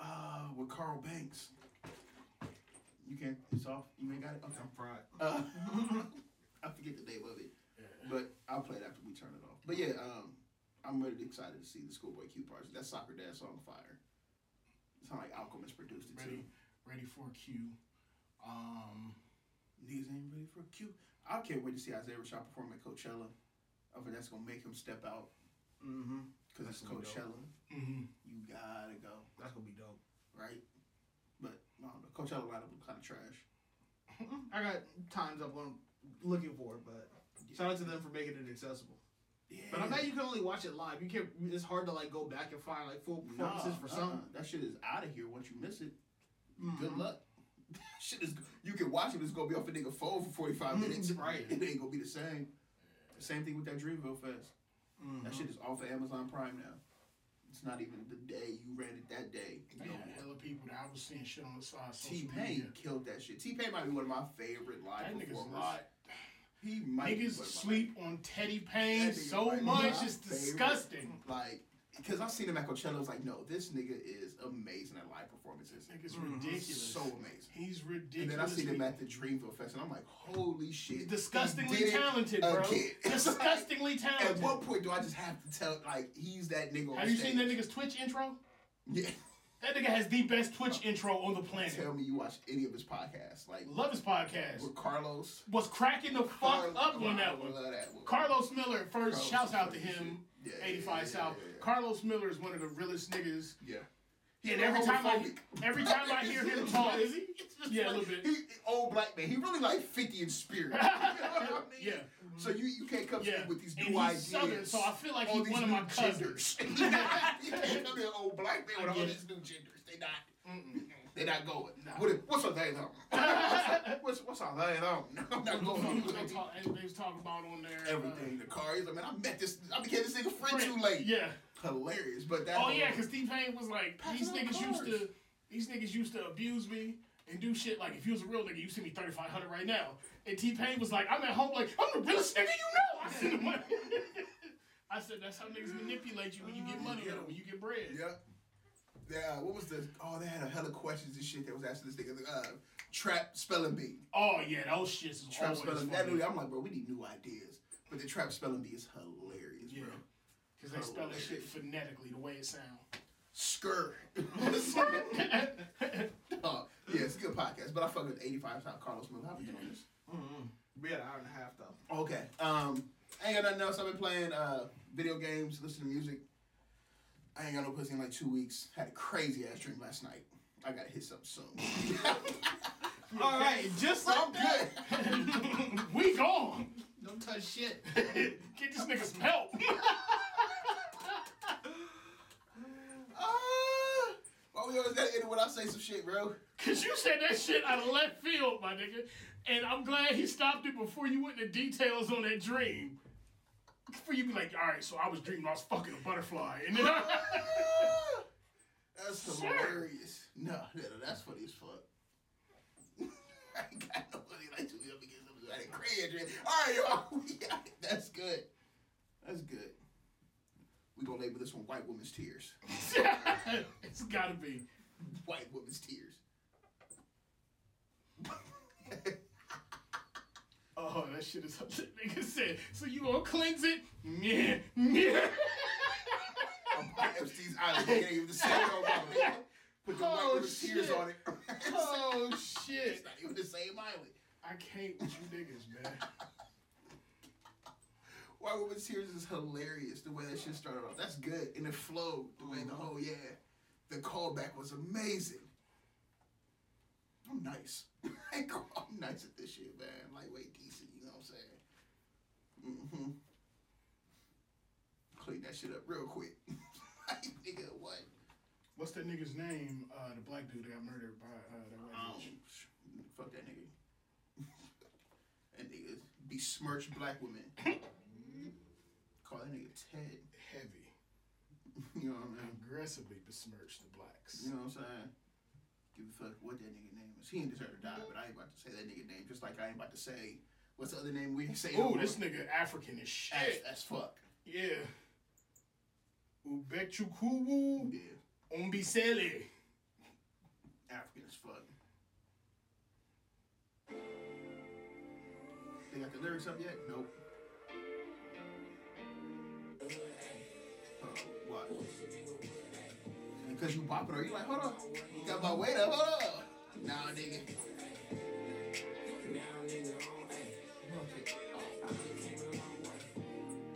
Speaker 2: uh, with Carl Banks. You can't. It's off. You ain't got it. Okay.
Speaker 3: I'm fried.
Speaker 2: Uh, I forget the name of it, but I'll play it after we turn it off. But yeah, um, I'm really excited to see the Schoolboy Q parts. That soccer dad song fire. It's not like Alchemist produced it too.
Speaker 1: Ready, ready for a cue. Um,
Speaker 2: Niggas ain't ready for Q. I can't wait to see Isaiah Rashad perform at Coachella. I think that's gonna make him step out
Speaker 3: Mm-hmm.
Speaker 2: because it's
Speaker 3: That's gonna be dope.
Speaker 2: Coachella.
Speaker 1: mhm.
Speaker 2: You gotta go
Speaker 3: That's gonna be dope.
Speaker 2: right. But I don't know. Coachella lineup was kind of trash.
Speaker 6: I got times up on looking for it, but shout out to them for making it accessible.
Speaker 2: Yeah,
Speaker 6: But I bet you can only watch it live. You can't. It's hard to like go back and find like full performances
Speaker 2: Nah,
Speaker 6: for
Speaker 2: uh-uh.
Speaker 6: some.
Speaker 2: That shit is out of here once you miss it. Good
Speaker 6: Mhm.
Speaker 2: luck. shit is you can watch it, it's gonna be off a nigga phone for forty five minutes.
Speaker 6: Right.
Speaker 2: It ain't gonna be the same. Same thing with that Dreamville Fest. That shit is off of Amazon Prime now. It's not even the day you ran it that day.
Speaker 1: They had hella people that I was seeing shit on the side. of social
Speaker 2: T
Speaker 1: media.
Speaker 2: Pain killed that shit. T Pain might be one of my favorite
Speaker 1: That
Speaker 2: live
Speaker 1: nigga's
Speaker 2: performers.
Speaker 1: lit.
Speaker 2: He might be
Speaker 1: Niggas
Speaker 2: one of my-
Speaker 1: sleep on Teddy Payne
Speaker 2: That nigga
Speaker 1: so
Speaker 2: might be
Speaker 1: much,
Speaker 2: my
Speaker 1: it's
Speaker 2: favorite.
Speaker 1: disgusting.
Speaker 2: like because I've seen him at Coachella. I was like, no, this nigga is amazing at live performances.
Speaker 1: Niggas ridiculous.
Speaker 2: So amazing.
Speaker 1: He's
Speaker 2: And
Speaker 1: ridiculous.
Speaker 2: then I seen him at the Dreamville Fest, and I'm like, holy shit.
Speaker 1: disgustingly
Speaker 2: He did it
Speaker 1: talented, bro.
Speaker 2: again.
Speaker 1: Disgustingly
Speaker 2: At
Speaker 1: talented.
Speaker 2: what point do I just have to tell, like, he's that nigga on
Speaker 1: Have you
Speaker 2: stage?
Speaker 1: seen that nigga's Twitch intro?
Speaker 2: Yeah.
Speaker 1: That nigga has the best Twitch intro on the planet.
Speaker 2: Tell me you watch any of his podcasts. Like,
Speaker 1: Love his podcast.
Speaker 2: with Carlos.
Speaker 1: Was cracking the fuck
Speaker 2: Carlos-
Speaker 1: up on
Speaker 2: I
Speaker 1: that one.
Speaker 2: Love that one.
Speaker 1: Carlos Miller at first
Speaker 2: Carlos
Speaker 1: shouts
Speaker 2: is
Speaker 1: out to
Speaker 2: crazy
Speaker 1: him.
Speaker 2: shit. Yeah, yeah,
Speaker 1: 85
Speaker 2: yeah,
Speaker 1: South.
Speaker 2: yeah, yeah.
Speaker 1: Carlos Miller is one of the realest niggas.
Speaker 2: Yeah.
Speaker 1: And every time I every time I hear him talk,
Speaker 2: Is he? It's just
Speaker 1: Yeah, a
Speaker 2: like-
Speaker 1: little bit.
Speaker 2: He, old black man. He really like 50 in spirit. You know what I mean?
Speaker 1: Yeah.
Speaker 2: So you, you can't come
Speaker 1: Yeah.
Speaker 2: to me with these new
Speaker 1: and he's
Speaker 2: ideas.
Speaker 1: Southern, so I feel like
Speaker 2: all
Speaker 1: he's
Speaker 2: these
Speaker 1: one of
Speaker 2: new
Speaker 1: my cousins.
Speaker 2: genders. you can't come here, old black man,
Speaker 1: I
Speaker 2: with all
Speaker 1: get
Speaker 2: these
Speaker 1: it.
Speaker 2: new genders. They not. They not going. What if, what's up, they on? What's what's all that on? No, I'm not going.
Speaker 1: They was talk- they was talking about on there. uh,
Speaker 2: Everything. The car is. I mean, I met this. I became this nigga friend
Speaker 1: Friend.
Speaker 2: too late.
Speaker 1: Yeah.
Speaker 2: Hilarious, but that.
Speaker 1: Oh
Speaker 2: whole-
Speaker 1: yeah, because T Pain was like,
Speaker 2: Passing
Speaker 1: these
Speaker 2: out
Speaker 1: niggas used
Speaker 2: cars.
Speaker 1: to, these niggas used to abuse me and do shit. Like if you was a real nigga, you send me thirty five hundred right now. And T Pain was like, I'm at home, like I'm the realest nigga you know. I send the money. I said that's how niggas manipulate you when you get money or when you get bread.
Speaker 2: Yep. Yeah. What was the? Oh, they had a hella questions and shit that was asking this nigga. Uh, trap spelling bee.
Speaker 1: Oh yeah, those shits is
Speaker 2: Trap
Speaker 1: always
Speaker 2: spelling. That
Speaker 1: funny.
Speaker 2: dude, I'm like, bro, we need new ideas. But the trap spelling bee is hilarious,
Speaker 1: Yeah.
Speaker 2: bro.
Speaker 1: Because they spell that shit phonetically the way it sound.
Speaker 2: Skirt. oh, yeah, it's a good podcast. But I fuck with 85 South Carlos Miller. I've been doing this.
Speaker 3: We had an hour and a half though.
Speaker 2: Okay. Um, I ain't got nothing else. I've been playing uh video games, listening to music. I ain't got no pussy in like two weeks. Had a crazy ass dream last night. I gotta hit something soon.
Speaker 6: All right, just like
Speaker 2: I'm good.
Speaker 1: we gone.
Speaker 6: don't touch shit.
Speaker 1: Get this nigga some help.
Speaker 2: Ah, why we always gotta end it when I say some shit, bro?
Speaker 1: Cause you said that shit out of left field, my nigga. And I'm glad he stopped it before you went into details on that dream. Before you be like, all right, so I was dreaming I was fucking a butterfly, and then I,
Speaker 2: Ah, that's
Speaker 1: Sure.
Speaker 2: hilarious. No, no, no, that's funny as fuck. I ain't got no money like to be up against something. I didn't cringe. man. All right, y'all. We got it. That's good. That's good. We gonna label this one white woman's tears.
Speaker 1: it's gotta be.
Speaker 2: White woman's tears.
Speaker 1: Oh, that shit is. Nigga said, so you gonna cleanse it? Yeah, yeah.
Speaker 2: I'm by Epstein's Island. They ain't even the same no more, man. Put the white
Speaker 1: Oh,
Speaker 2: woman's tears
Speaker 1: shit.
Speaker 2: on it.
Speaker 1: Oh
Speaker 2: it's
Speaker 1: shit!
Speaker 2: not even the same island.
Speaker 1: I can't with you niggas, man.
Speaker 2: White Woman's Tears is hilarious. The way that shit started off, that's good, and it flowed. The way the whole yeah, the callback was amazing. I'm nice. Like, I'm nice at this shit, man. Lightweight, decent. You know what I'm saying? Mm-hmm. Clean that shit up real quick. like, nigga, what?
Speaker 1: What's that nigga's name? Uh, the black dude that got murdered by uh, that white
Speaker 2: Um,
Speaker 1: bitch.
Speaker 2: fuck that nigga. that nigga's besmirch black women. Call that nigga Ted.
Speaker 4: Heavy.
Speaker 2: You know what I mean?
Speaker 4: Aggressively besmirch the blacks.
Speaker 2: You know what I'm saying? Give a fuck what that nigga name is. He ain't deserve to die, but I ain't about to say that nigga name. Just like I ain't about to say what's the other name we ain't say.
Speaker 1: Ooh, this nigga African as
Speaker 2: ass,
Speaker 1: shit.
Speaker 2: as fuck.
Speaker 1: Yeah. Ubekchukwu
Speaker 2: Yeah,
Speaker 1: Umbisele.
Speaker 2: African as fuck. They got the lyrics up yet? Nope. Uh, what? Because you popular, you like, hold on. You got my weight up, hold up. Nah, nigga.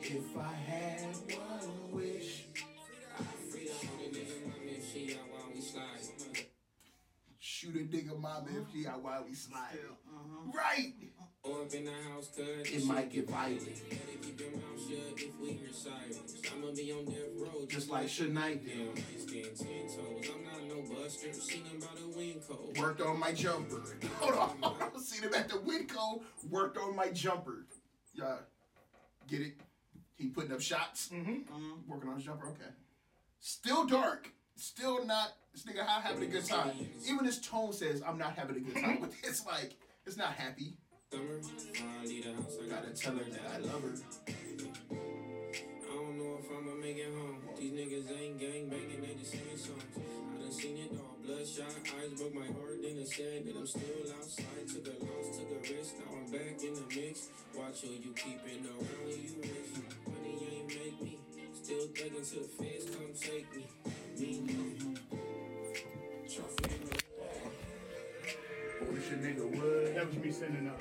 Speaker 2: If I had one wish.
Speaker 8: Shoot a nigga mama if she out while we slide.
Speaker 3: Still, uh-huh.
Speaker 8: Right.
Speaker 9: Or up in the house, cuz
Speaker 2: it might get violent.
Speaker 9: Better keep your mouth shut if we hear sirens. I'ma be on death row.
Speaker 2: Just like Shania
Speaker 9: Yeah,
Speaker 2: did.
Speaker 9: my skin ten toes. I'm not no buster. Seen him by the wind cold.
Speaker 2: Worked on my jumper.
Speaker 8: Hold on. Hold on. See them at the Winco worked on my jumper.
Speaker 2: Yeah.
Speaker 8: Get it? He putting up shots.
Speaker 2: Mm-hmm.
Speaker 8: Mm-hmm.
Speaker 3: Mhm.
Speaker 2: Working on his jumper, okay.
Speaker 8: Still dark. Still not. This nigga not having a good time. Even his tone says I'm not having a good
Speaker 2: Mm-hmm.
Speaker 8: time. But it's like it's not happy.
Speaker 9: Summer, before I leave the house, I
Speaker 2: Gotta tell her that I love her.
Speaker 9: I don't know if I'ma make it home. These niggas ain't gang banging, they just singing songs. I done seen it all. Bloodshot eyes broke my heart, then it said that I'm still outside. Took a loss, took a risk, now I'm back in the mix. Watch who you keeping around when you rich. Money ain't make me. Still thugging till the feds come take me. Me, me. Trophy in the
Speaker 2: Wish a nigga would.
Speaker 1: That was me sending up.